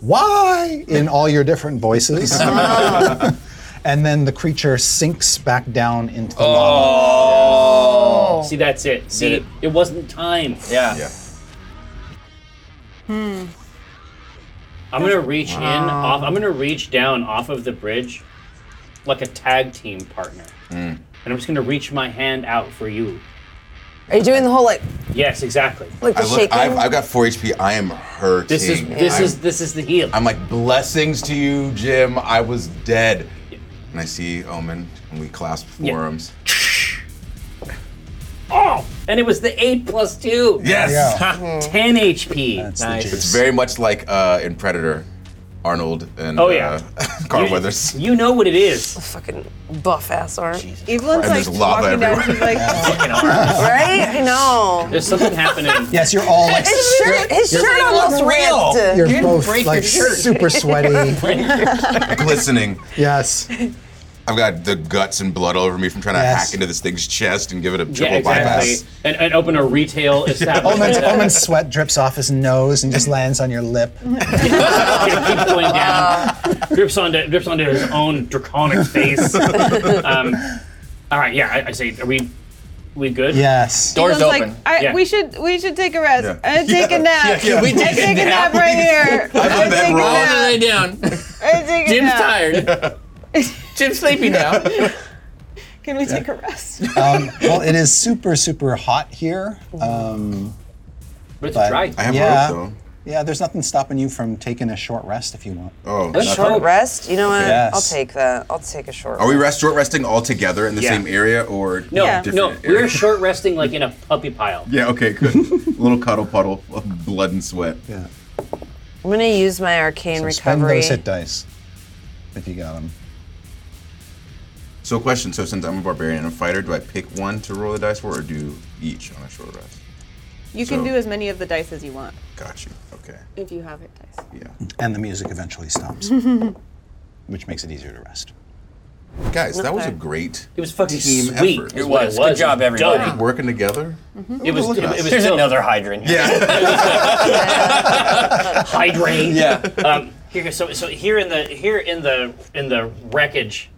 "Why!" in all your different voices. [LAUGHS] and then the creature sinks back down into the
Oh.
lava.
See, that's it. See, it. wasn't time.
Yeah.
Hmm.
I'm gonna reach in
Wow.
off. I'm gonna reach down off of the bridge, like a tag team partner, and I'm just gonna reach my hand out for you.
Are you doing the whole like?
Yes, exactly.
Like
I look, I've, I've got four HP. I am hurting.
This is- this
I'm-
is- this is the heal.
I'm like blessings to you, Jim. I was dead. And I see Omen, and we clasp
Yeah.
forearms.
Oh, and it was the eight plus two.
Yes. [LAUGHS]
Ha, ten HP.
It's very much like uh, in Predator, Arnold and
Oh, yeah.
uh, [LAUGHS]
[LAUGHS]
Carl Weathers.
You know what it is.
fucking buff ass arm.
Evelyn's
And
like
there's lava
walking down. She's like,
[LAUGHS]
[LAUGHS]
right? I know.
There's something happening.
Yes, you're all like.
His shirt- his
you're-
shirt almost ripped.
You're
You didn't
both
break your
like
shirt.
super
[LAUGHS]
sweaty.
[LAUGHS] Glistening.
Yes.
I've got the guts and blood all over me from trying to
Yes.
hack into this thing's chest and give it a triple
yeah, exactly.
bypass.
And, and open a
[LAUGHS]
retail establishment.
Omen's, [LAUGHS]
[LAUGHS]
Omen's sweat drips off his nose and just lands on your lip.
keep going
[LAUGHS]
down.
Ah.
Drips onto drips onto his own draconic
[LAUGHS]
face. um, all right, yeah, I, I say, are we we good?
Yes.
Evelyn's Like, I, We should we should take a rest.
Yeah.
[LAUGHS]
I take a nap.
yeah, we
I
take a
take a
nap,
nap
[LAUGHS]
right here.
I'm a bed
take a
roll.
nap.
All the way down.
I take a
Jim's
nap.
tired. Jim's sleepy now.
Can we take a
[LAUGHS]
rest?
Um, well, it is super, super hot here. Um,
but it's
dry.
I have a
yeah,
rope,
Yeah, there's nothing stopping you from taking a short rest if you want.
Oh,
A short rest? You know what?
Okay. Yes.
I'll take that. I'll take a short.
Are we rest short resting all together in the
Yeah.
same area or
No,
different
no,
area?
we're short resting like in a puppy pile.
Yeah,
[LAUGHS]
okay, good. Little cuddle puddle of blood and sweat.
Yeah.
I'm gonna use my arcane
Spend
recovery.
those hit dice if you got them.
So, question. So, since I'm a barbarian and a fighter, do I pick one to roll the dice for, or do each on a short rest?
You can
So-
do as many of the dice as you want
Got you. Okay.
if you have it dice.
And the music eventually [LAUGHS] stops, which makes it easier to rest.
Guys, that was a
Okay.
great
It was fucking
team
sweet,
effort.
is what It was. Good job, everybody.
Dope. Working together.
It was.
Look
It,
at
it
us.
was
Here's
another hydrant.
hydrate.
Yeah.
[LAUGHS] Um, here, so, so here in the here in the in the wreckage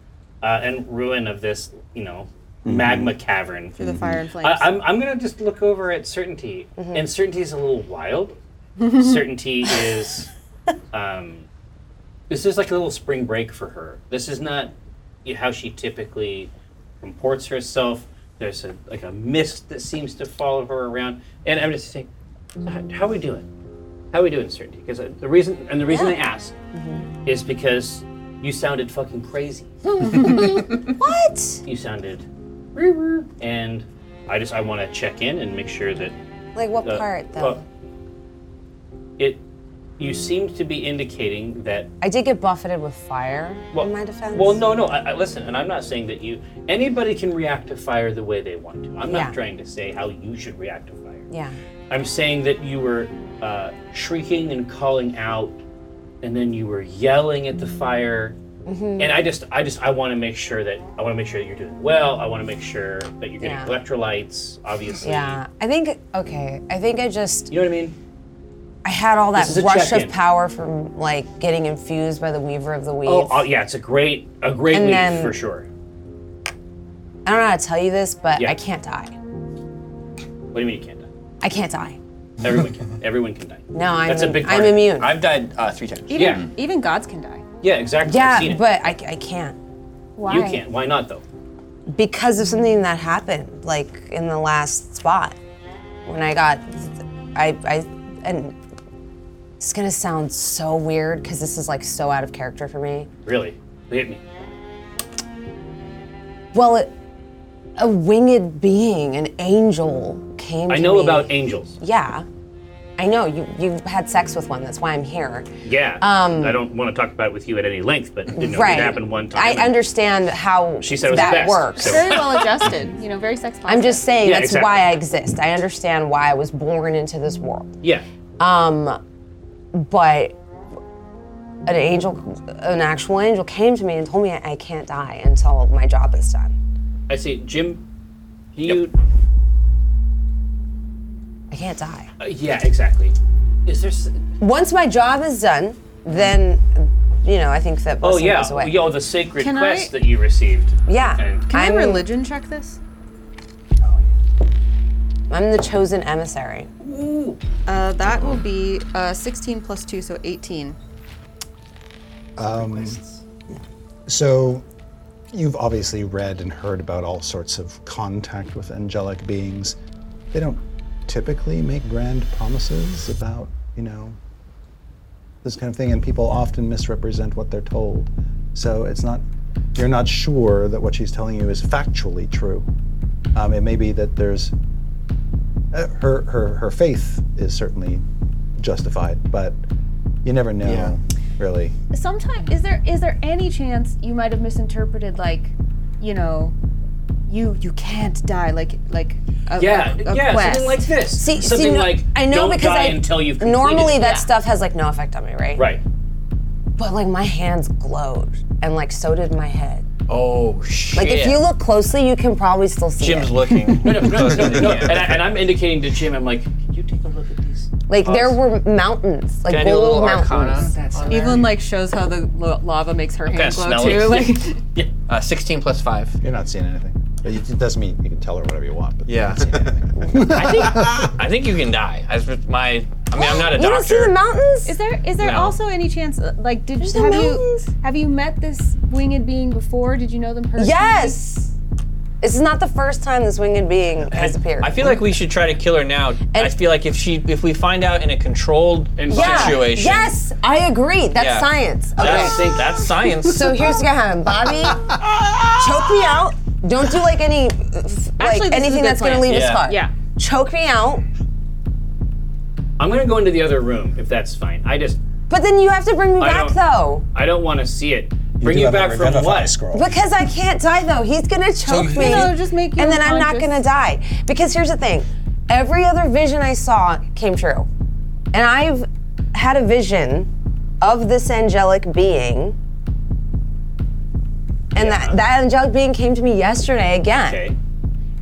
uh, and ruin of this, you know, magma cavern
Through the fire and flames.
Mm-hmm. I, I'm, I'm gonna just look over at certainty, and certainty is a little wild. certainty is, um, this is like a little spring break for her. This is not y- how she typically comports herself. There's a, like a mist that seems to follow her around, and I'm just saying, "H- how are we doing? How are we doing, certainty? Because the reason and the reason I ask is because you sounded fucking crazy.
what?
You sounded and I just I want to check in and make sure that
Like what
uh,
part though?
well, it you seemed to be indicating that
I did get buffeted with fire in my defense.
well no no I, I, listen and I'm not saying that you anybody can react to fire the way they want to. I'm
Yeah.
not trying to say how you should react to fire.
Yeah.
I'm saying that you were uh, shrieking and calling out and then you were yelling at the fire
Mhm.
and I just, I just, I want to make sure that I want to make sure that you're doing well. I want to make sure that you're getting
Yeah.
electrolytes, obviously.
Yeah. I think okay. I think I just
You know what I mean?
I had all that
This is a
rush of
check-in.
power from like getting infused by the Weaver of the Weave.
Oh, oh, yeah, it's a great, a great
And
leaf
then-
for sure.
I don't know how to tell you this, but
Yeah.
I can't die.
What do you mean you can't die?
I can't die.
Everyone
[LAUGHS]
can. Everyone can die.
No, I'm
That's a big
I'm
part.
immune.
I've died uh, three times.
Yeah.
Even, even gods can die.
Yeah, exactly. I've seen
yeah,
it.
but I, I can't. Why?
you can't. Why not though?
Because of something that happened, like in the last spot, when I got, I, I, and it's gonna sound so weird because this is like so out of character for me.
Really? Hit me.
Well, it, a winged being, an angel, came.
I
to
know
me.
about angels.
Yeah, I know you. You had sex with one. That's why I'm here.
Yeah.
Um,
I don't want to talk about it with you at any length, but you know,
Right.
it happened one time.
I
and-
understand how
She said it was the
that
best,
works.
so-
Very well adjusted. You know, very sex positive.
I'm just saying
Yeah,
that's
exactly.
why I exist. I understand why I was born into this world.
Yeah.
Um, but an angel, an actual angel, came to me and told me I, I can't die until my job is done.
I see. Jim, you.
I can't die.
uh, yeah, exactly. Is there? s-
Once my job is done, then you know I think that
Oh
blessing
yeah.
goes away.
Yo, the sacred
Can
quest
I-
that you received.
Yeah,
Okay.
Can
I'm
I religion check this?
I'm the chosen emissary.
Uh, that will be uh, 16 plus 2, so 18.
Um, so, you've obviously read and heard about all sorts of contact with angelic beings. They don't typically make grand promises about, you know, this kind of thing, and people often misrepresent what they're told. So, it's not, you're not sure that what she's telling you is factually true. Um, it may be that there's, uh, her, her, her faith is certainly justified, but you never know,
Yeah.
really.
Sometimes is there is there any chance you might have misinterpreted like, you know, you you can't die like like a,
Yeah,
a, a
yeah,
quest.
something like this.
See,
something
see, no,
like
I know
don't
because
die
I
until you've completed
normally
it.
that stuff has like no effect on me, right?
Right.
But like my hands glowed, and like so did my head.
Oh shit.
Like if you look closely, you can probably still see
Jim's [LAUGHS]
it.
looking.
No, no, no, no, no. And, I, and I'm indicating to Jim, I'm like, can you take a look at these?
Like there
pots?"
were mountains, like
Can I do a
gold
little
mountains.
arcana? on there?
Evelyn, like, shows how the lo- lava makes her hand
kinda
glow,
smelly.
too. Like,
Uh, 16 plus five.
You're not seeing anything. But It doesn't mean you can tell her whatever you want. But You're
Yeah.
not seeing [LAUGHS] anything.
I think I think you can die. As with my, I mean, I'm not a
You don't see
doctor.
the mountains?
Is there is there
No.
also any chance uh, like did
There's
you
no
have
mountains.
you have you met this winged being before? Did you know them personally?
yes. This is not the first time this winged being has appeared.
I feel like we should try to kill her now. I feel like if she, if we find out in a controlled
yeah.
situation,
Yes, I agree. That's
Yeah.
science. Okay.
that's, that's science.
So here's what happened, Bobby. choke me out. Don't do like any uh, f-
Actually,
like
this is a
anything
good
that's going to
plan.
leave a
Yeah.
scar.
yeah.
Choke me out.
I'm gonna go into the other room if that's fine. I just,
But then you have to bring me
I
back
don't-
though,
I don't want to see it.
You
Bring
do
you
have a
back from
revivify
what?
Scroll.
because I can't die though. He's going to choke me.
No, Oh, just make you
and then I'm not
unconscious.
gonna die. Because here's the thing every other vision I saw came true. And I've had a vision of this angelic being. And that, that angelic being came to me yesterday again.
Okay.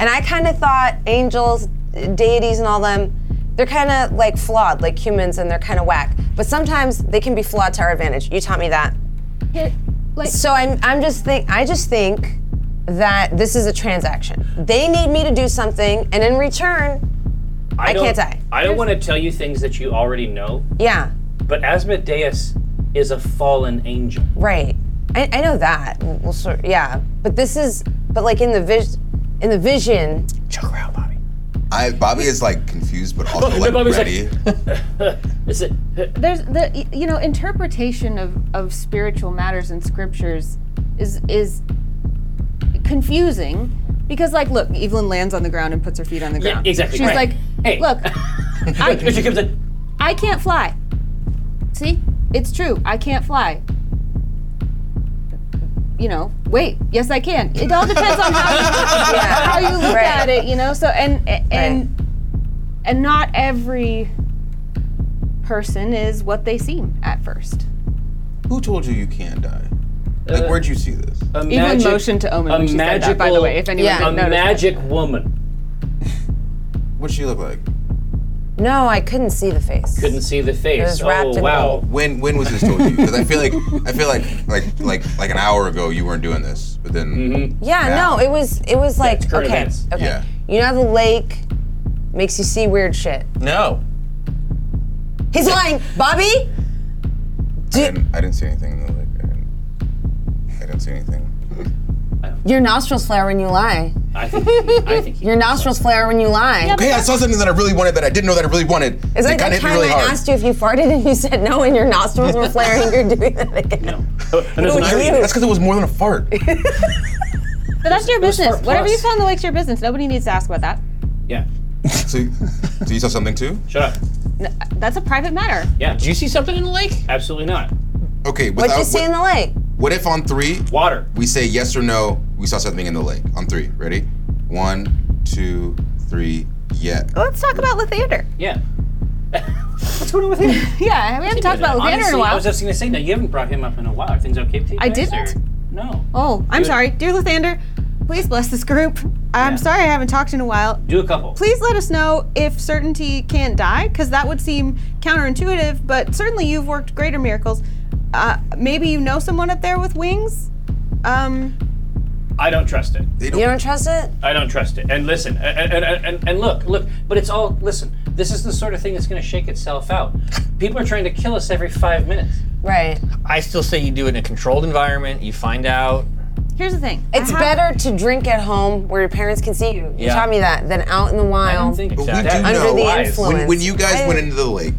And I kind of thought angels, deities, and all them, they're kind of like flawed, like humans, and they're kind of whack. But sometimes they can be flawed to our advantage. You taught me that.
Here- like
So I'm, I'm just think, I just think that this is a transaction. They need me to do something, and in return, I
don't-
can't die.
I don't want to tell you things that you already know,
yeah,
but Asmodeus is a fallen angel.
right. I, I know that. We'll, we'll sort, yeah, but this is, but like in the vision, in the vision.
Joke around, Bobby. [LAUGHS] I Bobby is like confused, but
[LAUGHS]
also
No,
like
Bobby's like-
ready.
Is it? [LAUGHS]
There's the y- you know interpretation of of spiritual matters in scriptures is is confusing because like look
Evelyn lands on the ground and puts her feet on the
Yeah,
ground.
exactly,
She's
right.
like,
[LAUGHS]
hey,
look,
But she comes in.
I can't fly. See, it's true. I can't fly. You know, wait. Yes, I can. It all depends on how you,
[LAUGHS]
how you look
Right.
at it. You know, so and and and not every person is what they seem at first.
Who told you you can't die? Like,
Uh,
where'd you see this?
A
Evelyn motioned to Omen
a
when she said that, by the
magical-
way, if anyone Yeah. didn't
a
notice that.
magic woman
What'd she look like?
No, I couldn't see the face.
couldn't see the face.
was wrapped
oh
in
wow!
When when was this told to you? Because I feel like I feel like like like like an hour ago you weren't doing this, but then
Mm-hmm.
Yeah,
now-
no, it was it was like
it's current
okay,
events.
okay.
Yeah.
You know how the lake makes you see weird shit.
No.
He's lying, Bobby.
I, didn't, I didn't see anything in the lake. I didn't, I didn't see anything.
Your nostrils flare when you lie.
I think I
[LAUGHS]
think
Your nostrils flare when you lie.
Okay, I saw something that I really wanted that I didn't know that I really wanted.
It's like
kinda
the
hit me
time
really
I
hard.
asked you if you farted and you said no, and your nostrils were flaring. You're doing that again.
[LAUGHS] And there's
Who
another-
are you?
That's because it was more than
[LAUGHS]
a fart.
but that's your business.
Smart
Whatever
Plus.
you found the lake's your business. Nobody needs to ask about that.
Yeah.
so, you- so you saw something too?
Shut up.
That's a private matter.
Yeah.
Did you see something in the lake?
Absolutely not.
Okay,
What'd
without,
you see in
what,
the lake?
what if on three
Water.
we say yes or no? We saw something in the lake. On three, ready? One, two, three. Yeah.
Oh,
Let's talk about Lathander.
Yeah. [LAUGHS] What's going on with him?
Yeah, we haven't [LAUGHS] talked about Lathander in a
Honestly, I
while.
was just gonna say that you haven't brought him up in a while. Are things okay with you?
I
guys,
didn't?
or- No.
Oh, I'm sorry. Dear Lathander, please bless this group. I'm
Yeah.
sorry I haven't talked in a while.
Do a couple.
Please let us know if certainty can't die, because that would seem counterintuitive, but certainly you've worked greater miracles. Uh, maybe you know someone up there with wings? Um,
I don't trust it.
They
You don't trust it?
I don't trust it. And listen, and, and, and, and look, look, but it's all, listen, this is the sort of thing that's going to shake itself out. People are trying to kill us every five minutes.
Right.
I still say you do it in a controlled environment. You find out.
here's the thing. I
It's
have-
better to drink at home where your parents can see you. You
Yeah.
taught me that than out in the
I don't
wild.
think
But we
that-
do
Under
know
the
wise.
influence.
When, when you guys
I-
went into the lake,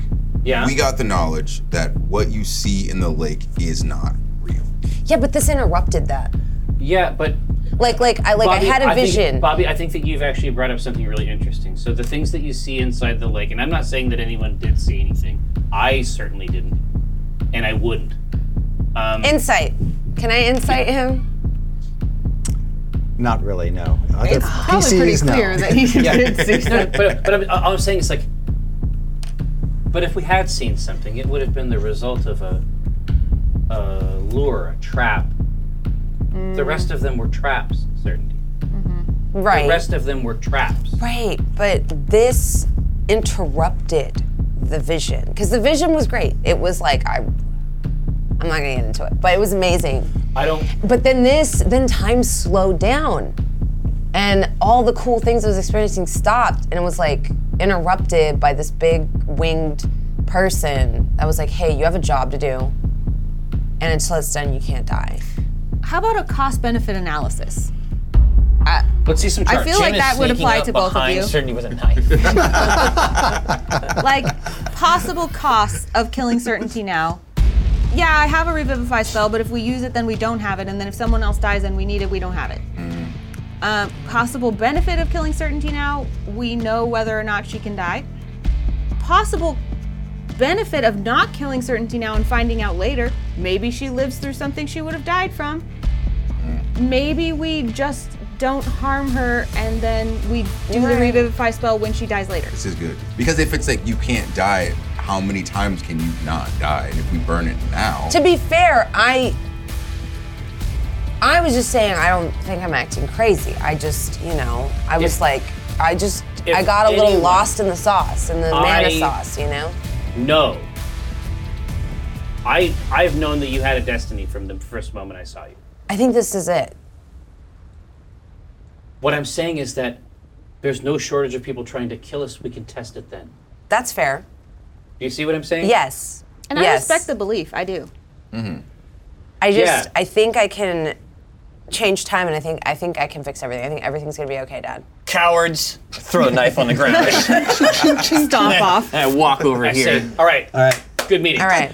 Yeah.
we got the knowledge that what you see in the lake is not real.
yeah, but this interrupted that.
yeah, but
Like, like I like
Bobby,
I had a
think-
vision.
Bobby, I think that you've actually brought up something really interesting. So the things that you see inside the lake, and I'm not saying that anyone did see anything. I certainly didn't, and I wouldn't. Um,
insight. Can I insight him?
Not really, no. Other
It's probably pretty
PCs, no.
clear
[LAUGHS]
that he did
[LAUGHS]
see something.
but but I'm, all I'm saying is like, but if we had seen something, it would have been the result of a, a lure, a trap.
Mm.
The rest of them were traps, certainly.
Right.
The rest of them were traps.
Right, but this interrupted the vision because the vision was great. It was like I, I'm not gonna get into it, but it was amazing.
I don't.
But then this, then time slowed down, and all the cool things I was experiencing stopped, and it was like interrupted by this big winged person that was like, "Hey, you have a job to do, and until it's done, you can't die."
How about a cost benefit analysis? Uh,
Let's see some charts.
I feel like
Jim is
that would
sneaking
apply
up
to both of
behind
you.
Certainty with a [LAUGHS] knife.
like possible costs of killing certainty now. Yeah, I have a revivify spell, but if we use it, then we don't have it, and then if someone else dies and we need it, we don't have it. Um, possible benefit of killing certainty now: we know whether or not she can die. Possible benefit of not killing certainty now and finding out later: maybe she lives through something she would have died from. Maybe we just don't harm her, and then we do the
Right.
revivify spell when she dies later.
This is good. Because if it's like you can't die, how many times can you not die? And if we burn it now,
To be fair, I I was just saying I don't think I'm acting crazy. I just, you know, I was
If-
like I just
if
I got a little
anyone-
lost in the sauce, in the
I-
mana sauce, you know?
No. I I've known that you had a destiny from the first moment I saw you.
I think this is it.
What I'm saying is that there's no shortage of people trying to kill us. We can test it then.
That's fair.
Do you see what I'm saying?
Yes.
And I
Yes.
respect the belief. I do.
Mm-hmm.
I just
Yeah.
I think I can change time and I think I think I can fix everything. I think everything's gonna be okay, Dad.
Cowards. Throw the knife on the ground.
[LAUGHS]
Stomp
[LAUGHS]
off.
And I walk over
I
here.
say, all right. All [LAUGHS] right. Good meeting.
All right.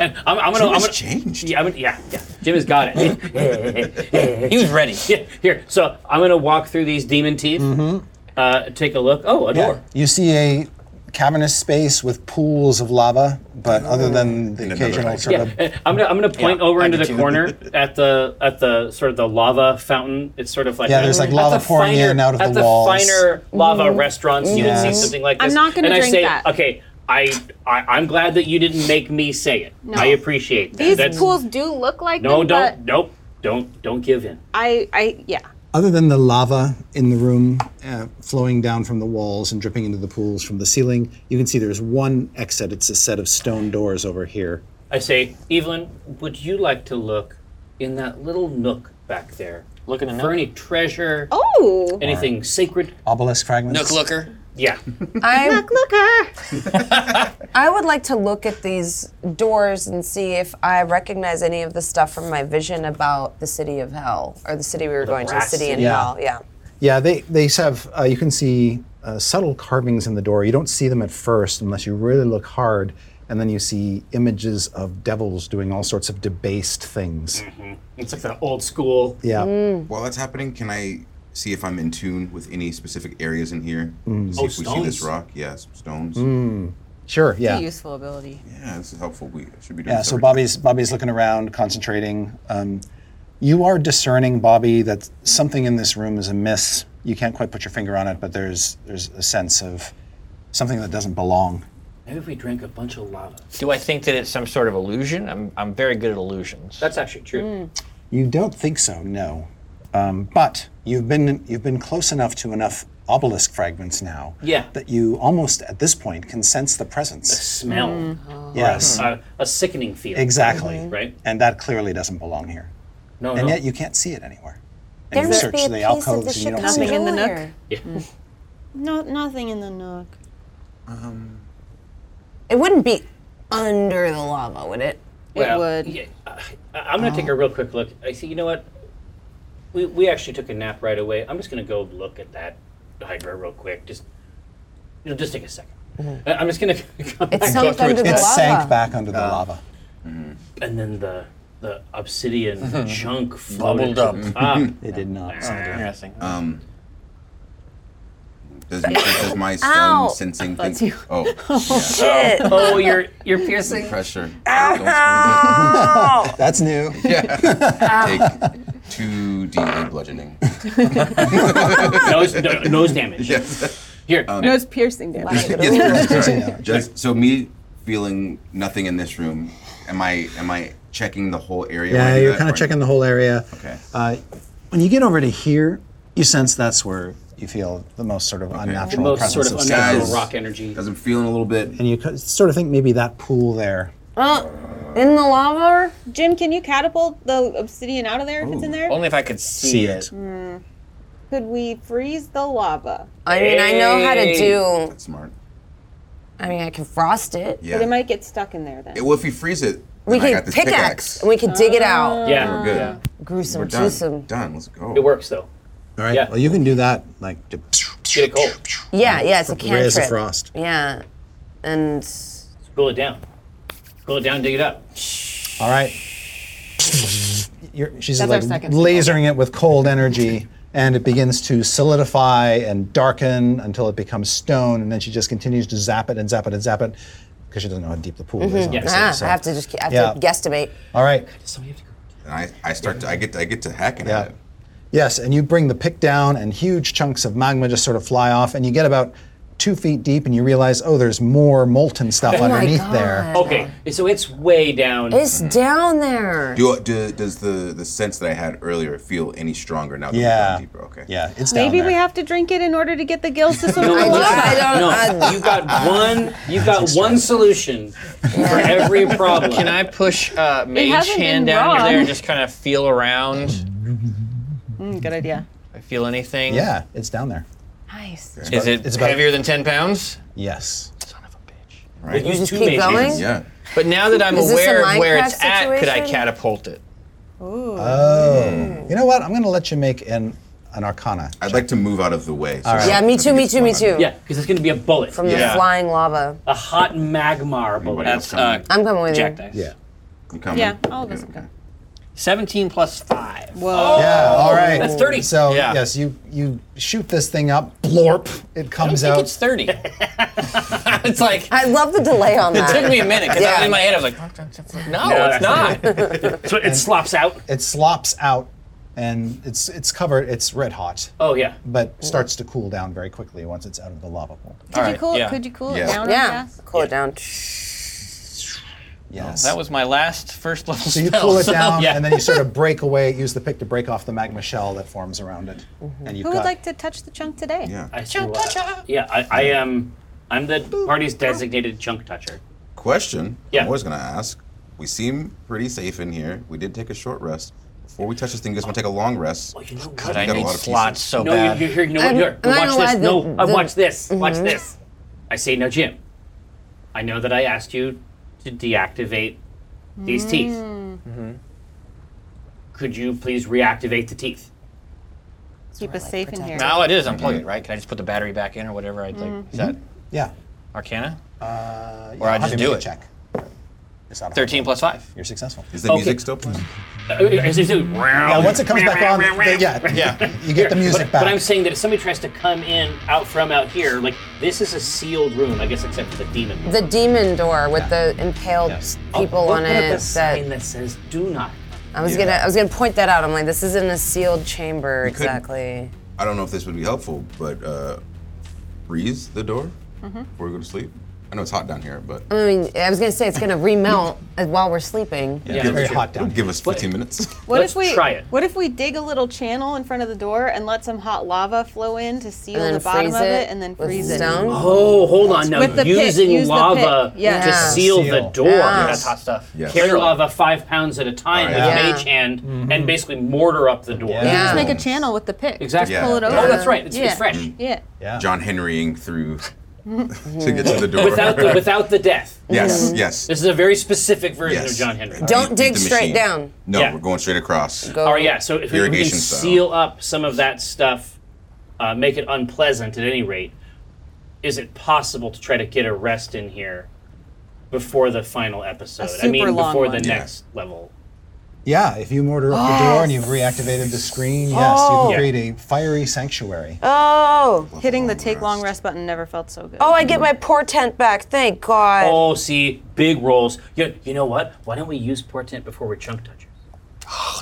And I'm, I'm gonna.
Jim
I'm
has
gonna, changed. Yeah, I'm gonna, yeah, yeah. Jim has got
Oh.
it.
he was ready.
[LAUGHS] Yeah, here. So I'm gonna walk through these demon teeth.
Mm-hmm.
Uh, take a look. Oh, a
Yeah.
door.
You see a cavernous space with pools of lava, but other than the occasional sort
Yeah,
of
and I'm gonna I'm gonna point
Yeah,
over
I
into
do
the
too. [LAUGHS]
corner at the at the sort of the lava fountain. It's sort of like
Yeah, there's, like,
at
lava
the
pouring
finer-
in out of
at
the
the
walls.
finer lava
Mhm.
restaurants. You would see
Yes.
something like
Mm-hmm. I'm
this.
not gonna
and
drink
I say,
that.
Okay, I, I I'm glad that you didn't make me say it.
No.
I appreciate that.
These
That's-
pools do look like
No,
them,
don't, nope, don't, don't give in.
but I, I, yeah.
Other than the lava in the room uh, flowing down from the walls and dripping into the pools from the ceiling, you can see there's one exit. It's a set of stone doors over here.
I say, Evelyn, would you like to look in that little nook back there? Look in the for any treasure.
Oh,
anything sacred?
Obelisk fragments.
Nook looker. Yeah.
I look, I would like to look at these doors and see if I recognize any of the stuff from my vision about the city of hell or the city we were going to, the
brass
city in
city. Yeah.
hell. Yeah.
Yeah, they they have. Uh, you can see uh, subtle carvings in the door. You don't see them at first unless you really look hard, and then you see images of devils doing all sorts of debased things.
[LAUGHS] It's like the old school.
Yeah.
While that's happening, can I see if I'm in tune with any specific areas in here?
Mm.
To See
Oh,
if we see this
stones.
rock. Yeah, some stones.
Mm. Sure. Yeah.
a useful ability.
Yeah, this is helpful. We should be doing
Yeah, so Bobby's Bobby's looking around, concentrating. Um, you are discerning, Bobby, that something in this room is amiss. You can't quite put your finger on it, but there's there's a sense of something that doesn't belong.
Maybe if we drank a bunch of lava.
Do I think that it's some sort of illusion? I'm, I'm very good at illusions.
That's actually true.
Mm.
You don't think so, no. Um, but you've been you've been close enough to enough obelisk fragments now
Yeah.
that you almost at this point can sense the presence. The
Smell.
Mm-hmm.
Or a-
Yes.
A, a sickening feeling.
Exactly.
Uh, Right?
And that clearly doesn't belong here.
No,
and
no.
yet you can't see it anywhere. And
There
you
must
search
be a
the
piece of
alcoves
the
and you don't see
Nothing
it.
in the nook.
Yeah.
No, nothing in the nook.
Um,
It wouldn't be under the lava, would it?
Well, yeah, I- I'm going to take a real quick look. I see, you know what? We, we actually took a nap right away. I'm just going to go look at that hydra real quick. Just, you know, just take a 2nd
Mm-hmm.
i I'm [LAUGHS] just going to.
It sank under the It lava. sank back under
Uh,
the lava.
And then the the obsidian chunk floated
Mm-hmm. Bubbled up.
to the top.
It did not.
Interesting.
Um, does, does my stone
Ow.
sensing thing?
That's you. [LAUGHS]
Oh,
Shit.
[LAUGHS] Oh, you're you're piercing.
Pressure.
Ow.
That's [LAUGHS] new.
Yeah. Take two D8 bludgeoning.
nose, [LAUGHS] no- nose damage.
Yes.
Here.
no, it's piercing damage.
yes, piercing, sorry. Just, so me feeling nothing in this room. Am I am I checking the whole area? when I
Yeah,
do
you're
that,
kind
or-
of checking the whole area.
Okay.
Uh, when you get over to here, you sense that's where you feel the most sort of unnatural
The most
presence
sort of
stuff.
unnatural rock energy.
Because I'm feeling a little bit.
And you co- sort of think maybe that pool there.
Oh, in the lava? Jim, can you catapult the obsidian out of there if it's in there?
Uh, Only if I could see,
See
it.
Hmm. Could we freeze the lava?
I mean, I know how to
Hey.
do.
That's smart.
I mean, I can frost it.
Yeah.
But it might get stuck in there then.
It- well, if you freeze it,
We
then I
can
got this
pickaxe, and we can dig it out.
Yeah.
We're good.
Yeah.
Gruesome,
We're done.
gruesome.
Done. Let's go.
It works though.
All right.
Yeah.
Well, you can do that. Like, to-
Get it cold.
Yeah, yeah, it's a cantrip.
Rays of frost.
Yeah, and
Cool it down. Cool it down. Dig it up.
all right. You're, she's
That's our
like
second
lasering it with cold energy, and it begins to solidify and darken until it becomes stone, and then she just continues to zap it and zap it and zap it because she doesn't know how deep the pool is.
Mhm.
Obviously,
Ah,
so-
I have to just I have
Yeah.
to guesstimate.
All right.
And I, I start to I get to, I get to hacking at it.
Yes, and you bring the pick down, and huge chunks of magma just sort of fly off, and you get about two feet deep, and you realize, oh, there's more molten stuff
Oh my
underneath there.
Okay, so it's way down.
It's down there.
Do, do does the the sense that I had earlier feel any stronger now? That we've
Yeah.
gone deeper? Okay.
Yeah, it's
Maybe we have to drink it in order to get the gills
[LAUGHS]
to swim
No,
in the
you
lava.
got, no, you got one. You got one solution for every problem.
Can I push uh, Mage
hasn't
hand
been
down
wrong.
there and just kind of feel around?
Mm, good idea.
I I feel anything?
Yeah, it's down there.
Nice.
Is it
It's about-
heavier than 10 pounds?
Yes.
Right.
You just keep going?
Yeah.
But now that I'm
Is this a
aware of where
Minecraft
it's at, could I
situation?
catapult it?
Ooh.
Oh. You know what? I'm going to let you make an, an arcana.
I'd like to move out of the way.
All right.
Yeah, me too, me too, me too.
Yeah, because it's going to be a bullet.
From the
Yeah.
flying lava.
a hot magmar bullet.
That's, uh,
I'm coming with
Uh, Jack
you.
dice.
Yeah.
You coming?
Yeah, all of us have gone.
17 plus 5.
Oh.
Whoa.
Yeah, all right.
That's 30.
So,
Oh, Yeah.
yes, you you shoot this thing up, blorp, it
I don't
comes
think
out.
it's 30. [LAUGHS] it's like, it
I love the delay on that.
took me a minute because
Yeah.
in my head I was like, no, it's
[LAUGHS]
not.
So it slops out.
It slops out and it's it's covered, it's red hot,
Oh yeah.
but starts to cool down very quickly once it's out of the lava pool.
Could you
Alright,
cool?
yeah.
Could you cool
Yeah.
it down?
Yeah,
Yeah. Fast?
cool it down.
Yes.
That was my last first level
so
[LAUGHS]
you
spell,
cool it
so,
down
yeah.
and then you sort of break away, use the pick to break off the magma shell that forms around it. And you've
Mm-hmm. Who
got
would like to touch the chunk today?
Yeah.
I threw, uh, yeah. I, I am. I'm the party's designated chunk toucher.
Question.
Yeah.
I was gonna ask. We seem pretty safe in here. We did take a short rest. Before we touch this thing, we just want to take a long rest.
Oh, you know
God,
what?
I
got a
need
lot of
slots
pieces.
so
no,
bad.
you, you're here. You know what?
I'm-
Here,
I'm not
watch
gonna
this.
lie,
no,
the- Mm-hmm.
uh,
the-
watch this. Watch this. I say now, Jim. I know that I asked you to deactivate these teeth.
Mm-hmm.
Mm-hmm. Could you please reactivate the teeth?
Keep us safe in here.
Now it is unplug it,
Mm.
right? Can I just put the battery back in or whatever I'd like?
Mm-hmm.
Is that
Yeah.
Arcana?
Uh,
Or I
I'll have
just
you
do
make a
it.
Check. It's not a hard
13
one.
plus 5.
You're successful.
Is the
Okay.
music still playing?
Uh, is it-
Yeah, once it comes back on, they- yeah,
Yeah.
[LAUGHS] you get the music
but,
back.
but I'm saying that if somebody tries to come in out from out here, like this is a sealed room, I guess, except for the demon.
The demon door with the impaled
Oh,
people
look
on
at
it.
The sign
That
that says "Do not."
I was gonna, I was gonna point that out. I'm like, this isn't a sealed chamber
You couldn't-
exactly.
I don't know if this would be helpful, but uh, freeze the door
Mm-hmm.
before we go to sleep. I know it's hot down here, but
I mean, I was gonna say it's gonna remelt while we're sleeping.
Yeah,
It's very
sure.
hot down
it'll
here.
give us 15 minutes.
What
Let's
if we
try it.
What if we dig a little channel in front of the door and let some hot lava flow in to seal
And
the
then
bottom
freeze
of it
it
and then
with
freeze
stone.
it?
Oh, hold on! Now
With the pick,
using
use the
lava
pick, yeah.
to
Yeah.
seal, the
Seal.
door.
Yeah.
That's hot stuff.
Yes.
Carry
Clearly.
lava five pounds at a time
Alright.
with
Yeah.
a mage hand, and basically mortar up the door.
Yeah.
Just
Yeah.
make a channel with the pick.
Exactly.
Just pull it
Yeah.
over.
Oh, that's right. It's,
yeah.
it's fresh.
Yeah.
Yeah.
[LAUGHS] John
[LAUGHS]
Henrying through to get to the door.
Without the without the death.
yes, yes.
This is a very specific version
Yes.
of John Henry.
Don't
Beat
dig
the
straight
machine.
down.
No,
Yeah.
we're going straight across.
Go.
Oh yeah, so if we- we can
Irrigation style.
seal up some of that stuff, uh, make it unpleasant at any rate. Is it possible to try to get a rest in here before the final episode? I mean,
super long
before
one.
the
Yeah.
next level.
Yeah, if you mortar up the door and
Oh.
you've reactivated the screen, yes, you
Oh.
can create a fiery sanctuary.
Oh,
Hitting the take long rest button never felt so good.
oh, I get my portent back. Thank God.
Oh, see, big rolls. You, you know what? Why don't we use portent before we're chunk touchers?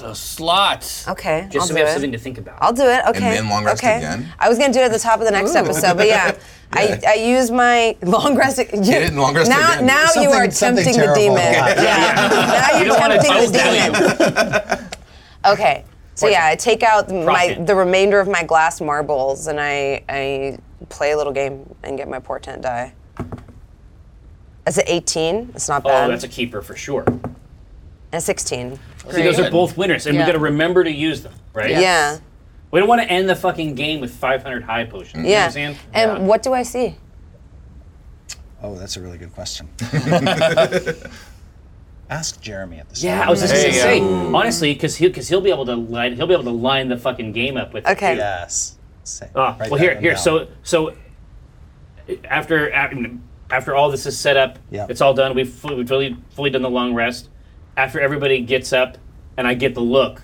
Those slots.
Okay,
Just
I'll
so
do
we have
it.
something to think about.
I'll do it. Okay.
then long rest
okay.
again?
I was gonna do it at the top of the next episode, but
[LAUGHS]
yeah, I, I use my long rest. Get
it and long rest
now,
again.
Now you are
Something- something
tempting
terrible
the
[LAUGHS]
demon.
happened.
Yeah. [LAUGHS]
You
now you're
don't wanna
tempting the
tell
demon. okay. So yeah, I take out my
Profit.
the remainder of my glass marbles and I I play a little game and get my portent die. That's an 18. It's not
oh,
bad.
that's a keeper for sure.
and a 16.
See, those are both winners, and we
Yeah.
got to remember to use them, right?
Yeah.
We don't want to end the fucking game with 500 high potions. You know what
Yeah.
I'm saying?
And what do I see?
Oh, that's a really good
[LAUGHS]
question. Ask Jeremy at the start.
Yeah, oh, I was just
There
gonna
you
say
um,
go.
honestly, because he because he'll be able to line he'll be able to line the fucking game up with.
Okay.
Yes. Say-
Ah,
write
well,
that
here
one
here
down.
so so after after after all this is set up,
Yeah.
it's all done. We've fully, we've fully fully done the long rest. After everybody gets up, and I get the look,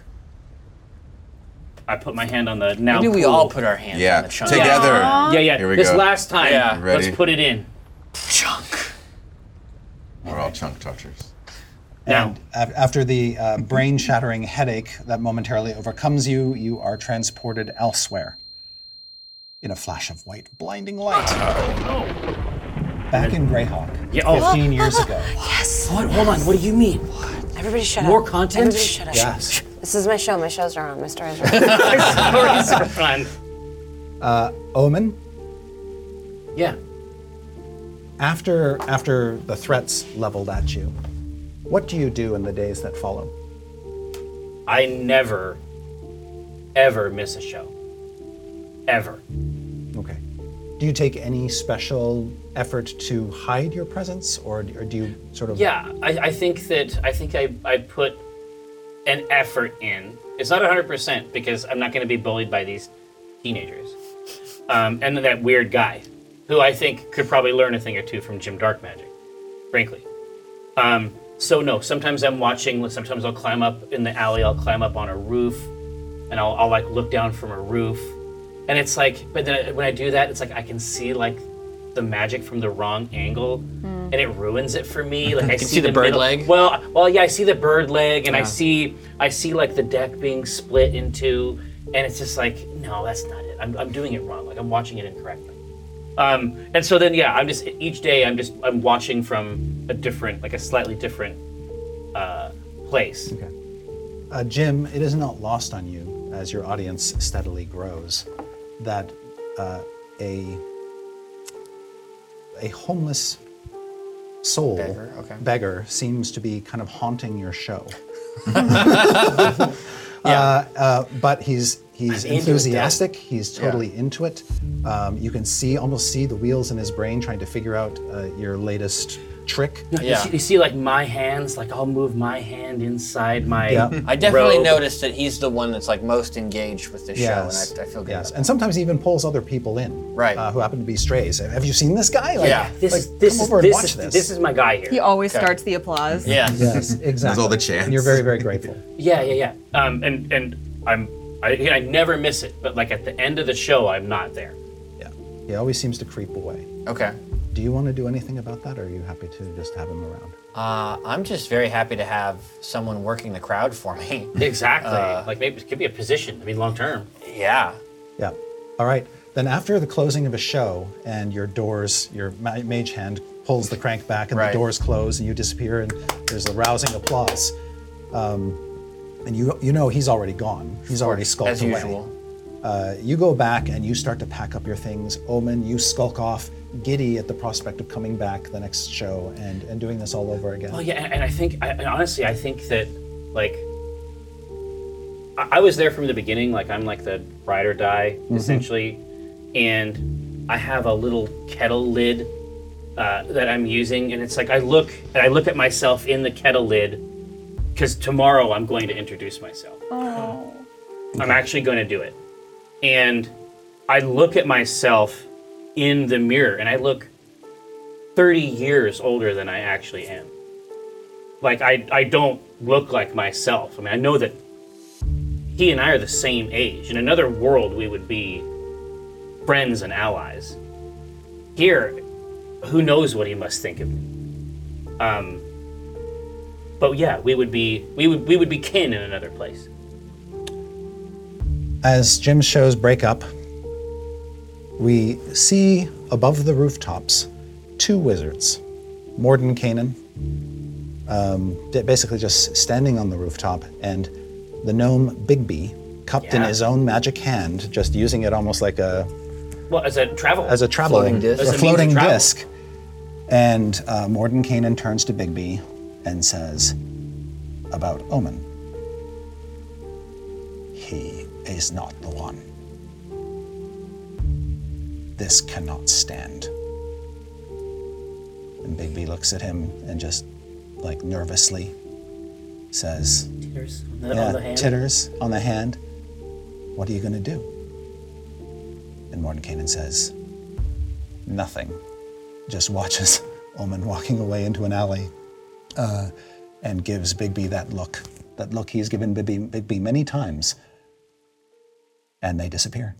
I put my hand on the now.
Maybe we
cool-
all put our hands
Yeah,
on the chunk.
together.
Yeah, yeah.
Here we
this
go.
last time,
Yeah.
Ready?
let's put it in.
Chunk.
We're all chunk touchers.
Now,
Af- After the uh, brain shattering headache that momentarily overcomes you, you are transported elsewhere in a flash of white, blinding
[LAUGHS]
light. Back in Greyhawk,
Oh, Yeah, oh.
15 years
[LAUGHS]
ago.
What? Hold on. What do you mean?
Everybody shut
More
up.
content?
Everybody shut up.
Yes.
This is my show. My shows are on. My stories are on.
[LAUGHS] Fun.
Omen,
Yeah.
after after the threats leveled at you, what do you do in the days that follow?
I never, ever miss a show. ever.
Okay. Do you take any special effort to hide your presence, or, or do you sort of?
Yeah, I, I think that I think I, I put an effort in. It's not 100% because I'm not going to be bullied by these teenagers. Um, and then that weird guy who I think could probably learn a thing or two from Jim Dark Magic, frankly. Um, so, no, sometimes I'm watching, sometimes I'll climb up in the alley, I'll climb up on a roof, and I'll, I'll like look down from a roof. And it's like, but then when I do that, it's like I can see like the magic from the wrong angle, and it ruins it for
[LAUGHS]
me. Like I
You
see,
see the bird
middle-
leg?
Well, well, yeah, I see the bird leg, and I
Yeah.
see I see like the deck being split into, and it's just like, no, that's not it. I'm, I'm doing it wrong. Like I'm watching it incorrectly. Um, and so then, yeah, I'm just each day I'm just I'm watching from a different, like a slightly different uh, place.
Uh, Jim, it is not lost on you as your audience steadily grows that uh, a a homeless soul beggar, seems to be kind of haunting your show. Uh, uh, but he's he's
I'm into it, Dad.
enthusiastic. He's totally into it. Um, you can see almost see the wheels in his brain trying to figure out uh, your latest trick.
No, you, see, you see, like my hands, like I'll move my hand inside my.
Yeah.
I definitely
robe.
noticed that he's the one that's like most engaged with the
Yes.
show, and I, I feel good.
Yes, and sometimes he even pulls other people in, right? Uh, who happen to be strays. Have you seen this guy? Like,
Yeah.
This
like,
is this
come
is
over and
this
watch
is,
this.
this. is my guy here.
He always starts the applause.
Yes, exactly. There's all the
chance.
And you're very, very grateful.
Yeah, yeah, yeah. Um, and and I'm I, I never miss it, but like at the end of the show, I'm
[LAUGHS]
not there.
he always seems to creep away.
Okay.
Do you want to do anything about that, or are you happy to just have him around?
Uh, I'm just very happy to have someone working the crowd for me. [LAUGHS]
Exactly.
Uh,
like maybe it could be a position. I mean, long term.
Yeah.
Yeah. All right. Then after the closing of a show and your doors, your ma- mage hand pulls the crank back and
Right.
the doors close and you disappear and there's a rousing applause. Um, and you you know he's already gone. He's already skulked
as
away.
usual.
Uh, you go back and you start to pack up your things. Omen, you skulk off, giddy at the prospect of coming back the next show and, and doing this all over again.
Well, yeah, and, and I think, I, and honestly, I think that, like, I, I was there from the beginning. Like, I'm like the ride or die,
Mhm.
essentially, and I have a little kettle lid uh, that I'm using, and it's like I look, and I look at myself in the kettle lid, because tomorrow I'm going to introduce myself.
Oh.
I'm actually going to do it. And I look at myself in the mirror and I look 30 years older than I actually am. Like, I, I don't look like myself. I mean, I know that he and I are the same age. In another world, we would be friends and allies. Here, who knows what he must think of me? Um, but yeah, we would be we would we would be kin in another place.
As Jim's shows break up, we see above the rooftops two wizards, Morden Kanan, um, d- basically just standing on the rooftop, and the gnome Bigby, cupped in
Yeah.
his own magic hand, just using it almost like a
Well, as a travel,
as a travel
as
a
means of
floating
travel.
disc. And uh, Morden Kanan turns to Bigby and says, "About Omen, he is not the one. This cannot stand." And Bigby looks at him and just, like nervously, says,
Titters on the- on the hand.
titters on the hand. What are you going to do?" And Mordenkainen says, nothing. Just watches Omen walking away into an alley uh, and gives Bigby that look, that look he's given Bigby, Bigby many times, and they disappear.